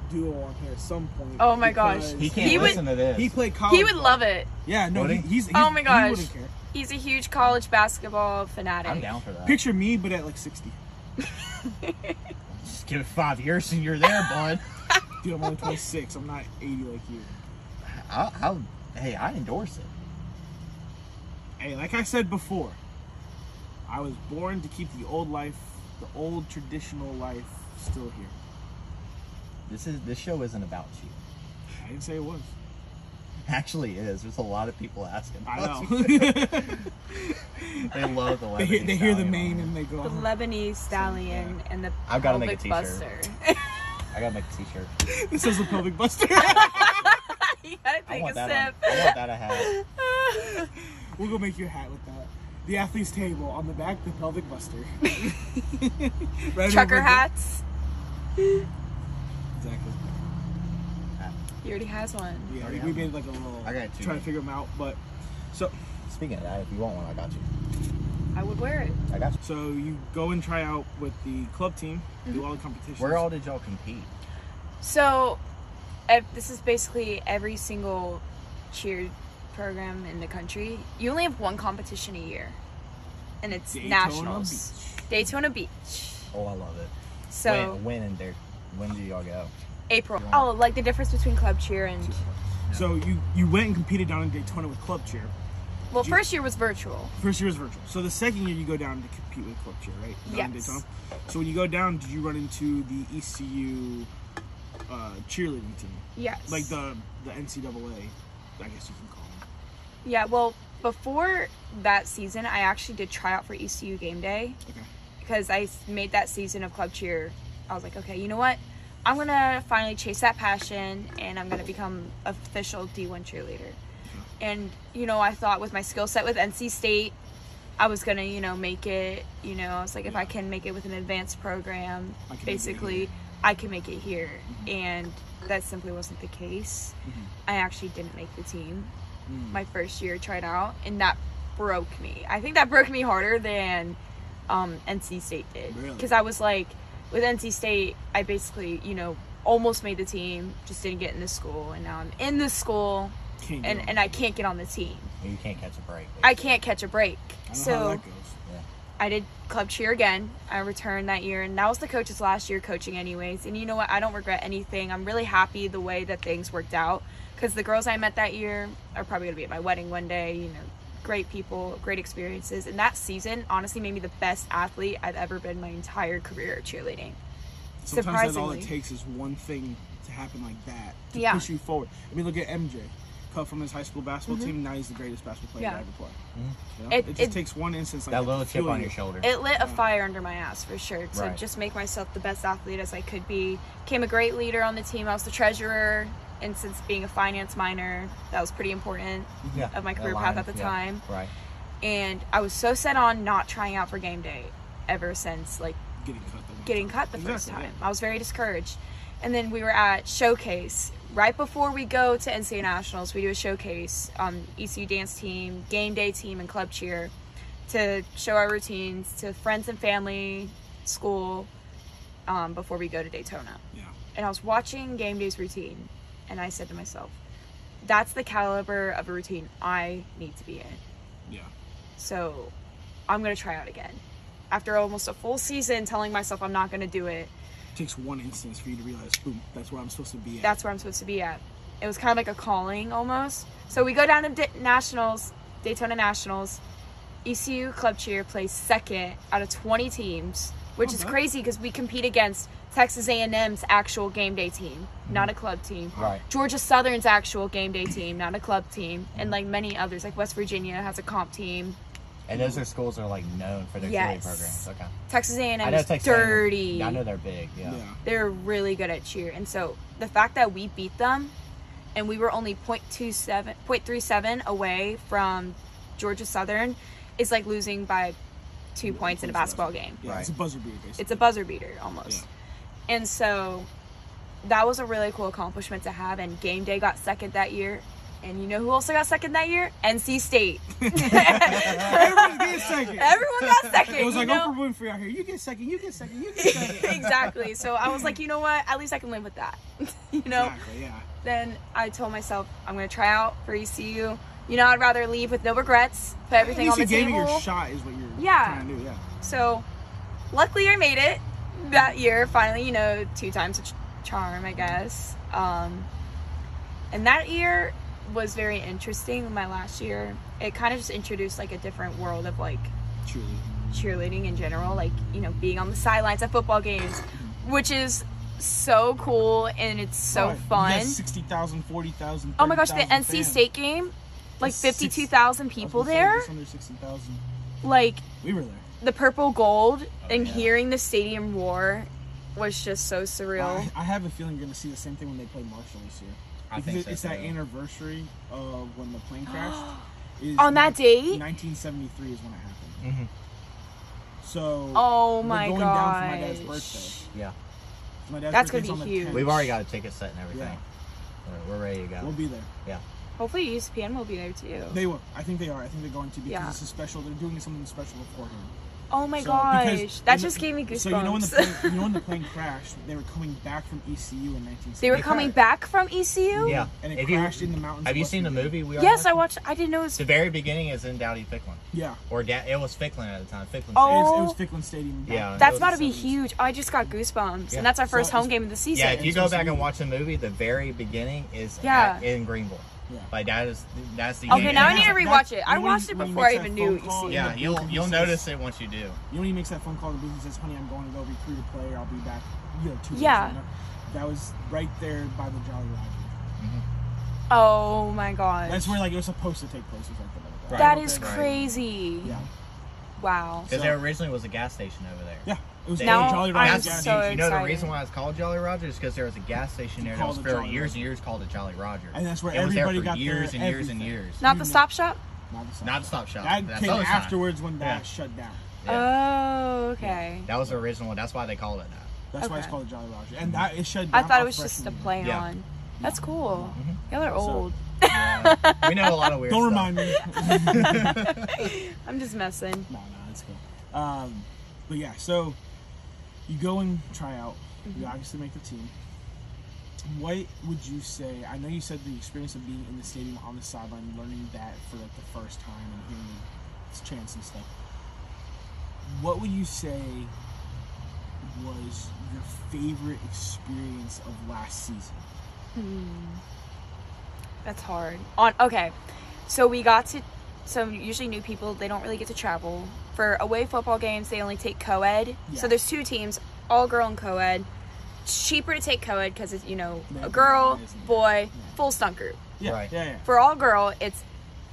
[SPEAKER 3] duo on here at some point.
[SPEAKER 8] Oh my gosh.
[SPEAKER 3] because
[SPEAKER 2] He can't
[SPEAKER 8] He would-
[SPEAKER 2] listen to this.
[SPEAKER 3] He played college.
[SPEAKER 8] He would
[SPEAKER 3] ball.
[SPEAKER 8] love it.
[SPEAKER 3] Yeah, no,
[SPEAKER 2] Would
[SPEAKER 3] he,
[SPEAKER 2] he?
[SPEAKER 3] he's,
[SPEAKER 8] Oh
[SPEAKER 3] he's-
[SPEAKER 8] my
[SPEAKER 3] He
[SPEAKER 8] gosh.
[SPEAKER 3] wouldn't care.
[SPEAKER 8] He's a huge college basketball fanatic.
[SPEAKER 2] I'm down for that.
[SPEAKER 3] Picture me, but at like sixty.
[SPEAKER 2] Just give it five years and you're there, bud.
[SPEAKER 3] Dude, I'm only twenty six. I'm not eighty like you.
[SPEAKER 2] I, I'll, hey, I endorse it.
[SPEAKER 3] Hey, like I said before, I was born to keep the old life, the old traditional life, still here.
[SPEAKER 2] This is this show isn't about you.
[SPEAKER 3] I didn't say it was.
[SPEAKER 2] Actually, it is. There's a lot of people asking.
[SPEAKER 3] I
[SPEAKER 2] us.
[SPEAKER 3] know.
[SPEAKER 2] they love the.
[SPEAKER 3] they, hear-
[SPEAKER 2] Lebanese
[SPEAKER 3] they hear the
[SPEAKER 2] Italian
[SPEAKER 3] main
[SPEAKER 2] one.
[SPEAKER 3] and they go.
[SPEAKER 8] The
[SPEAKER 3] "Huh."
[SPEAKER 8] Lebanese stallion and the
[SPEAKER 2] I've gotta make a
[SPEAKER 8] pelvic
[SPEAKER 2] t-shirt.
[SPEAKER 8] buster.
[SPEAKER 2] I gotta make a t-shirt.
[SPEAKER 3] This is a pelvic buster.
[SPEAKER 8] you gotta
[SPEAKER 2] I
[SPEAKER 8] take
[SPEAKER 2] want
[SPEAKER 8] a
[SPEAKER 2] that.
[SPEAKER 8] sip.
[SPEAKER 2] On, I want that. I have.
[SPEAKER 3] we'll go make you a hat with that. The athlete's table on the back, the pelvic buster. Right over
[SPEAKER 8] Trucker
[SPEAKER 3] the-
[SPEAKER 8] hats.
[SPEAKER 3] Exactly.
[SPEAKER 8] He already has one.
[SPEAKER 3] Yeah,
[SPEAKER 2] Already
[SPEAKER 3] we,
[SPEAKER 2] have
[SPEAKER 3] we
[SPEAKER 2] one.
[SPEAKER 3] made like a little.
[SPEAKER 2] I got two.
[SPEAKER 3] Trying to figure them out, but so
[SPEAKER 2] Speaking of that, if you want one, I got you.
[SPEAKER 8] I would wear it.
[SPEAKER 2] I got you.
[SPEAKER 3] so you go and try out with the club team, do all the competitions.
[SPEAKER 2] Where Mm-hmm. all did y'all compete?
[SPEAKER 8] So, ev- this is basically every single cheer program in the country. You only have one competition a year, and it's
[SPEAKER 3] Daytona
[SPEAKER 8] nationals.
[SPEAKER 3] Beach.
[SPEAKER 8] Daytona Beach.
[SPEAKER 2] Oh, I love it.
[SPEAKER 8] So
[SPEAKER 2] when, when and there, when do y'all go?
[SPEAKER 8] April. Oh, like the difference between club cheer and
[SPEAKER 3] So you you went and competed down in Daytona with club cheer.
[SPEAKER 8] well, first year was virtual.
[SPEAKER 3] First year was virtual. So the second year you go down to compete with club cheer, right? Down in
[SPEAKER 8] Yes.
[SPEAKER 3] Daytona. So when you go down, did you run into the ECU uh, cheerleading team,
[SPEAKER 8] Yes.
[SPEAKER 3] like the the NCAA? I guess you can call them.
[SPEAKER 8] Yeah, well, before that season, I actually did try out for ECU game day
[SPEAKER 3] Okay.
[SPEAKER 8] because I s- made that season of club cheer. I was like, okay, you know what? I'm gonna finally chase that passion and I'm gonna become official D1 cheerleader. And you know, I thought with my skill set with NC State, I was gonna you know make it. You know, I was like, if I can make it with an advanced program,
[SPEAKER 3] I can make it
[SPEAKER 8] basically,
[SPEAKER 3] here.
[SPEAKER 8] I can make it here. And that simply wasn't the case.
[SPEAKER 3] Mm-hmm.
[SPEAKER 8] I actually didn't make the team
[SPEAKER 3] Mm.
[SPEAKER 8] my first year tried out, and that broke me. I think that broke me harder than um, NC State did
[SPEAKER 3] Really?
[SPEAKER 8] because I was like, with NC State, I basically you know almost made the team, just didn't get in the school, and now I'm in the school,
[SPEAKER 3] Can't get
[SPEAKER 8] and
[SPEAKER 3] on.
[SPEAKER 8] and I can't get on the team.
[SPEAKER 2] You can't catch a break.
[SPEAKER 8] I can't catch a break.
[SPEAKER 3] I know how
[SPEAKER 8] So
[SPEAKER 3] that goes.
[SPEAKER 8] I did club cheer again. I returned that year, and that was the coach's last year coaching, anyways. And you know what? I don't regret anything. I'm really happy the way that things worked out because the girls I met that year are probably gonna be at my wedding one day. You know, great people, great experiences, and that season honestly made me the best athlete I've ever been my entire career of cheerleading.
[SPEAKER 3] Sometimes that's all it
[SPEAKER 8] Surprisingly.
[SPEAKER 3] takes is one thing to happen like that to
[SPEAKER 8] Yeah.
[SPEAKER 3] push you forward. I mean, look at MJ. Cut from his high school basketball team, now he's the greatest basketball player
[SPEAKER 8] Mm-hmm. Yeah.
[SPEAKER 3] to ever play. You know? It,
[SPEAKER 8] It-
[SPEAKER 3] just
[SPEAKER 8] it-
[SPEAKER 3] takes one instance like
[SPEAKER 2] Mm-hmm. That
[SPEAKER 3] to
[SPEAKER 2] little chip
[SPEAKER 3] fuel
[SPEAKER 2] on
[SPEAKER 3] you.
[SPEAKER 2] your shoulder.
[SPEAKER 8] It lit a fire under my ass for sure. So
[SPEAKER 2] Mm. Right.
[SPEAKER 8] just make myself the best athlete as I could be. Became a great leader on the team. I was the treasurer and since being a finance minor, that was pretty important
[SPEAKER 2] Yeah.
[SPEAKER 8] of my
[SPEAKER 2] that
[SPEAKER 8] career
[SPEAKER 2] line,
[SPEAKER 8] path at the
[SPEAKER 2] yeah,
[SPEAKER 8] time.
[SPEAKER 2] Right.
[SPEAKER 8] And I was so set on not trying out for game day ever since like
[SPEAKER 3] Getting cut. The one
[SPEAKER 8] getting
[SPEAKER 3] time.
[SPEAKER 8] cut the first
[SPEAKER 3] Exactly,
[SPEAKER 8] time.
[SPEAKER 3] yeah.
[SPEAKER 8] I was very discouraged. And then we were at Showcase. Right before we go to NCAA Nationals, we do a showcase, um, ECU dance team, game day team, and club cheer to show our routines to friends and family, school, um, before we go to Daytona.
[SPEAKER 3] Yeah.
[SPEAKER 8] And I was watching game day's routine, and I said to myself, that's the caliber of a routine I need to be in.
[SPEAKER 3] Yeah.
[SPEAKER 8] So I'm going to try out again. After almost a full season telling myself I'm not going to do it,
[SPEAKER 3] takes one instance for you to realize, boom, that's where I'm supposed to be at.
[SPEAKER 8] that's where I'm supposed to be at. It was kind of like a calling almost. So we go down to D- Nationals, Daytona Nationals. ECU Club Cheer plays second out of 20 teams, which
[SPEAKER 2] Oh,
[SPEAKER 8] is
[SPEAKER 3] Okay.
[SPEAKER 8] crazy because we compete against Texas A&M's actual game day team, not a club team.
[SPEAKER 2] Mm-hmm. Right.
[SPEAKER 8] Georgia Southern's actual game day team, not a club team, and like many others, like West Virginia has a comp team.
[SPEAKER 2] And those are schools that are like known for their cheerleading
[SPEAKER 8] Yes.
[SPEAKER 2] programs. Okay.
[SPEAKER 8] Texas A&M
[SPEAKER 2] I know
[SPEAKER 8] is
[SPEAKER 2] Texas. A&M.
[SPEAKER 8] dirty.
[SPEAKER 2] Yeah, I know they're big. Yeah.
[SPEAKER 3] yeah.
[SPEAKER 8] they're really good at cheer and so the fact that we beat them and we were only 0.27 0.37 away from georgia southern is like losing by two points in a basketball game
[SPEAKER 3] Yeah, It's a buzzer beater, basically.
[SPEAKER 8] it's a buzzer beater almost and so that was a really cool accomplishment to have and game day got second that year and you know who also got second that year nc state
[SPEAKER 3] Everyone get second.
[SPEAKER 8] everyone got second
[SPEAKER 3] it was
[SPEAKER 8] you
[SPEAKER 3] like "Oh,
[SPEAKER 8] know?
[SPEAKER 3] Oprah Winfrey out here. You get second. You get second. You get second.
[SPEAKER 8] exactly so i was like you know what at least i can live with that you know
[SPEAKER 3] Exactly. Yeah.
[SPEAKER 8] then I told myself I'm gonna try out for ECU. You know, I'd rather leave with no regrets, put everything
[SPEAKER 3] At
[SPEAKER 8] on the
[SPEAKER 3] least you gave it
[SPEAKER 8] table.
[SPEAKER 3] your shot is what you're
[SPEAKER 8] Yeah.
[SPEAKER 3] trying to do. Yeah.
[SPEAKER 8] So, luckily, I made it that year. Finally, you know, two times a ch- charm, I guess. Um, and that year was very interesting. My last year, it kind of just introduced like a different world of like
[SPEAKER 3] Truly.
[SPEAKER 8] cheerleading in general, like, you know, being on the sidelines at football games, which is so cool and it's so
[SPEAKER 3] Right.
[SPEAKER 8] fun.
[SPEAKER 3] You got 60,000, 40,000.
[SPEAKER 8] Oh my gosh, the
[SPEAKER 3] 30,000
[SPEAKER 8] NC
[SPEAKER 3] fans.
[SPEAKER 8] State game, like
[SPEAKER 3] That's six-
[SPEAKER 8] 52,000
[SPEAKER 3] I was
[SPEAKER 8] people
[SPEAKER 3] gonna say,
[SPEAKER 8] there.
[SPEAKER 3] just under 60,000.
[SPEAKER 8] Like
[SPEAKER 3] We were there.
[SPEAKER 8] the purple gold and
[SPEAKER 3] Oh,
[SPEAKER 2] yeah.
[SPEAKER 8] hearing the stadium roar was just so surreal.
[SPEAKER 3] I, I have a feeling you're going to see the same thing when they play Marshall this year.
[SPEAKER 2] I
[SPEAKER 3] Because
[SPEAKER 2] think
[SPEAKER 3] it-
[SPEAKER 2] so,
[SPEAKER 3] it's that
[SPEAKER 2] too.
[SPEAKER 3] anniversary of when the plane crashed. Is
[SPEAKER 8] On that
[SPEAKER 3] nin-
[SPEAKER 8] date?
[SPEAKER 3] 1973 is when it
[SPEAKER 2] Mm-hmm.
[SPEAKER 3] happened. So.
[SPEAKER 8] Oh
[SPEAKER 3] we're
[SPEAKER 8] my
[SPEAKER 3] going down for my dad's
[SPEAKER 8] gosh.
[SPEAKER 3] birthday.
[SPEAKER 2] Yeah.
[SPEAKER 3] My dad's
[SPEAKER 8] That's gonna
[SPEAKER 3] birthday's
[SPEAKER 8] be
[SPEAKER 3] on the
[SPEAKER 8] huge.
[SPEAKER 3] 10th.
[SPEAKER 2] We've already got a ticket set and everything.
[SPEAKER 3] Yeah.
[SPEAKER 2] We're- We're ready to go.
[SPEAKER 3] We'll be there.
[SPEAKER 8] Hopefully E USPN will be there too.
[SPEAKER 3] They will. I think they are. I think they're going to because
[SPEAKER 8] Yeah.
[SPEAKER 3] this is special. They're doing something special beforehand.
[SPEAKER 8] oh my
[SPEAKER 3] So,
[SPEAKER 8] gosh.
[SPEAKER 3] because
[SPEAKER 8] That
[SPEAKER 3] you know-
[SPEAKER 8] just gave me goosebumps.
[SPEAKER 3] So you know when the plane, you know when the plane crashed, they were coming back from ECU in 1970.
[SPEAKER 8] they were coming back from ECU?
[SPEAKER 2] Yeah.
[SPEAKER 3] and it
[SPEAKER 2] If you-
[SPEAKER 3] crashed in the mountains.
[SPEAKER 2] Have
[SPEAKER 3] of
[SPEAKER 2] you seen the
[SPEAKER 3] Western
[SPEAKER 2] movie? We Are
[SPEAKER 8] Yes, I
[SPEAKER 2] Marshall?
[SPEAKER 8] watched I didn't know it was
[SPEAKER 2] The very beginning is in Dowdy Ficklin.
[SPEAKER 3] Yeah,
[SPEAKER 2] Or da- it was Ficklin at the time. Ficklin.
[SPEAKER 3] it
[SPEAKER 8] Oh.
[SPEAKER 2] Stadium.
[SPEAKER 3] was, it was Ficklin Stadium. back
[SPEAKER 2] Yeah.
[SPEAKER 3] then.
[SPEAKER 8] That's
[SPEAKER 2] Those
[SPEAKER 8] about to be
[SPEAKER 3] 70s.
[SPEAKER 8] huge. I just got goosebumps.
[SPEAKER 2] Yeah.
[SPEAKER 8] And that's our first
[SPEAKER 3] So-
[SPEAKER 8] home game of the season.
[SPEAKER 2] Yeah, if you
[SPEAKER 3] it's
[SPEAKER 2] go
[SPEAKER 3] supposed to
[SPEAKER 2] back
[SPEAKER 3] be-
[SPEAKER 2] and watch the movie, the very beginning is
[SPEAKER 8] Yeah.
[SPEAKER 2] at, in Greenville.
[SPEAKER 3] Yeah.
[SPEAKER 2] Like that is that's the.
[SPEAKER 8] Okay,
[SPEAKER 2] game.
[SPEAKER 8] now I
[SPEAKER 3] And
[SPEAKER 8] need to
[SPEAKER 3] that's-
[SPEAKER 8] rewatch it.
[SPEAKER 3] that's-
[SPEAKER 8] I
[SPEAKER 3] you know
[SPEAKER 8] watched
[SPEAKER 3] when
[SPEAKER 8] it
[SPEAKER 3] he-
[SPEAKER 8] before
[SPEAKER 3] when
[SPEAKER 8] I
[SPEAKER 3] he
[SPEAKER 8] even
[SPEAKER 3] makes that
[SPEAKER 8] knew E
[SPEAKER 3] phone call
[SPEAKER 8] ECU.
[SPEAKER 3] and
[SPEAKER 2] Yeah,
[SPEAKER 3] the
[SPEAKER 2] you'll
[SPEAKER 3] booth
[SPEAKER 2] you'll
[SPEAKER 3] says-
[SPEAKER 2] notice it once you do.
[SPEAKER 3] You know when he makes that phone call, the booth and says, "Honey, I'm going to go recruit a player. I'll be back, you know, two weeks."
[SPEAKER 8] Yeah.
[SPEAKER 3] from now." That was right there by the Jolly Roger.
[SPEAKER 8] Oh my gosh.
[SPEAKER 3] That's where like it was supposed to take place. Was right there. by the Jolly
[SPEAKER 8] That
[SPEAKER 3] Roger.
[SPEAKER 8] is
[SPEAKER 2] Right.
[SPEAKER 8] crazy.
[SPEAKER 3] Yeah.
[SPEAKER 8] Wow.
[SPEAKER 2] Because
[SPEAKER 3] So-
[SPEAKER 2] there originally was a gas station over there.
[SPEAKER 3] Yeah. It was
[SPEAKER 2] They-
[SPEAKER 8] Now
[SPEAKER 3] called Jolly
[SPEAKER 8] I'm
[SPEAKER 3] Roger
[SPEAKER 2] that's-
[SPEAKER 3] Gas
[SPEAKER 8] so
[SPEAKER 3] Station.
[SPEAKER 2] you, you know the
[SPEAKER 8] excited.
[SPEAKER 2] reason why it's called Jolly Roger is because there was a gas station there that
[SPEAKER 3] Called
[SPEAKER 2] was
[SPEAKER 3] it
[SPEAKER 2] for
[SPEAKER 3] Jolly
[SPEAKER 2] years
[SPEAKER 3] Roger.
[SPEAKER 2] and years called it Jolly Roger.
[SPEAKER 3] And that's where
[SPEAKER 2] it was there
[SPEAKER 3] everybody
[SPEAKER 2] for
[SPEAKER 3] got their
[SPEAKER 2] years and years and
[SPEAKER 3] everything.
[SPEAKER 2] years.
[SPEAKER 8] Not
[SPEAKER 3] You
[SPEAKER 8] the
[SPEAKER 3] know-
[SPEAKER 8] stop shop?
[SPEAKER 3] Not the stop.
[SPEAKER 2] Not
[SPEAKER 3] shop.
[SPEAKER 2] Stop Shop.
[SPEAKER 3] That
[SPEAKER 2] That's
[SPEAKER 3] came
[SPEAKER 2] other side.
[SPEAKER 3] afterwards when that
[SPEAKER 2] Yeah.
[SPEAKER 3] shut down.
[SPEAKER 2] Yeah.
[SPEAKER 8] Oh, okay.
[SPEAKER 2] that was the original. That's why they called it that.
[SPEAKER 3] That's why it's
[SPEAKER 8] Okay.
[SPEAKER 3] called Jolly Roger. And that it shut
[SPEAKER 8] I
[SPEAKER 3] down.
[SPEAKER 8] thought it
[SPEAKER 3] our
[SPEAKER 8] was just a
[SPEAKER 3] freshman year.
[SPEAKER 8] play
[SPEAKER 2] Yeah.
[SPEAKER 8] on. That's cool.
[SPEAKER 3] Mm-hmm.
[SPEAKER 8] Y'all are old.
[SPEAKER 2] We know a lot of weird.
[SPEAKER 3] Don't
[SPEAKER 2] stuff.
[SPEAKER 3] remind me.
[SPEAKER 8] I'm just messing.
[SPEAKER 3] No, no, that's cool. Um, but yeah, so you go and try out.
[SPEAKER 8] Mm-hmm.
[SPEAKER 3] You obviously make the team. What would you say? I know you said the experience of being in the stadium on the sideline, learning that for like the first time and hearing the chants and stuff. What would you say was your favorite experience of last season?
[SPEAKER 8] That's hard. On okay. So we got to so usually new people, they don't really get to travel. For away football games, they only take co-ed.
[SPEAKER 3] Yeah.
[SPEAKER 8] So there's two teams, all girl and co-ed. It's cheaper to take co-ed because it's, you know,
[SPEAKER 3] Man,
[SPEAKER 8] a girl,
[SPEAKER 3] isn't it?
[SPEAKER 8] boy,
[SPEAKER 3] Yeah.
[SPEAKER 8] full stunt group.
[SPEAKER 3] Yeah,
[SPEAKER 2] Right.
[SPEAKER 3] yeah, yeah.
[SPEAKER 8] For all girl, it's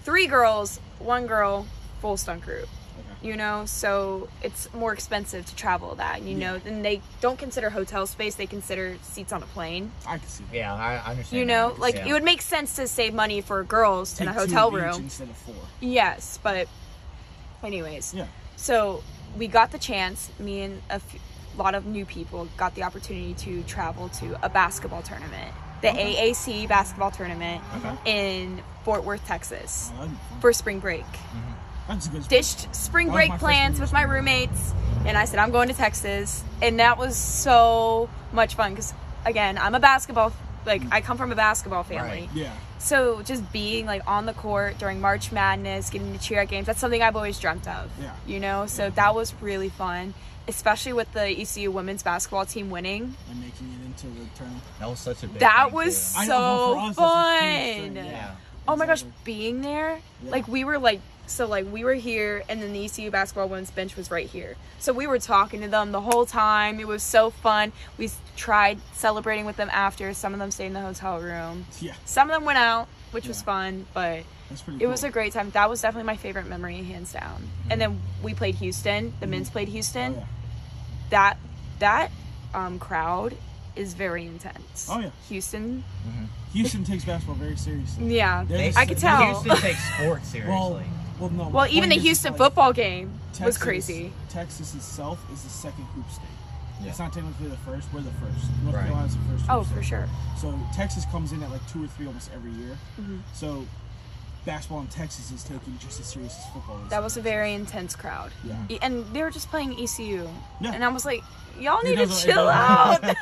[SPEAKER 8] three girls, one girl, full stunt group.
[SPEAKER 3] Okay.
[SPEAKER 8] you know so it's more expensive to travel that you know and they don't consider hotel space they consider seats on a plane
[SPEAKER 3] I can see that.
[SPEAKER 2] Yeah, I, I understand.
[SPEAKER 8] you
[SPEAKER 2] that.
[SPEAKER 8] know like
[SPEAKER 2] Yeah.
[SPEAKER 8] it would make sense to save money for girls in a
[SPEAKER 3] Take two
[SPEAKER 8] hotel
[SPEAKER 3] of each
[SPEAKER 8] room
[SPEAKER 3] instead of four.
[SPEAKER 8] yes but anyways
[SPEAKER 3] Yeah.
[SPEAKER 8] so we got the chance me and a f- lot of new people got the opportunity to travel to a basketball tournament the aac basketball tournament in fort worth texas
[SPEAKER 3] Well, that'd be fun.
[SPEAKER 8] for spring break
[SPEAKER 3] That's a good
[SPEAKER 8] dished spring
[SPEAKER 3] Mm-hmm. That was my
[SPEAKER 8] break
[SPEAKER 3] first Mm-hmm.
[SPEAKER 8] plans with my roommates and I said I'm going to Texas and that was so much fun cuz again I'm a basketball
[SPEAKER 3] Mm.
[SPEAKER 8] like I come from a basketball family.
[SPEAKER 3] Yeah.
[SPEAKER 8] So just being like on the court during March Madness, getting to cheer at games, that's something I've always dreamt of.
[SPEAKER 3] Yeah.
[SPEAKER 8] You know, so that was really fun, especially with the ECU women's basketball team winning.
[SPEAKER 3] And making it into the tournament.
[SPEAKER 2] That was such a big
[SPEAKER 8] That
[SPEAKER 2] thing,
[SPEAKER 8] was
[SPEAKER 2] too.
[SPEAKER 3] I know,
[SPEAKER 8] so
[SPEAKER 3] well, for us, that's a huge
[SPEAKER 8] fun.
[SPEAKER 3] thing,
[SPEAKER 2] Yeah.
[SPEAKER 8] Oh my gosh,
[SPEAKER 3] Exactly.
[SPEAKER 8] being there,
[SPEAKER 3] Yeah.
[SPEAKER 8] like we were like, so like we were here, and then the ECU basketball women's bench was right here. So we were talking to them the whole time. It was so fun. We s- tried celebrating with them after. Some of them stayed in the hotel room.
[SPEAKER 3] Yeah.
[SPEAKER 8] Some of them went out, which was
[SPEAKER 3] Yeah.
[SPEAKER 8] fun, but
[SPEAKER 3] That's pretty Oh,
[SPEAKER 8] it was a great time. That was definitely my favorite memory, hands down. And then we played Houston. The men's played Houston.
[SPEAKER 3] Mm-hmm. Oh, yeah.
[SPEAKER 8] That that um, crowd is very intense.
[SPEAKER 3] Oh, yeah.
[SPEAKER 8] Houston.
[SPEAKER 3] Houston takes basketball very seriously.
[SPEAKER 8] Yeah,
[SPEAKER 3] They're
[SPEAKER 8] I
[SPEAKER 3] just-
[SPEAKER 8] could
[SPEAKER 2] Houston-
[SPEAKER 8] tell.
[SPEAKER 2] Houston takes sports seriously.
[SPEAKER 3] Well, well, no.
[SPEAKER 8] Well,
[SPEAKER 3] my point
[SPEAKER 8] even the
[SPEAKER 3] is,
[SPEAKER 8] Houston
[SPEAKER 3] like,
[SPEAKER 8] football game was
[SPEAKER 3] Texas-
[SPEAKER 8] crazy.
[SPEAKER 3] Texas itself is the second hoop state.
[SPEAKER 2] Yeah.
[SPEAKER 3] It's not technically the first. We're the first. North
[SPEAKER 2] Right.
[SPEAKER 3] Carolina's the first.
[SPEAKER 8] Oh,
[SPEAKER 3] hoop
[SPEAKER 8] for
[SPEAKER 3] state.
[SPEAKER 8] sure.
[SPEAKER 3] So Texas comes in at like two or three almost every year.
[SPEAKER 8] Mm-hmm.
[SPEAKER 3] So basketball in Texas is taken just as serious as football is.
[SPEAKER 8] That was a very intense crowd.
[SPEAKER 3] Yeah.
[SPEAKER 8] E- And they were just playing ECU.
[SPEAKER 3] Yeah.
[SPEAKER 8] And I was like, y'all
[SPEAKER 3] It
[SPEAKER 8] need to
[SPEAKER 3] doesn't- it
[SPEAKER 8] chill out.
[SPEAKER 3] doesn't-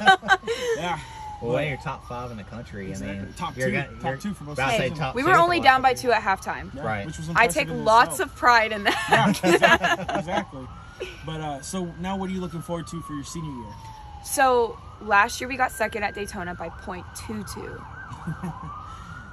[SPEAKER 3] yeah.
[SPEAKER 2] well, when you're top five in the country, I mean,
[SPEAKER 3] Exactly. Top
[SPEAKER 2] you're
[SPEAKER 3] two-
[SPEAKER 2] gonna-
[SPEAKER 3] top
[SPEAKER 2] you're
[SPEAKER 3] two for most
[SPEAKER 2] about to say
[SPEAKER 3] teams.
[SPEAKER 2] top
[SPEAKER 8] we
[SPEAKER 2] two
[SPEAKER 8] were
[SPEAKER 2] for a
[SPEAKER 8] only
[SPEAKER 2] lot
[SPEAKER 8] down
[SPEAKER 2] of
[SPEAKER 8] by
[SPEAKER 2] people.
[SPEAKER 8] two at halftime.
[SPEAKER 3] yeah,
[SPEAKER 2] Right.
[SPEAKER 3] Which was
[SPEAKER 8] I
[SPEAKER 3] impressive
[SPEAKER 8] take
[SPEAKER 3] in itself.
[SPEAKER 8] lots of pride in that.
[SPEAKER 3] Yeah, exactly. exactly. But uh, so now, what are you looking forward to for your senior year?
[SPEAKER 8] So last year we got second at Daytona by .22.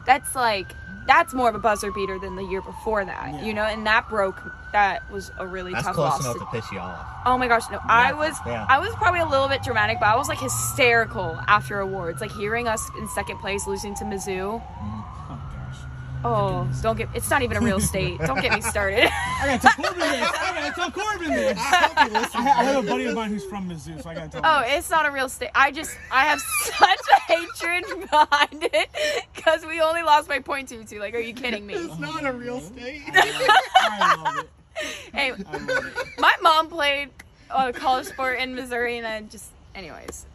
[SPEAKER 8] that's like that's more of a buzzer beater than the year before that,
[SPEAKER 3] Yeah.
[SPEAKER 8] you know. And that broke. That was a really
[SPEAKER 2] That's
[SPEAKER 8] tough
[SPEAKER 2] close
[SPEAKER 8] loss.
[SPEAKER 2] enough to piss you off.
[SPEAKER 8] Oh my gosh, no. I was
[SPEAKER 2] Yeah.
[SPEAKER 8] I was probably a little bit dramatic, but I was like hysterical after awards. Like hearing us in second place losing to Mizzou.
[SPEAKER 3] Oh gosh.
[SPEAKER 8] Oh, don't get it's not even a real state. don't get me started.
[SPEAKER 3] I gotta tell Corbin this. I gotta tell Corbin this. I, I have a buddy of mine who's from Mizzou, so I gotta tell him.
[SPEAKER 8] Oh,
[SPEAKER 3] this.
[SPEAKER 8] it's not a real state. I just I have such hatred behind it cuz we only lost by point two two. Like are you kidding me?
[SPEAKER 2] not a real state.
[SPEAKER 3] I love it. I
[SPEAKER 8] Hey,
[SPEAKER 3] love it.
[SPEAKER 8] my mom played uh, college sport in Missouri and I just anyways.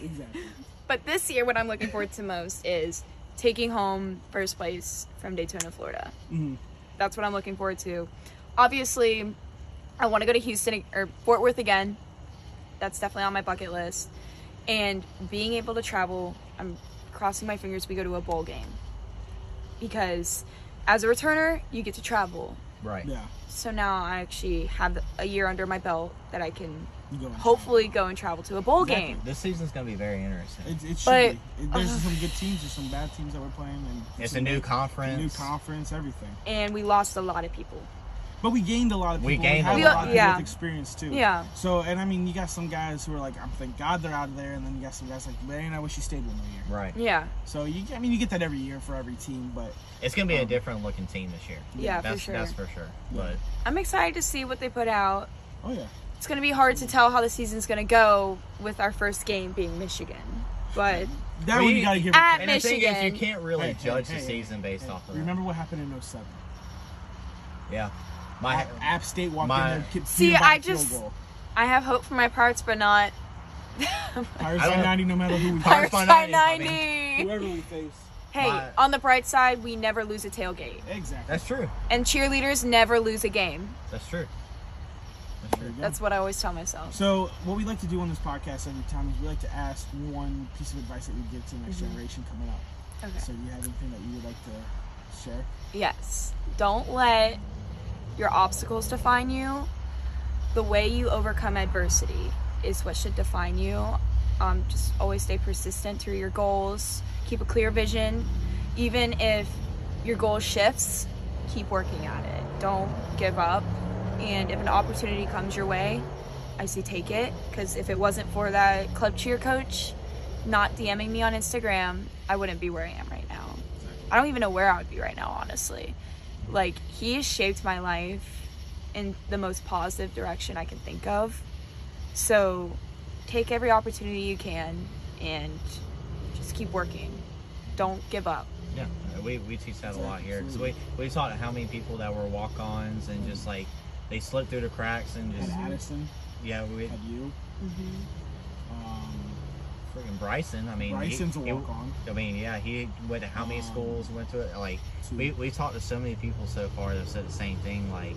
[SPEAKER 3] Exactly.
[SPEAKER 8] But this year, what I'm looking forward to most is taking home first place from Daytona, Florida.
[SPEAKER 3] Mhm.
[SPEAKER 8] That's what I'm looking forward to. Obviously, I want to go to Houston or Fort Worth again. That's definitely on my bucket list. And being able to travel, I'm crossing my fingers we go to a bowl game. Because as a returner, you get to travel.
[SPEAKER 2] Right.
[SPEAKER 3] Yeah.
[SPEAKER 8] So now I actually have a year under my belt that I can
[SPEAKER 3] You go and
[SPEAKER 8] hopefully go and travel to a bowl
[SPEAKER 2] Exactly.
[SPEAKER 8] game.
[SPEAKER 2] This season's gonna be very interesting.
[SPEAKER 3] try. It, it should
[SPEAKER 8] But- uh-huh.
[SPEAKER 3] be. It- There's some good teams. There's some bad teams that we're playing. And
[SPEAKER 2] It's a
[SPEAKER 3] some
[SPEAKER 2] new
[SPEAKER 3] good-
[SPEAKER 2] conference.
[SPEAKER 3] New conference, everything.
[SPEAKER 8] And we lost a lot of people.
[SPEAKER 3] But we gained a lot of
[SPEAKER 2] We
[SPEAKER 3] people.
[SPEAKER 2] gained
[SPEAKER 3] had
[SPEAKER 2] a
[SPEAKER 3] a
[SPEAKER 8] lot.
[SPEAKER 3] lot of people
[SPEAKER 8] Yeah.
[SPEAKER 3] with experience too.
[SPEAKER 8] Yeah.
[SPEAKER 3] So and I mean, you got some guys who are like, I'm thank God they're out of there, and then you got some guys like, man, I wish you stayed one more year.
[SPEAKER 2] Right.
[SPEAKER 8] Yeah.
[SPEAKER 3] So you, I mean, you get that every year for every team, but
[SPEAKER 2] It's gonna be a
[SPEAKER 3] Um,
[SPEAKER 2] different looking team this year.
[SPEAKER 8] Yeah, for
[SPEAKER 2] that's,
[SPEAKER 8] sure.
[SPEAKER 2] That's for sure. But
[SPEAKER 8] I'm excited to see what they put out.
[SPEAKER 3] oh yeah,
[SPEAKER 8] It's going to be hard to tell how the season's going to go with our first game being Michigan. But
[SPEAKER 3] that
[SPEAKER 2] We-
[SPEAKER 3] one you got to give.
[SPEAKER 8] At
[SPEAKER 3] it
[SPEAKER 2] and the thing is, you
[SPEAKER 8] Michigan.
[SPEAKER 2] can't really
[SPEAKER 3] Hey, hey,
[SPEAKER 2] judge the
[SPEAKER 3] hey,
[SPEAKER 2] season based off of that.
[SPEAKER 3] Remember what happened in 07?
[SPEAKER 2] Yeah. My
[SPEAKER 3] App, App State walked
[SPEAKER 2] my-
[SPEAKER 3] in there, kicked
[SPEAKER 8] See,
[SPEAKER 3] beat 'em by
[SPEAKER 8] I
[SPEAKER 3] a field
[SPEAKER 8] just-
[SPEAKER 3] goal.
[SPEAKER 8] I have hope for my parts, but not
[SPEAKER 3] Pirates
[SPEAKER 2] I
[SPEAKER 3] by
[SPEAKER 2] don't-
[SPEAKER 3] 90, no matter who we
[SPEAKER 2] Pirates
[SPEAKER 3] face.
[SPEAKER 8] Parts
[SPEAKER 2] by
[SPEAKER 8] by
[SPEAKER 2] 90,
[SPEAKER 8] 90.
[SPEAKER 3] Whoever we face,
[SPEAKER 8] Hey,
[SPEAKER 2] My-
[SPEAKER 8] on the bright side, we never lose a tailgate.
[SPEAKER 3] exactly.
[SPEAKER 2] that's true.
[SPEAKER 8] And cheerleaders never lose a game.
[SPEAKER 2] That's true.
[SPEAKER 3] There you go.
[SPEAKER 8] That's what I always tell myself.
[SPEAKER 3] So, what we like to do on this podcast every time is we like to ask one piece of advice that we give to the next generation coming up.
[SPEAKER 8] Mm-hmm. Okay.
[SPEAKER 3] So, do you have anything that you would like to share?
[SPEAKER 8] Yes. Don't let your obstacles define you. The way you overcome adversity is what should define you. Um, just always stay persistent through your goals. Keep a clear vision. Even if your goal shifts, keep working at it. Don't give up. And if an opportunity comes your way, I say take it. Because if it wasn't for that club cheer coach not DMing me on Instagram, I wouldn't be where I am right now. I don't even know where I would be right now, honestly. Like, he has shaped my life in the most positive direction I can think of. So take every opportunity you can and just keep working. Don't give up.
[SPEAKER 2] Yeah, uh, we, we teach that a lot here because we we taught how many people that were walk-ons and just like they slipped through the cracks and
[SPEAKER 3] Had
[SPEAKER 2] just
[SPEAKER 3] Addison,
[SPEAKER 2] yeah we
[SPEAKER 3] had you.
[SPEAKER 2] Mm-hmm.
[SPEAKER 3] Um,
[SPEAKER 2] freaking Bryson. I mean he-
[SPEAKER 3] Bryson's a
[SPEAKER 2] he-
[SPEAKER 3] walk-on.
[SPEAKER 2] I mean yeah he went to how many
[SPEAKER 3] Um,
[SPEAKER 2] schools went to it like
[SPEAKER 3] two.
[SPEAKER 2] we we talked to so many people so far that said the same thing like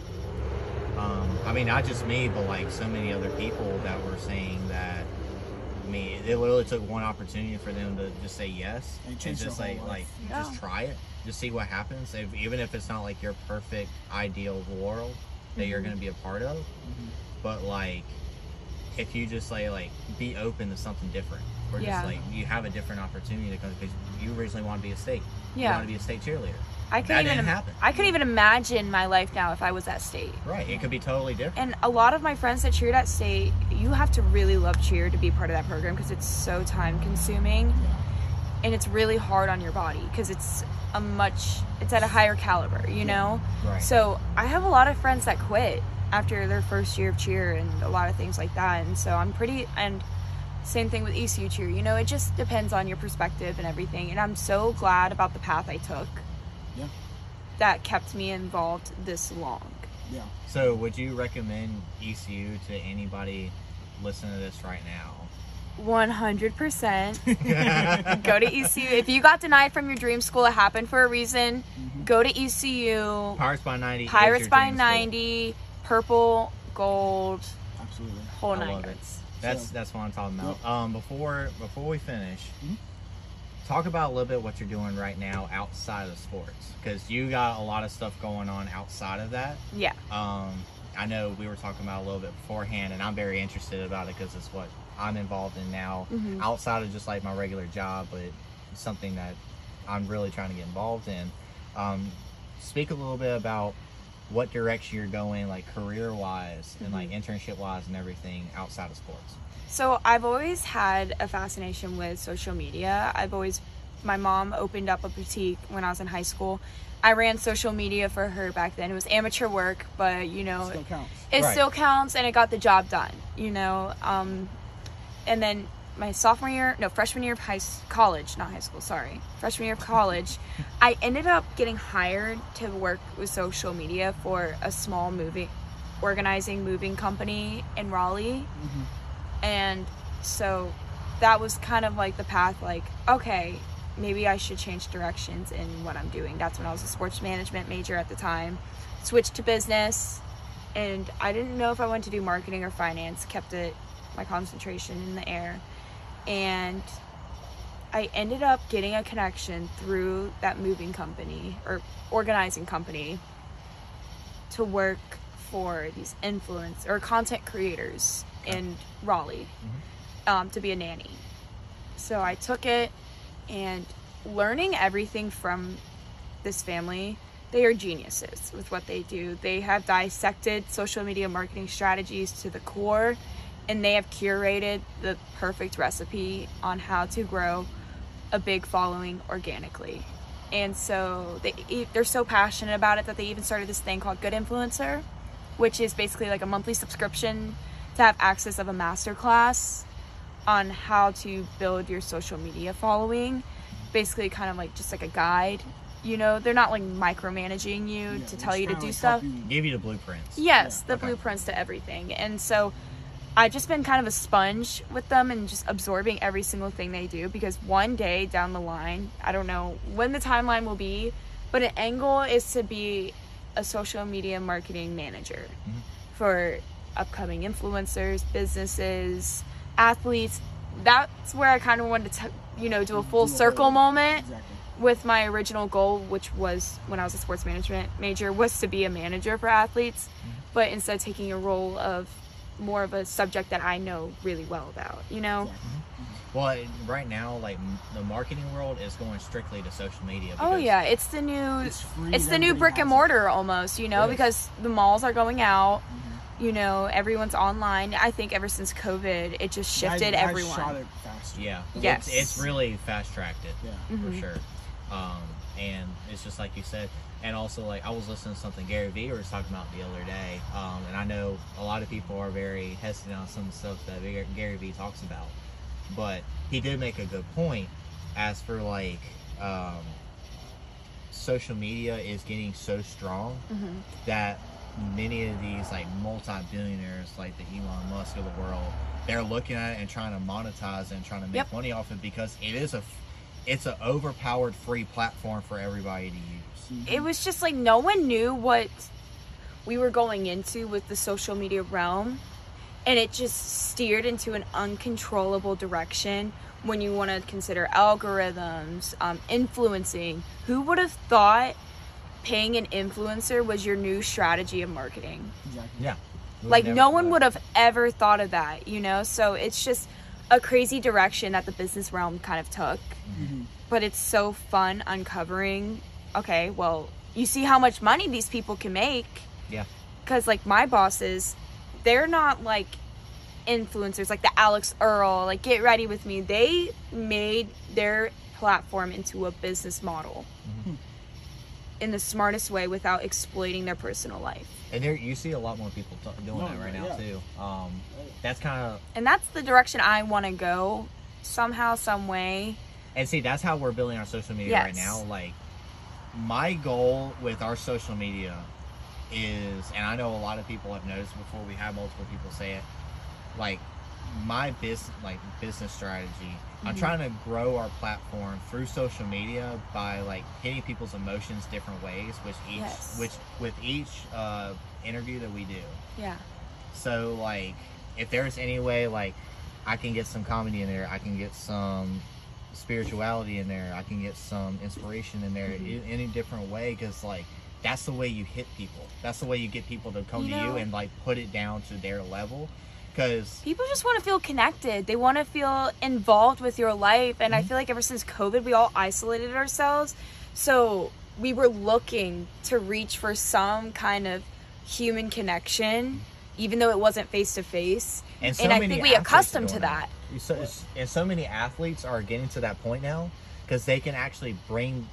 [SPEAKER 2] um I mean not just me but like so many other people that were saying that. I mean, it literally took one opportunity for them to just say yes
[SPEAKER 3] And it changed
[SPEAKER 2] just
[SPEAKER 3] their whole
[SPEAKER 2] like
[SPEAKER 3] life.
[SPEAKER 2] like
[SPEAKER 8] Yeah.
[SPEAKER 2] just try it just see what happens if, even if it's not like your perfect ideal world that you're
[SPEAKER 3] Mm-hmm.
[SPEAKER 2] going to be a part of but like if you just say like be open to something different or
[SPEAKER 8] Yeah.
[SPEAKER 2] just like you have a different opportunity to come because you originally want to be a state you
[SPEAKER 8] Yeah.
[SPEAKER 2] want to be a state cheerleader
[SPEAKER 8] I
[SPEAKER 2] That
[SPEAKER 8] couldn't even
[SPEAKER 2] didn't happen.
[SPEAKER 8] I couldn't even imagine my life now if I was at state.
[SPEAKER 2] right it could be totally different
[SPEAKER 8] And a lot of my friends that cheered at state, you have to really love cheer to be part of that program because it's so time consuming and it's really hard on your body because it's a much it's at a higher caliber, you know?
[SPEAKER 2] Right.
[SPEAKER 8] So I have a lot of friends that quit after their first year of cheer and a lot of things like that. And so I'm pretty and same thing with ECU cheer. You know, it just depends on your perspective and everything. And I'm so glad about the path I took.
[SPEAKER 3] Yeah.
[SPEAKER 8] That kept me involved this long.
[SPEAKER 3] yeah.
[SPEAKER 2] so would you recommend ecu to anybody listening to this right now
[SPEAKER 8] 100%. go to ECU. If you got denied from your dream school, it happened for a reason. Go to ECU.
[SPEAKER 2] Mm-hmm. pirates by 90 is
[SPEAKER 8] Pirates
[SPEAKER 2] your
[SPEAKER 8] by
[SPEAKER 2] dream school.
[SPEAKER 8] 90, purple, gold,
[SPEAKER 3] Absolutely.
[SPEAKER 8] whole
[SPEAKER 2] I
[SPEAKER 8] nine
[SPEAKER 2] love it.
[SPEAKER 8] yards.
[SPEAKER 2] That's
[SPEAKER 3] So-
[SPEAKER 2] that's what I'm talking about. Um, before before we finish, talk about a little bit what you're doing right now outside of sports, because you got a lot of stuff going on outside of that.
[SPEAKER 8] Yeah.
[SPEAKER 2] Um, I know we were talking about it a little bit beforehand, and I'm very interested about it because it's what I'm involved in now,
[SPEAKER 8] Mm-hmm.
[SPEAKER 2] outside of just like my regular job, but it's something that I'm really trying to get involved in. Um, speak a little bit about what direction you're going, like career wise and like
[SPEAKER 8] Mm-hmm.
[SPEAKER 2] internship wise and everything outside of sports.
[SPEAKER 8] So I've always had a fascination with social media. I've always, my mom opened up a boutique when I was in high school. I ran social media for her back then. It was amateur work, but you know,
[SPEAKER 3] Still counts.
[SPEAKER 8] it
[SPEAKER 2] Right.
[SPEAKER 8] still counts and it got the job done you know um, and then my sophomore year no freshman year of high s- college not high school sorry freshman year of college i ended up getting hired to work with social media for a small movie organizing moving company in raleigh and so that was kind of like the path like okay maybe i should change directions in what i'm doing that's when i was a sports management major at the time switched to business and I didn't know if I wanted to do marketing or finance. Kept it my concentration in the air, and I ended up getting a connection through that moving company or organizing company to work for these influence or content creators in Raleigh um, to be a nanny. So I took it and learning everything from this family. They are geniuses with what they do. They have dissected social media marketing strategies to the core and they have curated the perfect recipe on how to grow a big following organically. And so they e- they're so passionate about it that they even started this thing called Good Influencer, which is basically like a monthly subscription to have access of a masterclass on how to build your social media following. Basically, kind of like just like a guide. You know, they're not like micromanaging you
[SPEAKER 3] Yeah,
[SPEAKER 8] to
[SPEAKER 3] it's
[SPEAKER 8] tell you to
[SPEAKER 3] kinda
[SPEAKER 8] do
[SPEAKER 3] like
[SPEAKER 8] stuff.
[SPEAKER 3] helping-
[SPEAKER 2] Give you the blueprints.
[SPEAKER 8] Yes,
[SPEAKER 2] Yeah,
[SPEAKER 8] the
[SPEAKER 2] okay.
[SPEAKER 8] blueprints to everything. And so I've just been kind of a sponge with them and just absorbing every single thing they do because one day down the line, I don't know when the timeline will be, but an angle is to be a social media marketing manager
[SPEAKER 3] Mm-hmm.
[SPEAKER 8] for upcoming influencers, businesses, athletes. That's where I kind of wanted to, t- you know, do a full
[SPEAKER 3] Do a
[SPEAKER 8] circle
[SPEAKER 3] whole-
[SPEAKER 8] moment
[SPEAKER 3] Exactly.
[SPEAKER 8] with my original goal, which was when I was a sports management major, was to be a manager for athletes, but instead taking a role of more of a subject that I know really well about, you know?
[SPEAKER 2] Well, it- right now, like m- the marketing world is going strictly to social media.
[SPEAKER 8] Oh
[SPEAKER 2] because-
[SPEAKER 8] yeah, it's the new
[SPEAKER 3] It's
[SPEAKER 8] it's,
[SPEAKER 3] free,
[SPEAKER 8] the new
[SPEAKER 3] everybody
[SPEAKER 8] brick
[SPEAKER 3] has
[SPEAKER 8] and
[SPEAKER 3] it.
[SPEAKER 8] mortar almost, you know,
[SPEAKER 2] It is.
[SPEAKER 8] because the malls are going out. You know, everyone's online. I think ever since COVID, it just shifted
[SPEAKER 3] I, I
[SPEAKER 8] everyone.
[SPEAKER 3] shot it faster.
[SPEAKER 2] Yeah.
[SPEAKER 8] Yes.
[SPEAKER 2] It's, it's really fast tracked it
[SPEAKER 3] Yeah.
[SPEAKER 2] for sure. Um, and it's just like you said. And also, like I was listening to something Gary Vee was talking about the other day. Um, and I know a lot of people are very hesitant on some stuff that Gar- Gary Vee talks about, but he did make a good point as for like um, social media is getting so strong that many of these like multi-billionaires like the Elon Musk of the world they're looking at it and trying to monetize and trying to make
[SPEAKER 8] Yep.
[SPEAKER 2] money off it because it is a f- it's an overpowered free platform for everybody to use
[SPEAKER 3] Mm-hmm.
[SPEAKER 8] it was just like no one knew what we were going into with the social media realm and it just steered into an uncontrollable direction when you want to consider algorithms um, influencing who would have thought paying an influencer was your new strategy of marketing
[SPEAKER 3] Exactly.
[SPEAKER 2] yeah
[SPEAKER 8] like no one would have ever thought of that you know so it's just a crazy direction that the business realm kind of took but it's so fun uncovering okay well you see how much money these people can make
[SPEAKER 2] yeah
[SPEAKER 8] because like my bosses they're not like influencers like the alex earl like get ready with me they made their platform into a business model in the smartest way without exploiting their personal life
[SPEAKER 2] and there you see a lot more people t- doing
[SPEAKER 3] No,
[SPEAKER 2] that right now
[SPEAKER 3] yeah.
[SPEAKER 2] too um that's kind of
[SPEAKER 8] and that's the direction I want to go somehow, some way.
[SPEAKER 2] And see, that's how we're building our social media right
[SPEAKER 8] Yes.
[SPEAKER 2] now. Like, my goal with our social media is, and I know a lot of people have noticed before. We had multiple people say it. Like, my business, like business strategy.
[SPEAKER 8] Mm-hmm.
[SPEAKER 2] I'm trying to grow our platform through social media by like hitting people's emotions different ways, which each,
[SPEAKER 8] Yes.
[SPEAKER 2] which with each uh, interview that we do.
[SPEAKER 8] Yeah.
[SPEAKER 2] So like, if there's any way like I can get some comedy in there, I can get some spirituality in there, I can get some inspiration in there
[SPEAKER 8] Mm-hmm.
[SPEAKER 2] in any different way because like that's the way you hit people. That's the way you get people to come
[SPEAKER 8] You
[SPEAKER 2] to
[SPEAKER 8] know-
[SPEAKER 2] you and like put it down to their level. Because
[SPEAKER 8] People just want to feel connected. They want to feel involved with your life. And I feel like ever since COVID, we all isolated ourselves. So we were looking to reach for some kind of human connection, even though it wasn't face to face.
[SPEAKER 2] and so
[SPEAKER 8] And I
[SPEAKER 2] many
[SPEAKER 8] think we
[SPEAKER 2] athletes are
[SPEAKER 8] accustomed to
[SPEAKER 2] doing
[SPEAKER 8] that.
[SPEAKER 2] You So, and so many athletes are getting to that point now because they can actually bring.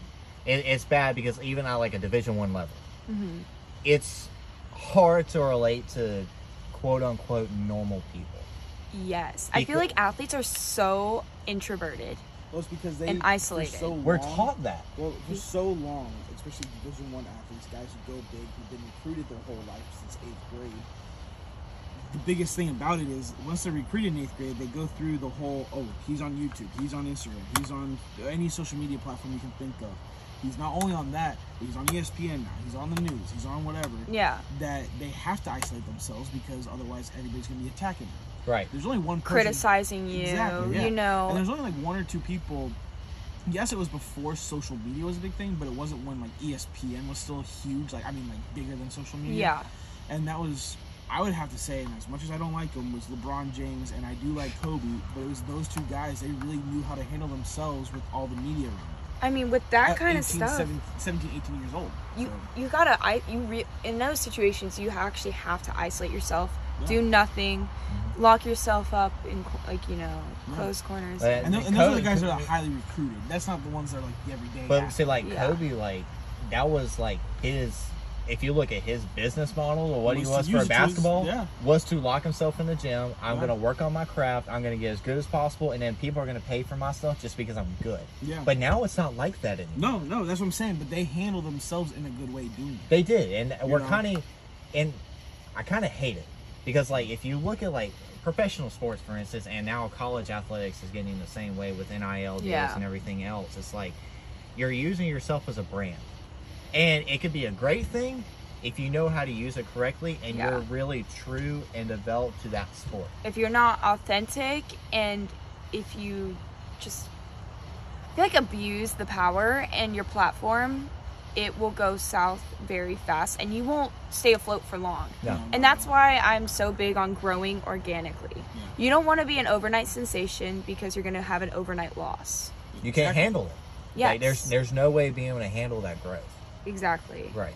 [SPEAKER 2] It, it's bad because even at like a Division One level,
[SPEAKER 8] Mm-hmm.
[SPEAKER 2] it's hard to relate to quote unquote normal people.
[SPEAKER 8] Yes. I feel
[SPEAKER 2] Equal-
[SPEAKER 8] like athletes are so introverted.
[SPEAKER 3] Well, it's because they
[SPEAKER 8] And
[SPEAKER 3] for
[SPEAKER 8] isolated.
[SPEAKER 3] So
[SPEAKER 2] We're
[SPEAKER 3] long-
[SPEAKER 2] taught that.
[SPEAKER 3] Well, for so long, especially Division One athletes, guys who go big, who've been recruited their whole life since eighth grade. The biggest thing about it is once they're recruited in eighth grade, they go through the whole. Oh, he's on YouTube. He's on Instagram. He's on any social media platform you can think of. He's not only on that, but he's on E ESPN now. He's on the news. He's on whatever.
[SPEAKER 8] Yeah.
[SPEAKER 3] That they have to isolate themselves because otherwise everybody's going to be attacking them.
[SPEAKER 2] Right.
[SPEAKER 3] There's only one person
[SPEAKER 8] Criticizing you,
[SPEAKER 3] Exactly, yeah.
[SPEAKER 8] you
[SPEAKER 3] and
[SPEAKER 8] know.
[SPEAKER 3] there's only like one or two people. Yes, it was before social media was a big thing, but it wasn't when like E ESPN was still huge. Like I mean, like bigger than social media.
[SPEAKER 8] Yeah.
[SPEAKER 3] And that was, I would have to say, and as much as I don't like them, was LeBron James, and I do like Kobe, but it was those two guys. They really knew how to handle themselves with all the media around. them.
[SPEAKER 8] I mean, with that
[SPEAKER 3] At
[SPEAKER 8] kind
[SPEAKER 3] 18,
[SPEAKER 8] of stuff.
[SPEAKER 3] 17, 18 years old.
[SPEAKER 8] you
[SPEAKER 3] so.
[SPEAKER 8] you gotta i you re, in those situations you actually have to isolate yourself
[SPEAKER 3] Yeah.
[SPEAKER 8] do nothing lock yourself up in co- like you know close corners
[SPEAKER 2] But-
[SPEAKER 3] And, tho-
[SPEAKER 2] and
[SPEAKER 3] and those are the
[SPEAKER 2] Kobe-
[SPEAKER 3] guys that are highly recruited. That's not the ones that are like the everyday.
[SPEAKER 2] But
[SPEAKER 3] athletes.
[SPEAKER 2] see, like
[SPEAKER 8] Yeah.
[SPEAKER 2] Kobe, like that was like his. If you look at his business model or what
[SPEAKER 3] Was
[SPEAKER 2] he
[SPEAKER 3] to
[SPEAKER 2] was
[SPEAKER 3] use
[SPEAKER 2] for
[SPEAKER 3] it to his-
[SPEAKER 2] basketball,
[SPEAKER 3] yeah.
[SPEAKER 2] was to lock himself in the gym. I'm
[SPEAKER 3] Yeah.
[SPEAKER 2] gonna work on my craft. I'm gonna get as good as possible, and then people are gonna pay for my stuff just because I'm good.
[SPEAKER 3] Yeah.
[SPEAKER 2] But now it's not like that anymore.
[SPEAKER 3] No, no, that's what I'm saying. But they handle themselves in a good way doing it.
[SPEAKER 2] They did, and we're
[SPEAKER 3] know?
[SPEAKER 2] kind of, and I kind of hate it because like if you look at like professional sports, for instance, and now college athletics is getting the same way with NIL deals
[SPEAKER 8] Yeah.
[SPEAKER 2] and everything else. It's like you're using yourself as a brand, and it could be a great thing if you know how to use it correctly and
[SPEAKER 8] Yeah.
[SPEAKER 2] you're really true and developed to that sport.
[SPEAKER 8] if you're not authentic and if you just I feel like abuse the power and your platform it will go south very fast and you won't stay afloat for long
[SPEAKER 2] No.
[SPEAKER 8] and that's why i'm so big on growing organically you don't want to be an overnight sensation because you're going to have an overnight loss
[SPEAKER 2] You can't handle it.
[SPEAKER 8] Yes.
[SPEAKER 2] Like, there's there's no way of being able to handle that growth.
[SPEAKER 8] Exactly.
[SPEAKER 2] Right.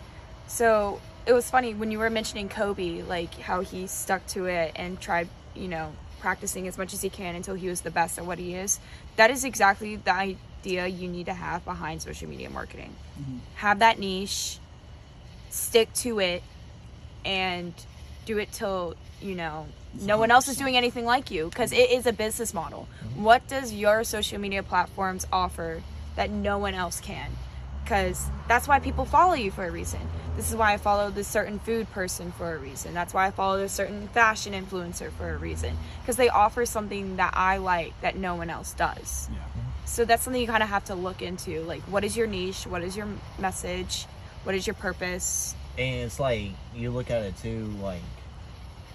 [SPEAKER 8] So it was funny when you were mentioning Kobe, like how he stuck to it and tried, you know, practicing as much as he can until he was the best at what he is. That is exactly the i- idea you need to have behind social media marketing. Have that niche, stick to it, and do it till you know no one else is doing anything like you because it is a business model. What does your social media platforms offer that no one else can? Because that's why people follow you for a reason. This is why I follow this certain food person for a reason. That's why I follow this certain fashion influencer for a reason. Because they offer something that I like that no one else does.
[SPEAKER 3] Yeah.
[SPEAKER 8] So that's something you kind of have to look into. Like, what is your niche? What is your message? What is your purpose?
[SPEAKER 2] and it's like you look at it too like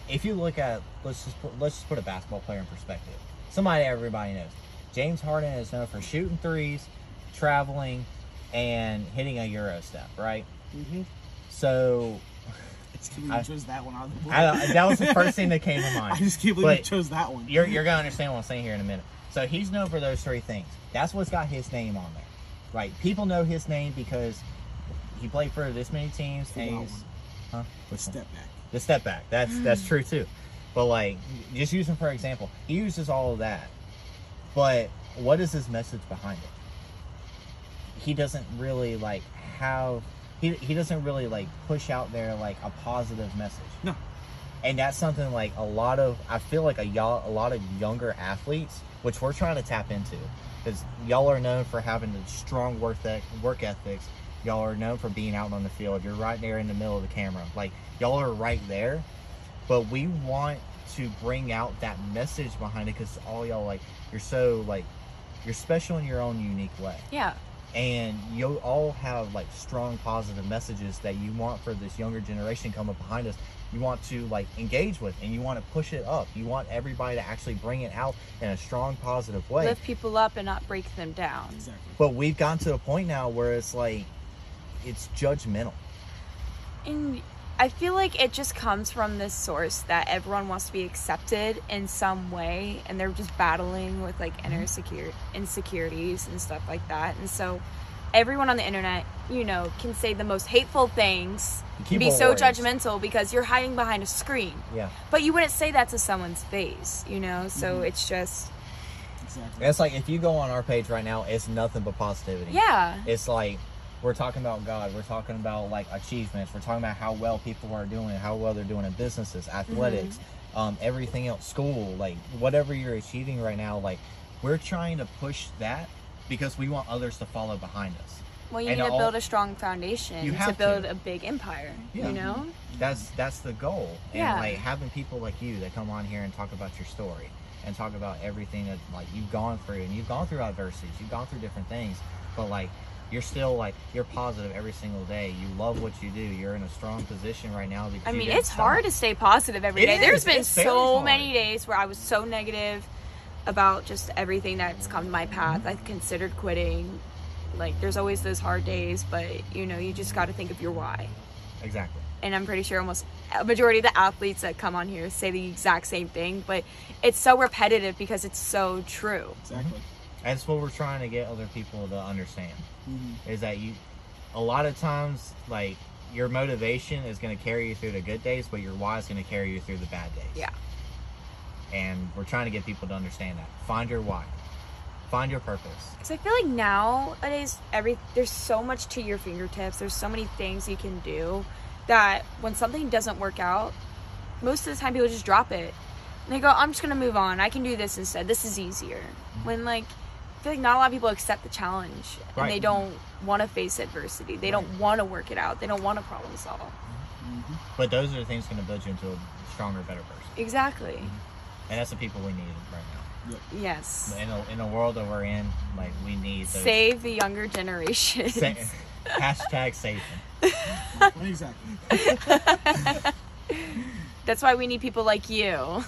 [SPEAKER 2] if you look at let's just put, let's just put a basketball player in perspective somebody everybody knows james harden is known for shooting threes traveling and hitting a euro step right mm-hmm. so
[SPEAKER 3] It's cute you
[SPEAKER 2] I-
[SPEAKER 3] chose that one out of the blue.
[SPEAKER 2] I, that was the first thing that came to mind
[SPEAKER 3] I just can't believe you
[SPEAKER 2] But-
[SPEAKER 3] chose that one.
[SPEAKER 2] you're, you're gonna understand what I'm saying here in a minute. So he's known for those three things. That's what's got his name on there, right? People know his name because he played for this many teams.
[SPEAKER 3] The
[SPEAKER 2] and
[SPEAKER 3] wild
[SPEAKER 2] he's-
[SPEAKER 3] one.
[SPEAKER 2] huh? Which one?
[SPEAKER 3] Step back.
[SPEAKER 2] The step back. That's that's true too. But like, just use him for example. He uses all of that, but what is his message behind it? He doesn't really like have. He, he doesn't really like push out there like a positive message
[SPEAKER 3] No.
[SPEAKER 2] and that's something like a lot of I feel like a y'all a lot of younger athletes, which we're trying to tap into, because y'all are known for having the strong work eth- work ethics. Y'all are known for being out on the field. You're right there in the middle of the camera, like y'all are right there. But we want to bring out that message behind it because all y'all like you're so like you're special in your own unique way
[SPEAKER 8] Yeah.
[SPEAKER 2] and you all have like strong positive messages that you want for this younger generation coming behind us you want to like engage with and you want to push it up you want everybody to actually bring it out in a strong positive way
[SPEAKER 8] Lift people up and not break them down.
[SPEAKER 3] Exactly.
[SPEAKER 2] but we've gotten to a point now where it's like it's judgmental
[SPEAKER 8] And I feel like it just comes from this source that everyone wants to be accepted in some way, and they're just battling with like
[SPEAKER 2] Mm-hmm.
[SPEAKER 8] inner secure insecurities and stuff like that. And so, everyone on the internet, you know, can say the most hateful things,
[SPEAKER 2] Keyboard
[SPEAKER 8] be so
[SPEAKER 2] warriors.
[SPEAKER 8] judgmental because you're hiding behind a screen.
[SPEAKER 2] yeah
[SPEAKER 8] But you wouldn't say that to someone's face, you know. So
[SPEAKER 2] Mm-hmm.
[SPEAKER 8] it's just,
[SPEAKER 3] Exactly.
[SPEAKER 2] And it's like if you go on our page right now it's nothing but positivity
[SPEAKER 8] yeah,
[SPEAKER 2] it's like we're talking about God. We're talking about like achievements. We're talking about how well people are doing, how well they're doing in businesses, athletics, um, everything else, school, like whatever you're achieving right now. Like we're trying to push that because we want others to follow behind us.
[SPEAKER 8] well, you
[SPEAKER 2] And
[SPEAKER 8] need to
[SPEAKER 2] all-
[SPEAKER 8] build a strong foundation
[SPEAKER 2] You
[SPEAKER 8] to
[SPEAKER 2] have to.
[SPEAKER 8] build a big empire,
[SPEAKER 2] Yeah.
[SPEAKER 8] you know.
[SPEAKER 2] That's that's the goal.
[SPEAKER 8] Yeah.
[SPEAKER 2] And like having people like you that come on here and talk about your story and talk about everything that like you've gone through and you've gone through adversities, you've gone through different things, but like you're still like you're positive every single day. You love what you do. You're in a strong position right now because
[SPEAKER 8] I
[SPEAKER 2] you
[SPEAKER 8] mean,
[SPEAKER 2] didn't
[SPEAKER 8] it's hard to
[SPEAKER 2] stop.
[SPEAKER 8] stay positive every
[SPEAKER 2] It
[SPEAKER 8] day. There's
[SPEAKER 2] is.
[SPEAKER 8] been
[SPEAKER 2] It's very
[SPEAKER 8] so
[SPEAKER 2] hard.
[SPEAKER 8] many days where I was so negative about just everything that's come my
[SPEAKER 2] Mm-hmm.
[SPEAKER 8] path. I considered quitting. Like, there's always those hard days, but you know, you just got to think of your why.
[SPEAKER 2] Exactly.
[SPEAKER 8] And I'm pretty sure almost a majority of the athletes that come on here say the exact same thing, but it's so repetitive because it's so true.
[SPEAKER 3] Exactly.
[SPEAKER 2] That's what we're trying to get other people to understand. Is that you? A lot of times, like your motivation is going to carry you through the good days, but your why is going to carry you through the bad days.
[SPEAKER 8] Yeah.
[SPEAKER 2] and we're trying to get people to understand that. Find your why. Find your purpose.
[SPEAKER 8] Because I feel like nowadays, every there's so much to your fingertips. There's so many things you can do that when something doesn't work out, most of the time people just drop it. And they go, "I'm just gonna move on. I can do this instead. This is easier." When like, I feel like not a lot of people accept the challenge and they
[SPEAKER 2] Right.
[SPEAKER 8] don't want to face adversity. They don't want to work it out. They don't want to problem solve.
[SPEAKER 2] But those are the things going to build you into a stronger, better person.
[SPEAKER 8] Exactly.
[SPEAKER 2] And that's the people we need right now.
[SPEAKER 8] Yes.
[SPEAKER 2] In a, in the world that we're in, like we need those.
[SPEAKER 8] Save the younger generation.
[SPEAKER 2] Sa- hashtag save them.
[SPEAKER 3] exactly.
[SPEAKER 8] That's why we need people like you.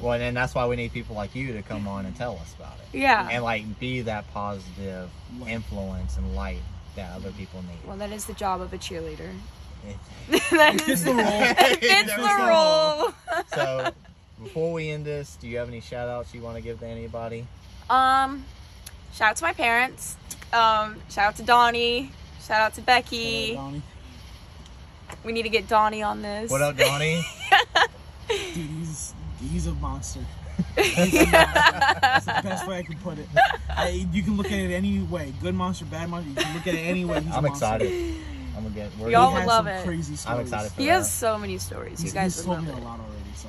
[SPEAKER 2] Well, and that's why we need people like you to come on and tell us about it.
[SPEAKER 8] Yeah.
[SPEAKER 2] And like be that positive
[SPEAKER 3] Light.
[SPEAKER 2] influence and light that other people need.
[SPEAKER 8] Well, that is the job of a cheerleader.
[SPEAKER 3] It's the role.
[SPEAKER 8] It's the role.
[SPEAKER 2] so, before we end this, do you have any shout outs you want to give to anybody?
[SPEAKER 8] Um, shout out to my parents. Um, shout out to Donnie. Shout out to Becky.
[SPEAKER 3] Donnie.
[SPEAKER 8] we need to get Donnie on this.
[SPEAKER 2] What up, Donnie?
[SPEAKER 3] Dude, he's he's a monster. That's the best way I can put it. I, you can look at it any way. Good monster, bad monster. You can look at it any way. He's a
[SPEAKER 2] I'm
[SPEAKER 3] monster.
[SPEAKER 2] excited. I'm gonna get. We're
[SPEAKER 3] He
[SPEAKER 8] Y'all
[SPEAKER 2] gonna-
[SPEAKER 8] would
[SPEAKER 3] has
[SPEAKER 8] love
[SPEAKER 3] some
[SPEAKER 8] it.
[SPEAKER 3] Crazy stories.
[SPEAKER 2] I'm excited for
[SPEAKER 8] He
[SPEAKER 2] that.
[SPEAKER 8] has so many stories. You
[SPEAKER 3] He's,
[SPEAKER 8] guys
[SPEAKER 3] he's
[SPEAKER 8] would
[SPEAKER 3] told
[SPEAKER 8] love
[SPEAKER 3] me a
[SPEAKER 8] it.
[SPEAKER 3] lot already. So,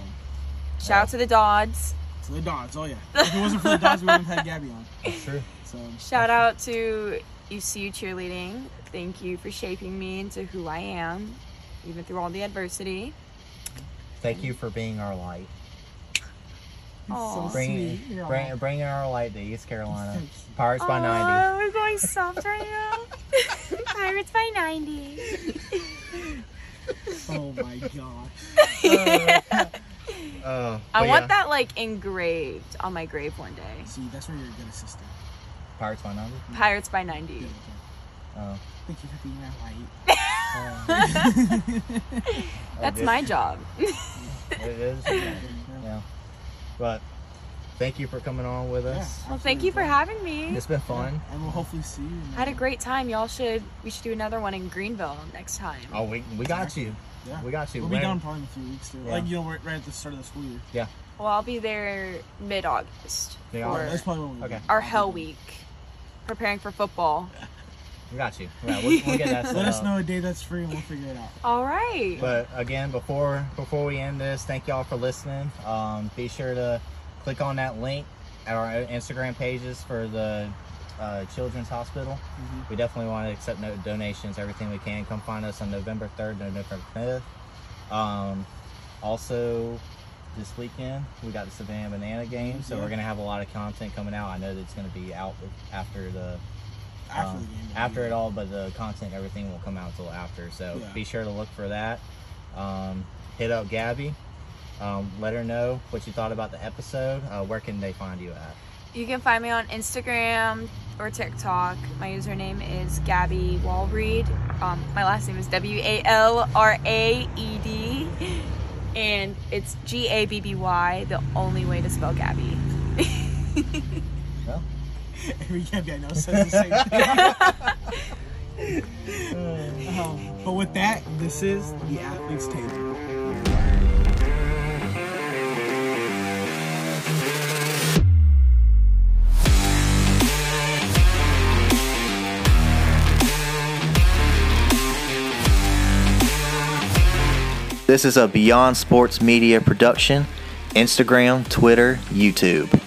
[SPEAKER 8] Shout out to the Dodds.
[SPEAKER 3] so the Dodds. Oh yeah. If it wasn't for the Dodds, we wouldn't have had Gabby on.
[SPEAKER 2] That's true.
[SPEAKER 3] So
[SPEAKER 8] Shout out to UCU cheerleading. Thank you for shaping me into who I am, even through all the adversity.
[SPEAKER 2] Thank you for being our light.
[SPEAKER 8] Aw.
[SPEAKER 2] Bringing,
[SPEAKER 3] Sweet, yeah.
[SPEAKER 2] bring, bringing our light to East Carolina.
[SPEAKER 3] Thank you.
[SPEAKER 2] Pirates by 90.
[SPEAKER 8] Aw, Oh, We're going soft right now. Pirates by 90.
[SPEAKER 3] Oh my gosh.
[SPEAKER 2] Uh,
[SPEAKER 8] I
[SPEAKER 2] but
[SPEAKER 8] want
[SPEAKER 2] yeah,
[SPEAKER 8] that like engraved on my grave one day.
[SPEAKER 3] See, that's where you're a good assistant.
[SPEAKER 2] Pirates by 90.
[SPEAKER 8] Pirates by 90.
[SPEAKER 3] Good.
[SPEAKER 2] Oh.
[SPEAKER 3] Thank you for being that light.
[SPEAKER 8] That's my job.
[SPEAKER 2] It is. yeah. But thank you for coming on with us.
[SPEAKER 8] Well, thank you for having me.
[SPEAKER 2] It's been fun.
[SPEAKER 3] And we'll hopefully see you.
[SPEAKER 8] I had a great time. Y'all should we should do another one in Greenville next time.
[SPEAKER 2] Oh, we, we got you.
[SPEAKER 3] Yeah.
[SPEAKER 2] We got you.
[SPEAKER 3] We'll be
[SPEAKER 2] When-
[SPEAKER 3] done probably in a few weeks too.
[SPEAKER 2] Yeah.
[SPEAKER 3] Like you know, right, right at the start of the school year.
[SPEAKER 8] Well, I'll be there mid-August
[SPEAKER 2] Yeah.
[SPEAKER 8] for
[SPEAKER 3] That's probably when we'll
[SPEAKER 2] Okay.
[SPEAKER 3] be.
[SPEAKER 8] our Hell Week, preparing for football.
[SPEAKER 2] We got you. Yeah, we'll, we'll get that set
[SPEAKER 3] Let us
[SPEAKER 2] up.
[SPEAKER 3] know a day that's free and we'll figure it out.
[SPEAKER 8] All right.
[SPEAKER 2] But again, before before we end this, thank y'all for listening. Um, be sure to click on that link at our Instagram pages for the uh, Children's Hospital. We definitely want to accept no- donations, everything we can. Come find us on November third, November fifth. Um, also, this weekend we got the Savannah Banana game, so we're gonna have a lot of content coming out. I know that's gonna be out after the
[SPEAKER 3] After
[SPEAKER 2] um,
[SPEAKER 3] the game.
[SPEAKER 2] after it all, but the content, everything will come out until after. So
[SPEAKER 3] Yeah.
[SPEAKER 2] be sure to look for that. Um, hit up Gabby. Um, let her know what you thought about the episode. Uh, where can they find you at?
[SPEAKER 8] You can find me on Instagram or TikTok. My username is Gabby Walreed. Um, my last name is W A L R A E D, and it's G A B B Y. The only way to spell Gabby.
[SPEAKER 3] Every Gabby I know says the same thing. Um, but with that, this is the athlete's table.
[SPEAKER 9] This is a Beyond Sports Media production, Instagram, Twitter, YouTube.